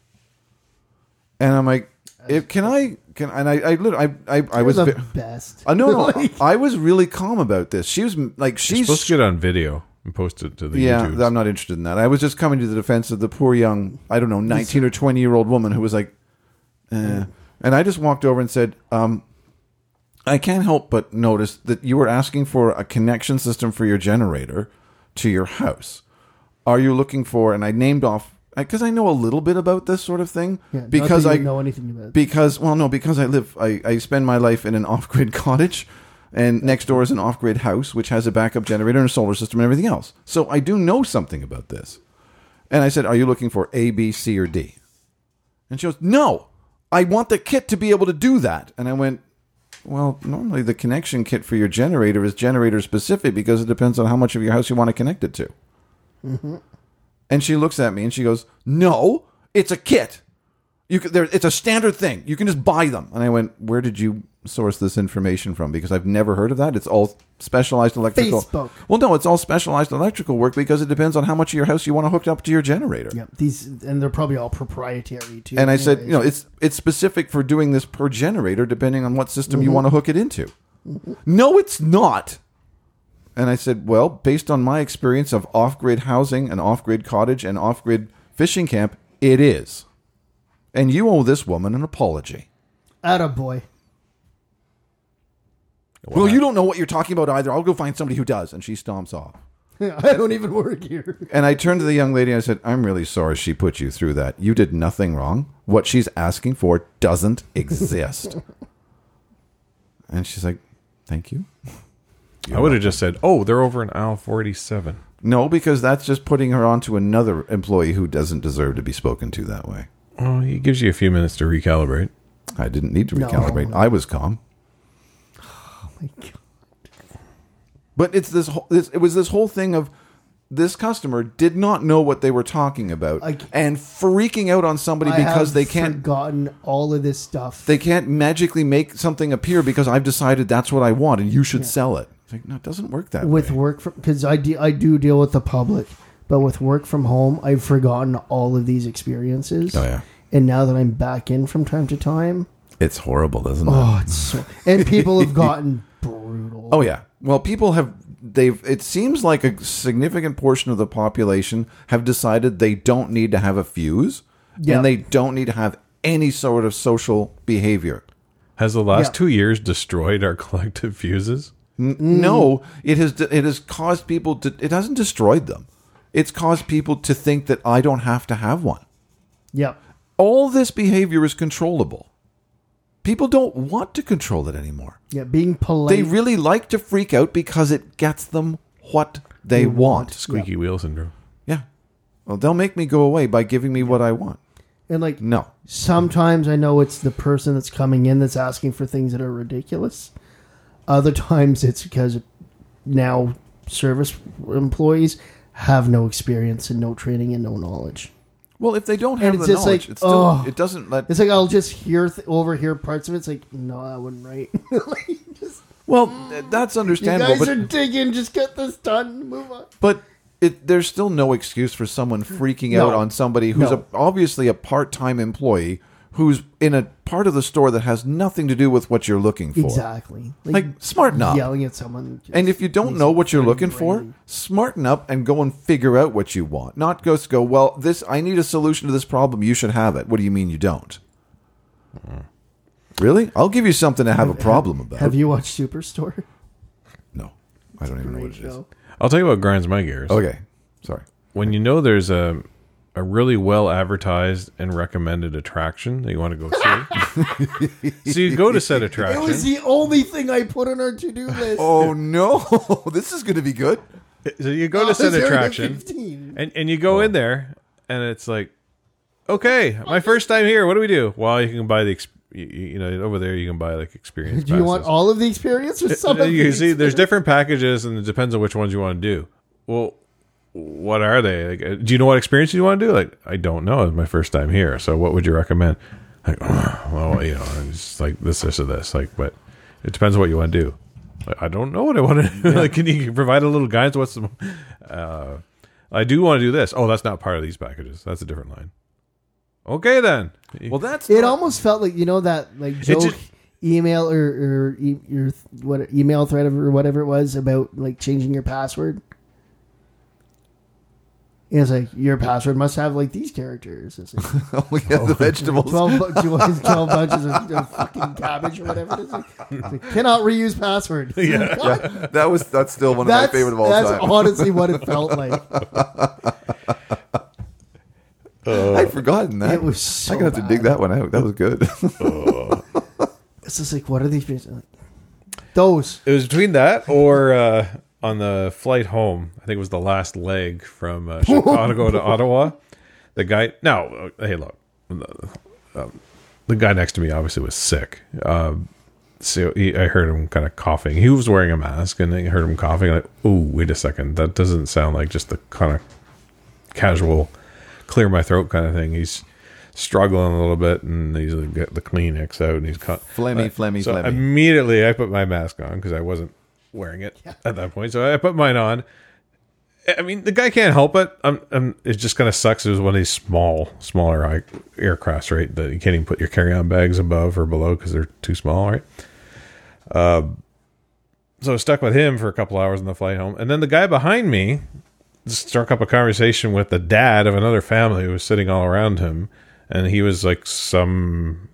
Speaker 7: And I'm like, if, can I? Can and I? I literally, I, I, I was.
Speaker 8: [laughs] the
Speaker 7: ve-
Speaker 8: best.
Speaker 7: I know. no,
Speaker 8: Like,
Speaker 7: I was really calm about this. She was like, she's
Speaker 9: supposed to get on video and post it to the
Speaker 7: yeah.
Speaker 9: YouTube.
Speaker 7: I'm not interested in that. I was just coming to the defense of the poor young, I don't know, 19 or 20 year old woman who was like, eh. and I just walked over and said, um, I can't help but notice that you were asking for a connection system for your generator to your house. Are you looking for? And I named off because I know a little bit about this sort of thing.
Speaker 8: Yeah, not
Speaker 7: because
Speaker 8: that you
Speaker 7: I
Speaker 8: know anything about it.
Speaker 7: Because well, no, because I live, I, I spend my life in an off-grid [laughs] cottage, and next door is an off-grid house which has a backup generator and a solar system and everything else. So I do know something about this. And I said, "Are you looking for A, B, C, or D?" And she goes, No, I want the kit to be able to do that. And I went, Well, normally the connection kit for your generator is generator specific because it depends on how much of your house you want to connect it to.
Speaker 8: Mm-hmm.
Speaker 7: And she looks at me and she goes, No, it's a kit. You can, there, it's a standard thing. You can just buy them. And I went, Where did you source this information from? Because I've never heard of that. It's all specialized electrical.
Speaker 8: Facebook.
Speaker 7: Well, no, it's all specialized electrical work because it depends on how much of your house you want to hook up to your generator.
Speaker 8: Yeah, these and they're probably all proprietary too.
Speaker 7: And I said,
Speaker 8: anyways.
Speaker 7: you know, it's it's specific for doing this per generator, depending on what system you want to hook it into. No, it's not. And I said, well, based on my experience of off-grid housing and off-grid cottage and off-grid fishing camp, it is. And you owe this woman an apology.
Speaker 8: attaboy.
Speaker 7: well, you don't know what you're talking about either. I'll go find somebody who does. And she stomps off.
Speaker 8: [laughs] I don't even work here.
Speaker 7: And I turned to the young lady and I said, I'm really sorry she put you through that. You did nothing wrong. What she's asking for doesn't
Speaker 8: [laughs]
Speaker 7: exist. and she's like, Thank you.
Speaker 9: I would have just said, "Oh, they're over in aisle forty-seven.
Speaker 7: No, because that's just putting her onto another employee who doesn't deserve to be spoken to that way.
Speaker 9: Oh, he gives you a few minutes to recalibrate.
Speaker 7: I didn't need to
Speaker 8: No.
Speaker 7: recalibrate. I was calm.
Speaker 8: My God.
Speaker 7: But it's this whole this it was this whole thing of this customer did not know what they were talking about
Speaker 8: I-
Speaker 7: and freaking out on somebody
Speaker 8: I
Speaker 7: because
Speaker 8: have
Speaker 7: they can't
Speaker 8: forgotten all of this stuff.
Speaker 7: they can't magically make something appear because I've decided that's what I want and you should sell it. It's like, no, it doesn't work that
Speaker 8: with
Speaker 7: way.
Speaker 8: work from because I de- I do deal with the public, but with work from home, I've forgotten all of these experiences.
Speaker 7: Oh, yeah.
Speaker 8: And now that I'm back in from time to time,
Speaker 7: It's horrible, isn't it?
Speaker 8: oh, it's so. And people
Speaker 7: [laughs]
Speaker 8: have gotten brutal.
Speaker 7: Oh yeah. Well, people have they've it seems like a significant portion of the population have decided they don't need to have a fuse
Speaker 8: Yeah.
Speaker 7: and they don't need to have any sort of social behavior.
Speaker 9: Has the last
Speaker 8: Yeah.
Speaker 9: two years destroyed our [laughs] collective fuses?
Speaker 8: Mm.
Speaker 7: No, it has it has caused people to it hasn't destroyed them. It's caused people to think that I don't have to have one.
Speaker 8: Yep.
Speaker 7: All this behavior is controllable. People don't want to control it anymore.
Speaker 8: Yeah, being polite.
Speaker 7: They really like to freak out because it gets them what they want.
Speaker 9: Squeaky wheel syndrome.
Speaker 7: Yeah. Well, they'll make me go away by giving me what I want.
Speaker 8: and like
Speaker 7: No.
Speaker 8: sometimes I know it's the person that's coming in that's asking for things that are ridiculous. Other times it's because now service employees have no experience and no training and no knowledge.
Speaker 7: Well, if they don't
Speaker 8: And
Speaker 7: have
Speaker 8: it's
Speaker 7: the
Speaker 8: just
Speaker 7: knowledge,
Speaker 8: like,
Speaker 7: it's still
Speaker 8: oh.
Speaker 7: it doesn't let.
Speaker 8: It's like I'll just hear th- overhear parts of it. It's like no, that wasn't right. [laughs] Like, just,
Speaker 7: well, th- that's
Speaker 8: you
Speaker 7: understandable,
Speaker 8: guys
Speaker 7: but
Speaker 8: are digging. Just get this done. and Move on.
Speaker 7: but it, there's still no excuse for someone freaking
Speaker 8: No.
Speaker 7: out on somebody who's
Speaker 8: No.
Speaker 7: a, obviously a part-time employee who's in a part of the store that has nothing to do with what you're looking for.
Speaker 8: Exactly.
Speaker 7: Like smarten up.
Speaker 8: yelling at someone. just
Speaker 7: And if you don't
Speaker 8: makes
Speaker 7: know
Speaker 8: it
Speaker 7: what you're
Speaker 8: very
Speaker 7: looking for,
Speaker 8: draining.
Speaker 7: smarten up and go and figure out what you want. Not just go, well, this I need a solution to this problem. You should have it. What do you mean you don't? Really? I'll give you something to Hmm. have a problem about.
Speaker 8: [laughs] have you watched Superstore? [laughs]
Speaker 7: No, I don't even know what it is.
Speaker 8: Show.
Speaker 9: I'll tell you what grinds my gears.
Speaker 7: Okay, sorry.
Speaker 9: When you know there's a a really well advertised and recommended attraction that you want to go see, so you go to said
Speaker 8: It
Speaker 9: attraction.
Speaker 8: was e- the only thing I put on our to do list. [laughs]
Speaker 7: Oh no, [laughs] this is going to be good.
Speaker 9: so you go to
Speaker 8: It's
Speaker 9: said
Speaker 8: area
Speaker 9: attraction,
Speaker 8: 15.
Speaker 9: and and you go in there, and it's like, okay, my first time here. What do we do? Well, you can buy the ex- you, you know over there you can buy like experience.
Speaker 8: [laughs] Do you want
Speaker 9: passes.
Speaker 8: all of the experience [laughs] or some of
Speaker 9: you
Speaker 8: the
Speaker 9: see, there's
Speaker 8: experience?
Speaker 9: different packages, and it depends on which ones you want to do. Well, what are they? Like, uh, do you know what experience you want to do? Like, I don't know. It's my first time here, so what would you recommend? Like, [clears throat] well, you know, I'm just like this, this, or this. Like, but it depends on what you want to do. Like, I don't know what I want to do. [laughs] like, can you provide a little guidance? What's the? Uh, I do want to do this. Oh, that's not part of these packages. That's a different line. Okay, then.
Speaker 7: Well, that's
Speaker 8: It almost felt like you know that like joke
Speaker 9: just-
Speaker 8: email or or e- your th- what email thread or whatever it was about like changing your password. And it's like your password must have like these characters. It's
Speaker 9: [laughs]
Speaker 7: [laughs]
Speaker 8: like,
Speaker 7: Oh, we got the [laughs] vegetables.
Speaker 8: 12, bu- [laughs] 12 bunches of, of fucking cabbage or whatever it is. Like, it's like, cannot reuse
Speaker 9: [laughs]
Speaker 8: password. Yeah.
Speaker 7: That was that's still one of
Speaker 8: That's,
Speaker 7: my favorite of all
Speaker 8: that's
Speaker 7: time. [laughs]
Speaker 8: honestly what it felt like.
Speaker 7: I'd forgotten that.
Speaker 8: It was so
Speaker 7: I'm gonna have to dig
Speaker 8: bad.
Speaker 7: that one out. That was good. [laughs]
Speaker 8: It's just like, what are these? pieces? Like, those.
Speaker 9: It was between that or uh, on the flight home. I think it was the last leg from uh, Chicago to Ottawa. The guy. No, uh, hey, look. The, um, the guy next to me obviously was sick. Um, so he, I heard him kind of coughing. He was wearing a mask, and I heard him coughing. Like, oh, wait a second, that doesn't sound like just the kind of casual clear my throat kind of thing. He's struggling a little bit, and he's like, got the Kleenex out, and he's cut.
Speaker 7: Phlegmy, phlegmy,
Speaker 9: so
Speaker 7: phlegmy.
Speaker 9: Immediately, I put my mask on because I wasn't wearing it at that point. So I put mine on. I mean, the guy can't help it. I'm, I'm, it just kind of sucks. It was one of these small, smaller like, aircrafts, right? That you can't even put your carry-on bags above or below because they're too small, right? Um, so I was stuck with him for a couple hours on the flight home. And then the guy behind me just struck up a conversation with the dad of another family who was sitting all around him. And he was like some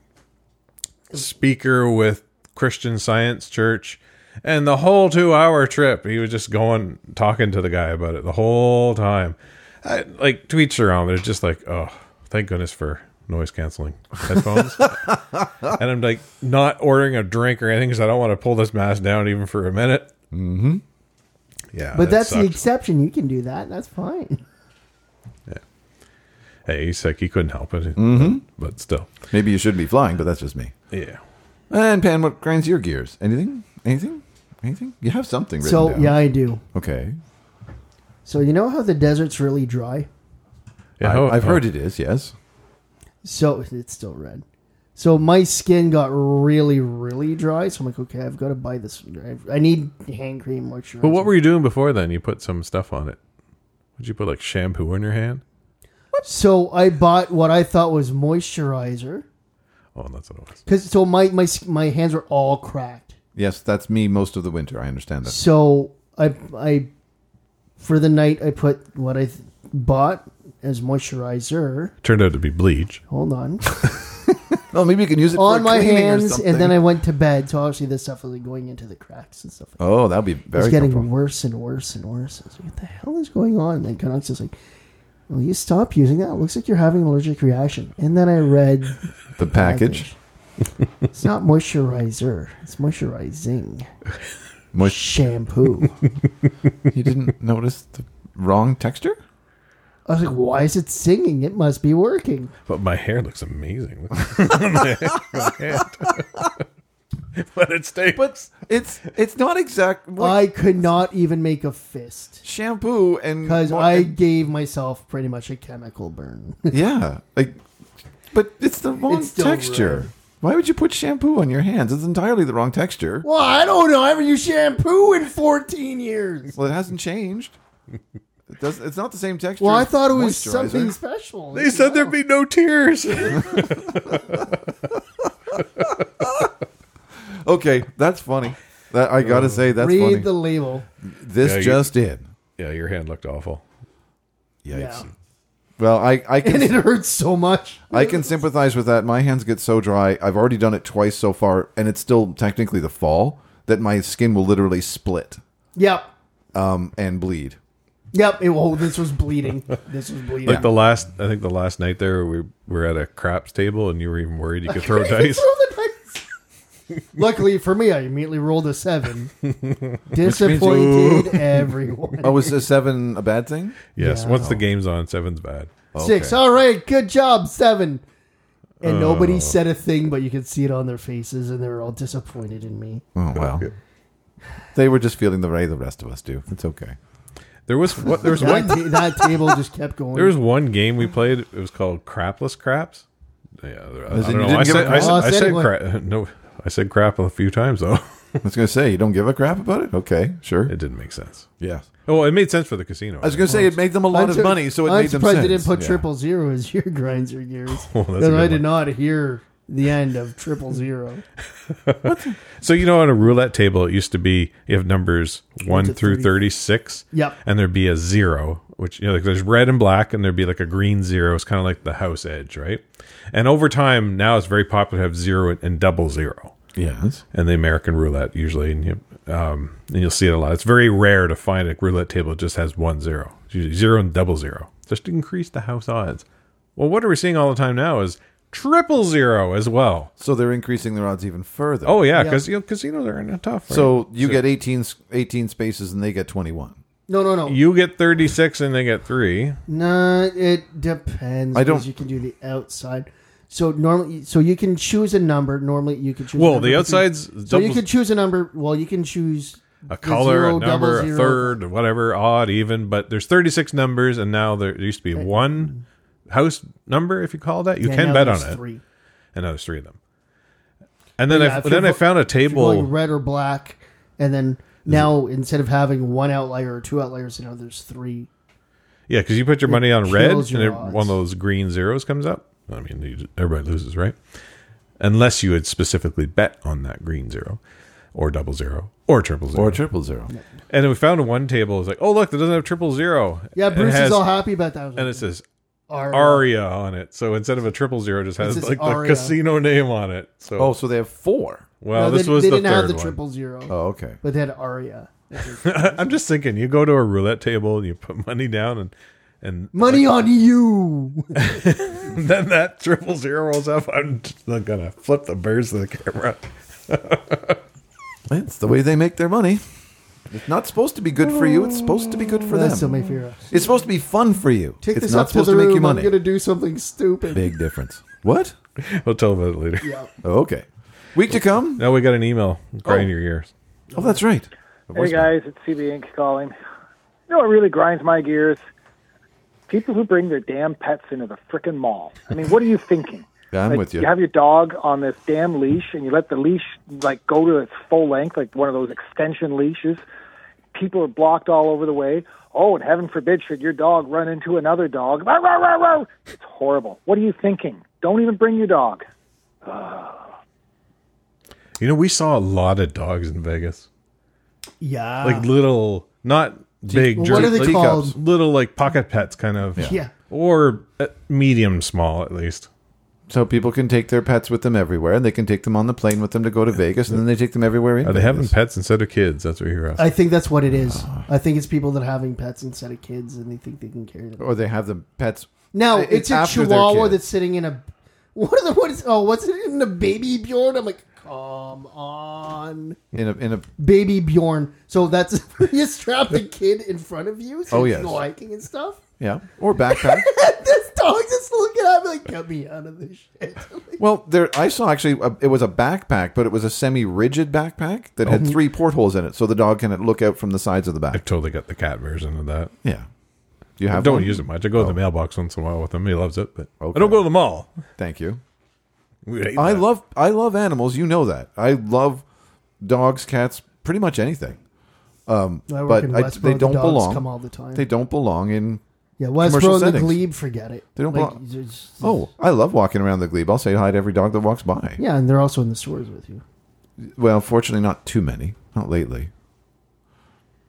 Speaker 9: speaker with Christian Science Church. And the whole two hour trip, he was just going, talking to the guy about it the whole time. I, like, tweets are on, they're just like, oh, thank goodness for noise canceling
Speaker 7: [laughs]
Speaker 9: headphones. and I'm like not ordering a drink or anything because I don't want to pull this mask down even for a minute. Mm-hmm. Yeah,
Speaker 8: But
Speaker 9: that
Speaker 8: that's the
Speaker 9: sucked.
Speaker 8: exception. You can do that. That's fine.
Speaker 9: hey, he's sick. He couldn't help it,
Speaker 7: Mm-hmm.
Speaker 9: but, but still,
Speaker 7: Maybe you shouldn't be flying, but that's just me.
Speaker 9: yeah.
Speaker 7: And Pan, what grinds your gears? Anything? Anything? Anything? You have something written
Speaker 8: So,
Speaker 7: down.
Speaker 8: yeah, I do.
Speaker 7: Okay.
Speaker 8: So, you know how the desert's really dry?
Speaker 7: I,
Speaker 9: yeah oh, how-
Speaker 7: I've
Speaker 9: how-
Speaker 7: heard it is, yes.
Speaker 8: So it's still red. So my skin got really, really dry. So I'm like, okay, I've got to buy this. I need hand cream moisturizer.
Speaker 9: But what were you doing before then? You put some stuff on it. Would you put like shampoo in your hand?
Speaker 8: so I bought what I thought was moisturizer
Speaker 9: Oh, that's what it was.
Speaker 8: because so my my s- my hands were all cracked.
Speaker 7: Yes, that's me most of the winter. I understand that.
Speaker 8: So I I for the night I put what I th- bought as moisturizer.
Speaker 9: Turned out to be bleach.
Speaker 7: [laughs]
Speaker 8: Hold on
Speaker 7: Oh, maybe you can use it for
Speaker 8: on my
Speaker 7: cleaning or
Speaker 8: hands, and then
Speaker 7: something.
Speaker 8: I went to bed. So obviously this stuff was like going into the cracks and stuff. like
Speaker 7: Oh, that'd be
Speaker 8: It's
Speaker 7: very
Speaker 8: getting
Speaker 7: comfortable.
Speaker 8: worse and worse and worse. I was like, what the hell is going on? And then Canucks is like, will you stop using that? It looks like you're having an allergic reaction. And then [laughs] I read
Speaker 7: The [laughs] package,
Speaker 8: it's not moisturizer.
Speaker 7: [laughs]
Speaker 8: It's moisturizing
Speaker 7: mush.
Speaker 8: shampoo.
Speaker 7: You didn't [laughs] notice the wrong texture?
Speaker 8: I was like, why is it singing? It must be working.
Speaker 9: But my hair looks amazing. [laughs] My hand. [laughs] but it stays.
Speaker 7: But it's it's not exact.
Speaker 8: I could not even make a fist
Speaker 7: shampoo and
Speaker 8: because I gave myself pretty much a chemical burn. [laughs]
Speaker 7: yeah like, but it's the wrong
Speaker 8: It's still
Speaker 7: texture.
Speaker 8: red.
Speaker 7: Why would you put shampoo on your hands? It's entirely the wrong texture.
Speaker 8: well, I don't know. I haven't used shampoo in 14 years.
Speaker 7: Well, it hasn't changed. It does, it's not the same texture.
Speaker 8: Well, I
Speaker 7: as
Speaker 8: thought it was
Speaker 7: moisturizer.
Speaker 8: something special.
Speaker 9: They said there'd be no tears. [laughs]
Speaker 7: Okay, that's funny. That, I gotta say that's
Speaker 8: Uh, Read
Speaker 7: funny.
Speaker 8: the label.
Speaker 7: this
Speaker 9: Yeah, you-
Speaker 7: just in.
Speaker 9: yeah, your hand looked awful.
Speaker 7: Yikes.
Speaker 8: Yeah.
Speaker 7: Well, I I can
Speaker 8: and it hurts so much.
Speaker 7: I can sympathize with that. My hands get so dry. I've already done it twice so far, and it's still technically the fall that my skin will literally split
Speaker 8: Yep,
Speaker 7: um, and bleed.
Speaker 8: yep. It, oh, this was bleeding. This was bleeding.
Speaker 9: Like the last, I think the last night there, we were at a craps table, and you were even worried you
Speaker 8: [laughs]
Speaker 9: could throw dice.
Speaker 8: Throw the dice. Luckily for me, I immediately rolled a
Speaker 9: [laughs]
Speaker 8: seven. Disappointed [laughs] everyone.
Speaker 7: Oh, is a seven a bad thing?
Speaker 9: Yes, once the game's on, seven's bad.
Speaker 8: Six. All right, good job, seven. And
Speaker 9: Oh.
Speaker 8: nobody said a thing, but you could see it on their faces, and they were all disappointed in me.
Speaker 7: Oh
Speaker 9: [laughs]
Speaker 7: well, they were just feeling the way the rest of us do. It's okay.
Speaker 9: There was what there was
Speaker 8: That,
Speaker 9: one
Speaker 8: ta- that table just
Speaker 9: [laughs]
Speaker 8: kept going.
Speaker 9: there was one game we played. It was called Crapless Craps. Yeah, I
Speaker 7: As in
Speaker 9: don't
Speaker 7: you
Speaker 9: know.
Speaker 7: didn't
Speaker 9: I
Speaker 7: give
Speaker 9: said,
Speaker 7: a
Speaker 9: I said,
Speaker 8: crap?
Speaker 9: I
Speaker 8: Oh,
Speaker 9: said
Speaker 8: anyone.
Speaker 9: cra- [laughs] no. I said crap a few times though. [laughs]
Speaker 7: I was gonna say you don't give a crap about it. Okay, sure.
Speaker 9: It didn't make sense.
Speaker 7: Yeah.
Speaker 9: Oh, it made sense for the casino.
Speaker 7: I was gonna say it made them a lot
Speaker 8: I'm
Speaker 7: of
Speaker 8: sur-
Speaker 7: money, so it
Speaker 8: I'm
Speaker 7: made them
Speaker 8: surprised
Speaker 7: sense.
Speaker 8: they didn't put
Speaker 7: Yeah.
Speaker 9: [laughs]
Speaker 8: triple zero as your grinds or gears.
Speaker 9: Oh, that's a
Speaker 8: Because I
Speaker 9: good
Speaker 8: did
Speaker 9: one.
Speaker 8: not hear the end of triple zero.
Speaker 9: So you know, on a roulette table, it used to be you have numbers one
Speaker 8: to
Speaker 9: through
Speaker 8: three.
Speaker 9: thirty-six.
Speaker 8: Yep.
Speaker 9: and there'd be a zero, which you know, like there's red and black, and there'd be like a green zero. It's kind of like the house edge, right? And over time, now it's very popular to have zero and double zero,
Speaker 7: Yes.
Speaker 9: and the American roulette usually, and you, um, and you'll see it a lot. It's very rare to find a roulette table that just has one zero, It's usually zero and double zero, just to increase the house odds. Well, what are we seeing all the time now is triple zero as well.
Speaker 7: So they're increasing their odds even further.
Speaker 9: Oh yeah,
Speaker 8: Yeah.
Speaker 9: because you know, casinos are in a tough. right?
Speaker 7: So you get 18, s- 18 spaces and they get 21.
Speaker 8: No, no, no.
Speaker 9: [laughs] You get 36 and they get three.
Speaker 8: No, it depends.
Speaker 7: I don't-
Speaker 8: 'cause You can do the outside. So normally, so you can choose a number. Normally, you can choose. a
Speaker 9: Well,
Speaker 8: number
Speaker 9: the
Speaker 8: between-
Speaker 9: outside's
Speaker 8: So you
Speaker 9: doubles-
Speaker 8: can choose a number. Well, you can choose
Speaker 9: A
Speaker 8: the
Speaker 9: color,
Speaker 8: zero,
Speaker 9: a
Speaker 8: double
Speaker 9: number, a
Speaker 8: zero.
Speaker 9: third, whatever, odd, even. But there's 36 numbers, and now there used to be one house number, if you call that. You
Speaker 8: Yeah,
Speaker 9: can
Speaker 8: now
Speaker 9: bet on
Speaker 8: there's
Speaker 9: it.
Speaker 8: Three.
Speaker 9: And now there's three of them. And then,
Speaker 8: Yeah,
Speaker 9: I,
Speaker 8: if
Speaker 9: then
Speaker 8: you're
Speaker 9: I
Speaker 8: vo-
Speaker 9: found a
Speaker 8: If you're going
Speaker 9: table.
Speaker 8: red or black, and then now instead of having one outlier or two outliers, you know there's three.
Speaker 9: Yeah, because you put your money on red, and
Speaker 8: kills your
Speaker 9: it-
Speaker 8: odds.
Speaker 9: one of those green zeros comes up. I mean, you- everybody loses, right? Unless you had specifically bet on that green zero, or double zero, or triple zero.
Speaker 7: Or triple zero.
Speaker 9: and then we found one table. It's like, oh, look, that doesn't have triple zero.
Speaker 8: Yeah,
Speaker 9: And it
Speaker 8: Bruce
Speaker 9: has-
Speaker 8: is all happy about that.
Speaker 9: And it says
Speaker 8: R.
Speaker 9: Aria on it. So instead of a triple zero, it just has
Speaker 8: It's just
Speaker 9: like the
Speaker 8: Aria.
Speaker 9: casino name on it. So
Speaker 7: Oh, so they have four.
Speaker 9: well,
Speaker 8: No,
Speaker 9: this
Speaker 8: they,
Speaker 9: was
Speaker 8: they
Speaker 9: the
Speaker 8: didn't
Speaker 9: third
Speaker 8: have the
Speaker 9: one. [laughs]
Speaker 8: triple zero,
Speaker 7: Oh, okay.
Speaker 8: but they had Aria.
Speaker 9: I'm just thinking, you go to a roulette table and you put money down, and and
Speaker 8: Money on you.
Speaker 9: then that triple zero rolls up. I'm just not gonna flip the birds to the camera.
Speaker 7: That's the way they make their money. It's not supposed to be good for you. It's supposed to be good for
Speaker 8: That's so
Speaker 7: them.
Speaker 8: my fear.
Speaker 7: It's supposed to be fun for you.
Speaker 8: Take
Speaker 7: it's
Speaker 8: this
Speaker 7: not
Speaker 8: up to
Speaker 7: supposed
Speaker 8: the
Speaker 7: to make
Speaker 8: room.
Speaker 7: you money.
Speaker 8: I'm gonna do something stupid.
Speaker 7: Big difference. What?
Speaker 9: We'll tell about it later.
Speaker 8: Yeah.
Speaker 7: Oh, okay. Week to come?
Speaker 9: Now we got an email grinding your ears.
Speaker 7: Oh, that's right.
Speaker 11: Hey guys, it's CB Inc. calling. You know what really grinds my gears? People who bring their damn pets into the frickin' mall. I mean, what are you thinking?
Speaker 7: Yeah, [laughs] I'm
Speaker 11: Like,
Speaker 7: with you.
Speaker 11: You have your dog on this damn leash, and you let the leash like go to its full length, like one of those extension leashes. People are blocked all over the way. Oh, and heaven forbid should your dog run into another dog. Row, row, row, row. It's horrible. What are you thinking? Don't even bring your dog.
Speaker 9: You know, we saw a lot of dogs in Vegas,
Speaker 8: Yeah.
Speaker 9: like little, not big.
Speaker 8: Well, Ah. what
Speaker 9: jer-
Speaker 8: are they
Speaker 9: like-
Speaker 8: called?
Speaker 9: Little like pocket pets, kind of.
Speaker 8: Yeah.
Speaker 9: Or uh, medium small, at least.
Speaker 7: So people can take their pets with them everywhere, and they can take them on the plane with them to go to Vegas, and then they take them everywhere. In
Speaker 9: Are they
Speaker 7: Vegas.
Speaker 9: having pets instead of kids? That's what you're asking.
Speaker 8: I think that's what it is.
Speaker 7: Uh.
Speaker 8: I think it's people that are having pets instead of kids, and they think they can carry them.
Speaker 7: Or they have the pets.
Speaker 8: No,
Speaker 7: Uh,
Speaker 8: it's, a
Speaker 7: Oh. after their
Speaker 8: Chihuahua
Speaker 7: kid.
Speaker 8: that's sitting in a. What are the what is? Oh, what's it in a baby Bjorn? I'm like, come on,
Speaker 7: in a in a
Speaker 8: baby Bjorn. So that's [laughs] you strap the kid in front of you. So
Speaker 7: Oh,
Speaker 8: you
Speaker 7: yes.
Speaker 8: can go hiking and stuff.
Speaker 7: yeah or
Speaker 8: [laughs]
Speaker 7: backpack.
Speaker 8: this dog's just looking at me like, get me out of this shit. [laughs]
Speaker 7: well, there I saw actually a, it was a backpack, but it was a semi-rigid backpack that had
Speaker 9: Oh.
Speaker 7: three portholes in it, so the dog can look out from the sides of the
Speaker 9: I've
Speaker 7: back.
Speaker 9: totally got the cat version of that.
Speaker 7: Yeah, you
Speaker 9: I
Speaker 7: have.
Speaker 9: don't
Speaker 7: one?
Speaker 9: use it much. I go to
Speaker 8: Oh.
Speaker 9: the mailbox once in a while with him. He loves it, but
Speaker 7: Okay.
Speaker 9: I don't go to the mall.
Speaker 7: Thank you.
Speaker 9: We hate
Speaker 7: I
Speaker 9: that.
Speaker 7: love I love animals. You know that. I love dogs, cats, pretty much anything.
Speaker 8: I work
Speaker 7: But
Speaker 8: in
Speaker 7: I-
Speaker 8: Westboro,
Speaker 7: they
Speaker 8: the
Speaker 7: don't
Speaker 8: dogs
Speaker 7: belong.
Speaker 8: Come all the time.
Speaker 7: They don't belong in.
Speaker 8: yeah, Westboro
Speaker 7: commercial
Speaker 8: and the
Speaker 7: settings.
Speaker 8: Glebe, forget it.
Speaker 7: They don't belong-
Speaker 8: there's-
Speaker 7: Oh, I love walking around the glebe. I'll say hi to every dog that walks by.
Speaker 8: yeah, and they're also in the stores with you.
Speaker 7: Well, fortunately, not too many. Not lately.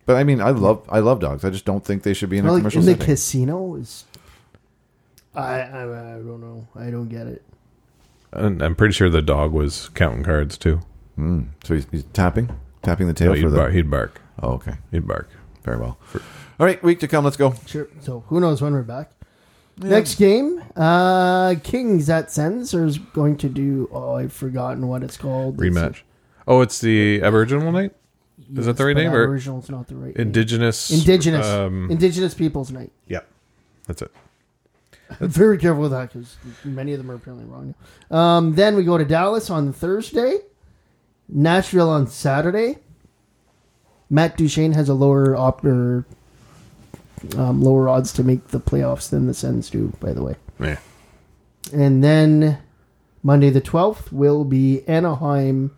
Speaker 7: But I mean, I love I love dogs. I just don't think they should be in
Speaker 8: Well,
Speaker 7: a
Speaker 8: like,
Speaker 7: commercial
Speaker 8: in
Speaker 7: setting.
Speaker 8: the casino is I, I I don't know. I don't get it.
Speaker 9: And I'm pretty sure the dog was counting cards too.
Speaker 7: so he's, he's tapping, tapping the tail
Speaker 9: No,
Speaker 7: for
Speaker 9: he'd,
Speaker 7: the.
Speaker 9: bark, he'd bark.
Speaker 7: oh, okay,
Speaker 9: He'd bark.
Speaker 7: very well. All right, week to come. Let's go.
Speaker 8: Sure. So who knows when we're back. Next game, uh Kings at Sens is going to do oh I've forgotten what it's called. It's-
Speaker 9: Rematch. Oh, it's the Aboriginal night? Is that the right
Speaker 8: but
Speaker 9: name? Or
Speaker 8: Aboriginal's not the right name.
Speaker 9: Indigenous?
Speaker 8: Indigenous.
Speaker 9: Um,
Speaker 8: Indigenous Peoples Night.
Speaker 9: yeah. That's it.
Speaker 8: Very careful with that because many of them are apparently wrong. Um, then we go to Dallas on Thursday, Nashville on Saturday. Matt Duchene has a lower op- er, um, lower odds to make the playoffs than the Sens do, by the way.
Speaker 9: Yeah.
Speaker 8: And then Monday the twelfth will be Anaheim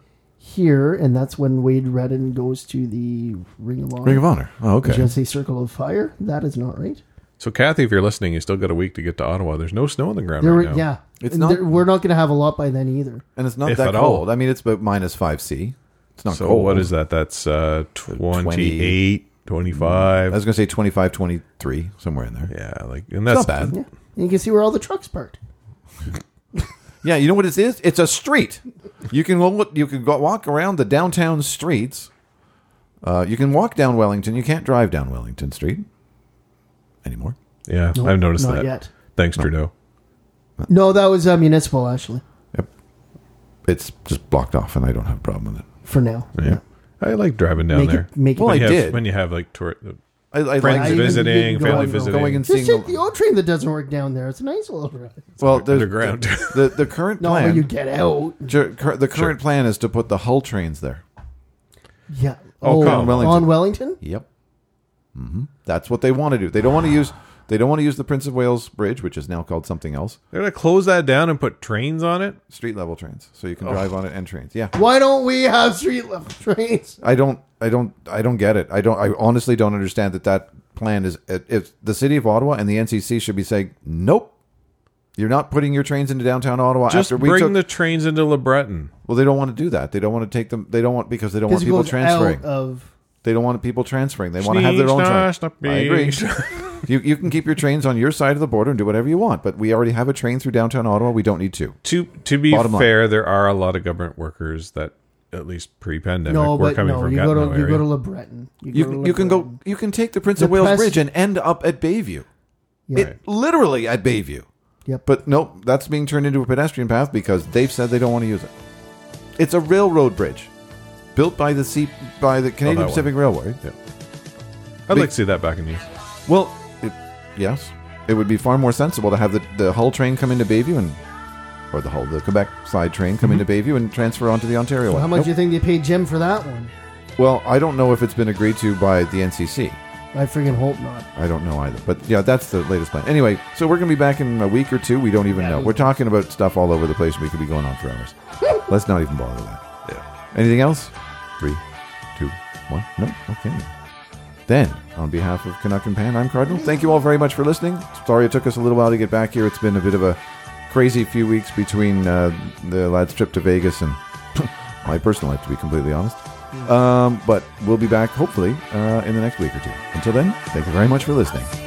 Speaker 8: here, and that's when Wade Redden goes to the Ring of Honor.
Speaker 7: Ring of Honor. Oh,
Speaker 8: Did
Speaker 7: okay.
Speaker 8: you say Circle of Fire? That is not right.
Speaker 9: So Kathy, if you're listening, you still got a week to get to Ottawa. There's no snow on the ground
Speaker 8: There were,
Speaker 9: right now.
Speaker 8: yeah, And there- we're not going to have a lot by then either.
Speaker 7: And it's not
Speaker 9: If
Speaker 7: that
Speaker 9: at all.
Speaker 7: cold. I mean, it's about minus five C. It's not
Speaker 9: so
Speaker 7: cold.
Speaker 9: what is that? That's uh, 28, 25.
Speaker 7: I was going to say 25, 23, somewhere in there.
Speaker 9: Yeah, like and
Speaker 7: that's
Speaker 9: that's
Speaker 7: not bad.
Speaker 8: Yeah. And you can see where all the trucks parked.
Speaker 7: Yeah, you know what it is? It's a street. You can lo- you can go, walk around the downtown streets. Uh, you can walk down Wellington. You can't drive down Wellington Street anymore.
Speaker 9: Yeah,
Speaker 8: No,
Speaker 9: I've noticed
Speaker 8: not
Speaker 9: that.
Speaker 8: yet.
Speaker 9: Thanks, Trudeau.
Speaker 8: No, that was uh, municipal actually.
Speaker 7: It's just blocked off, and I don't have a problem with it.
Speaker 8: For now,
Speaker 9: Yeah. I like driving down
Speaker 8: Make it-
Speaker 9: there.
Speaker 8: make it-
Speaker 9: When
Speaker 7: Well, I
Speaker 9: you have-
Speaker 7: did.
Speaker 9: when you have like tour,
Speaker 7: I, I
Speaker 9: friends
Speaker 7: like-
Speaker 9: visiting,
Speaker 8: going-
Speaker 9: family
Speaker 8: going
Speaker 9: visiting.
Speaker 7: going and
Speaker 8: Just
Speaker 7: seeing.
Speaker 8: take
Speaker 7: the-
Speaker 8: the old train that doesn't work down there. It's a nice little ride.
Speaker 7: well, there's
Speaker 9: underground.
Speaker 7: [laughs] The, the current
Speaker 8: No,
Speaker 7: plan. Oh.
Speaker 8: you get out.
Speaker 7: Ju- cur- the current plan is to put the Hull trains there.
Speaker 8: Yeah.
Speaker 7: Oh, come on,
Speaker 8: on
Speaker 7: Wellington.
Speaker 8: Wellington.
Speaker 7: Yep. hmm That's what they want to do. They don't want to use. They don't want to use the Prince of Wales Bridge, which is now called something else.
Speaker 9: They're gonna close that down and put trains on it.
Speaker 7: Street level trains, so you can drive on it and trains. Yeah.
Speaker 8: Why don't we have street level [laughs] trains?
Speaker 7: I don't, I don't, I don't get it. I don't, I honestly don't understand that that plan is. If the city of Ottawa and the NCC should be saying, nope, you're not putting your trains into downtown Ottawa
Speaker 9: Just
Speaker 7: after we
Speaker 9: bring
Speaker 7: took.
Speaker 9: the trains into LeBreton.
Speaker 7: well, they don't want to do that. They don't want to take them. They don't want because they don't want
Speaker 8: Because it
Speaker 7: people
Speaker 8: goes
Speaker 7: transferring.
Speaker 8: out of
Speaker 7: They don't want people transferring. They want to have their own
Speaker 9: Sneeze,
Speaker 7: train.
Speaker 9: nah,
Speaker 7: I agree. [laughs]
Speaker 9: sneeze.
Speaker 7: you you can keep your trains on your side of the border and do whatever you want, but we already have a train through downtown Ottawa. We don't need two.
Speaker 9: To to be
Speaker 7: Bottom line.
Speaker 9: fair, there are a lot of government workers that at least pre-pandemic
Speaker 8: no,
Speaker 9: were
Speaker 8: but
Speaker 9: coming
Speaker 8: no.
Speaker 9: from
Speaker 8: You go,
Speaker 9: Gatineau
Speaker 8: to, you go
Speaker 9: area.
Speaker 8: to LeBreton.
Speaker 7: You
Speaker 8: to
Speaker 7: you can
Speaker 8: LeBreton.
Speaker 7: go. You can take the Prince of
Speaker 8: The
Speaker 7: Wales
Speaker 8: press-
Speaker 7: Bridge and end up at Bayview.
Speaker 8: Yeah.
Speaker 7: It literally at Bayview.
Speaker 8: Yep.
Speaker 7: But nope, that's being turned into a pedestrian path because they've said they don't want to use it. It's a railroad bridge built by the C- by the Canadian
Speaker 9: that
Speaker 7: Pacific Railway.
Speaker 9: Yeah. I'd
Speaker 7: Be-
Speaker 9: like to see that back in use.
Speaker 7: Well, it, yes, it would be far more sensible to have the, the Hull train come into Bayview and, or the Hull, the Quebec side train come into Bayview and transfer onto the Ontario
Speaker 8: How
Speaker 7: one.
Speaker 8: much
Speaker 7: Nope.
Speaker 8: do you think they paid Jim for that one?
Speaker 7: well, I don't know if it's been agreed to by the NCC.
Speaker 8: I freaking hope not.
Speaker 7: I don't know either. But yeah, that's the latest plan. Anyway, so we're going to be back in a week or two. We don't even know. We're talking about stuff all over the place. We could be going on for hours. Let's not even bother that. Anything else? Three, two, one. No? Okay. Then, on behalf of Canuck and Pan, I'm Cardinal. Thank you all very much for listening. Sorry it took us a little while to get back here. It's been a bit of a crazy few weeks between uh, the lad's trip to Vegas and [laughs] my personal life, to be completely honest. Um, but we'll be back, hopefully, uh, in the next week or two. Until then, thank you very much for listening.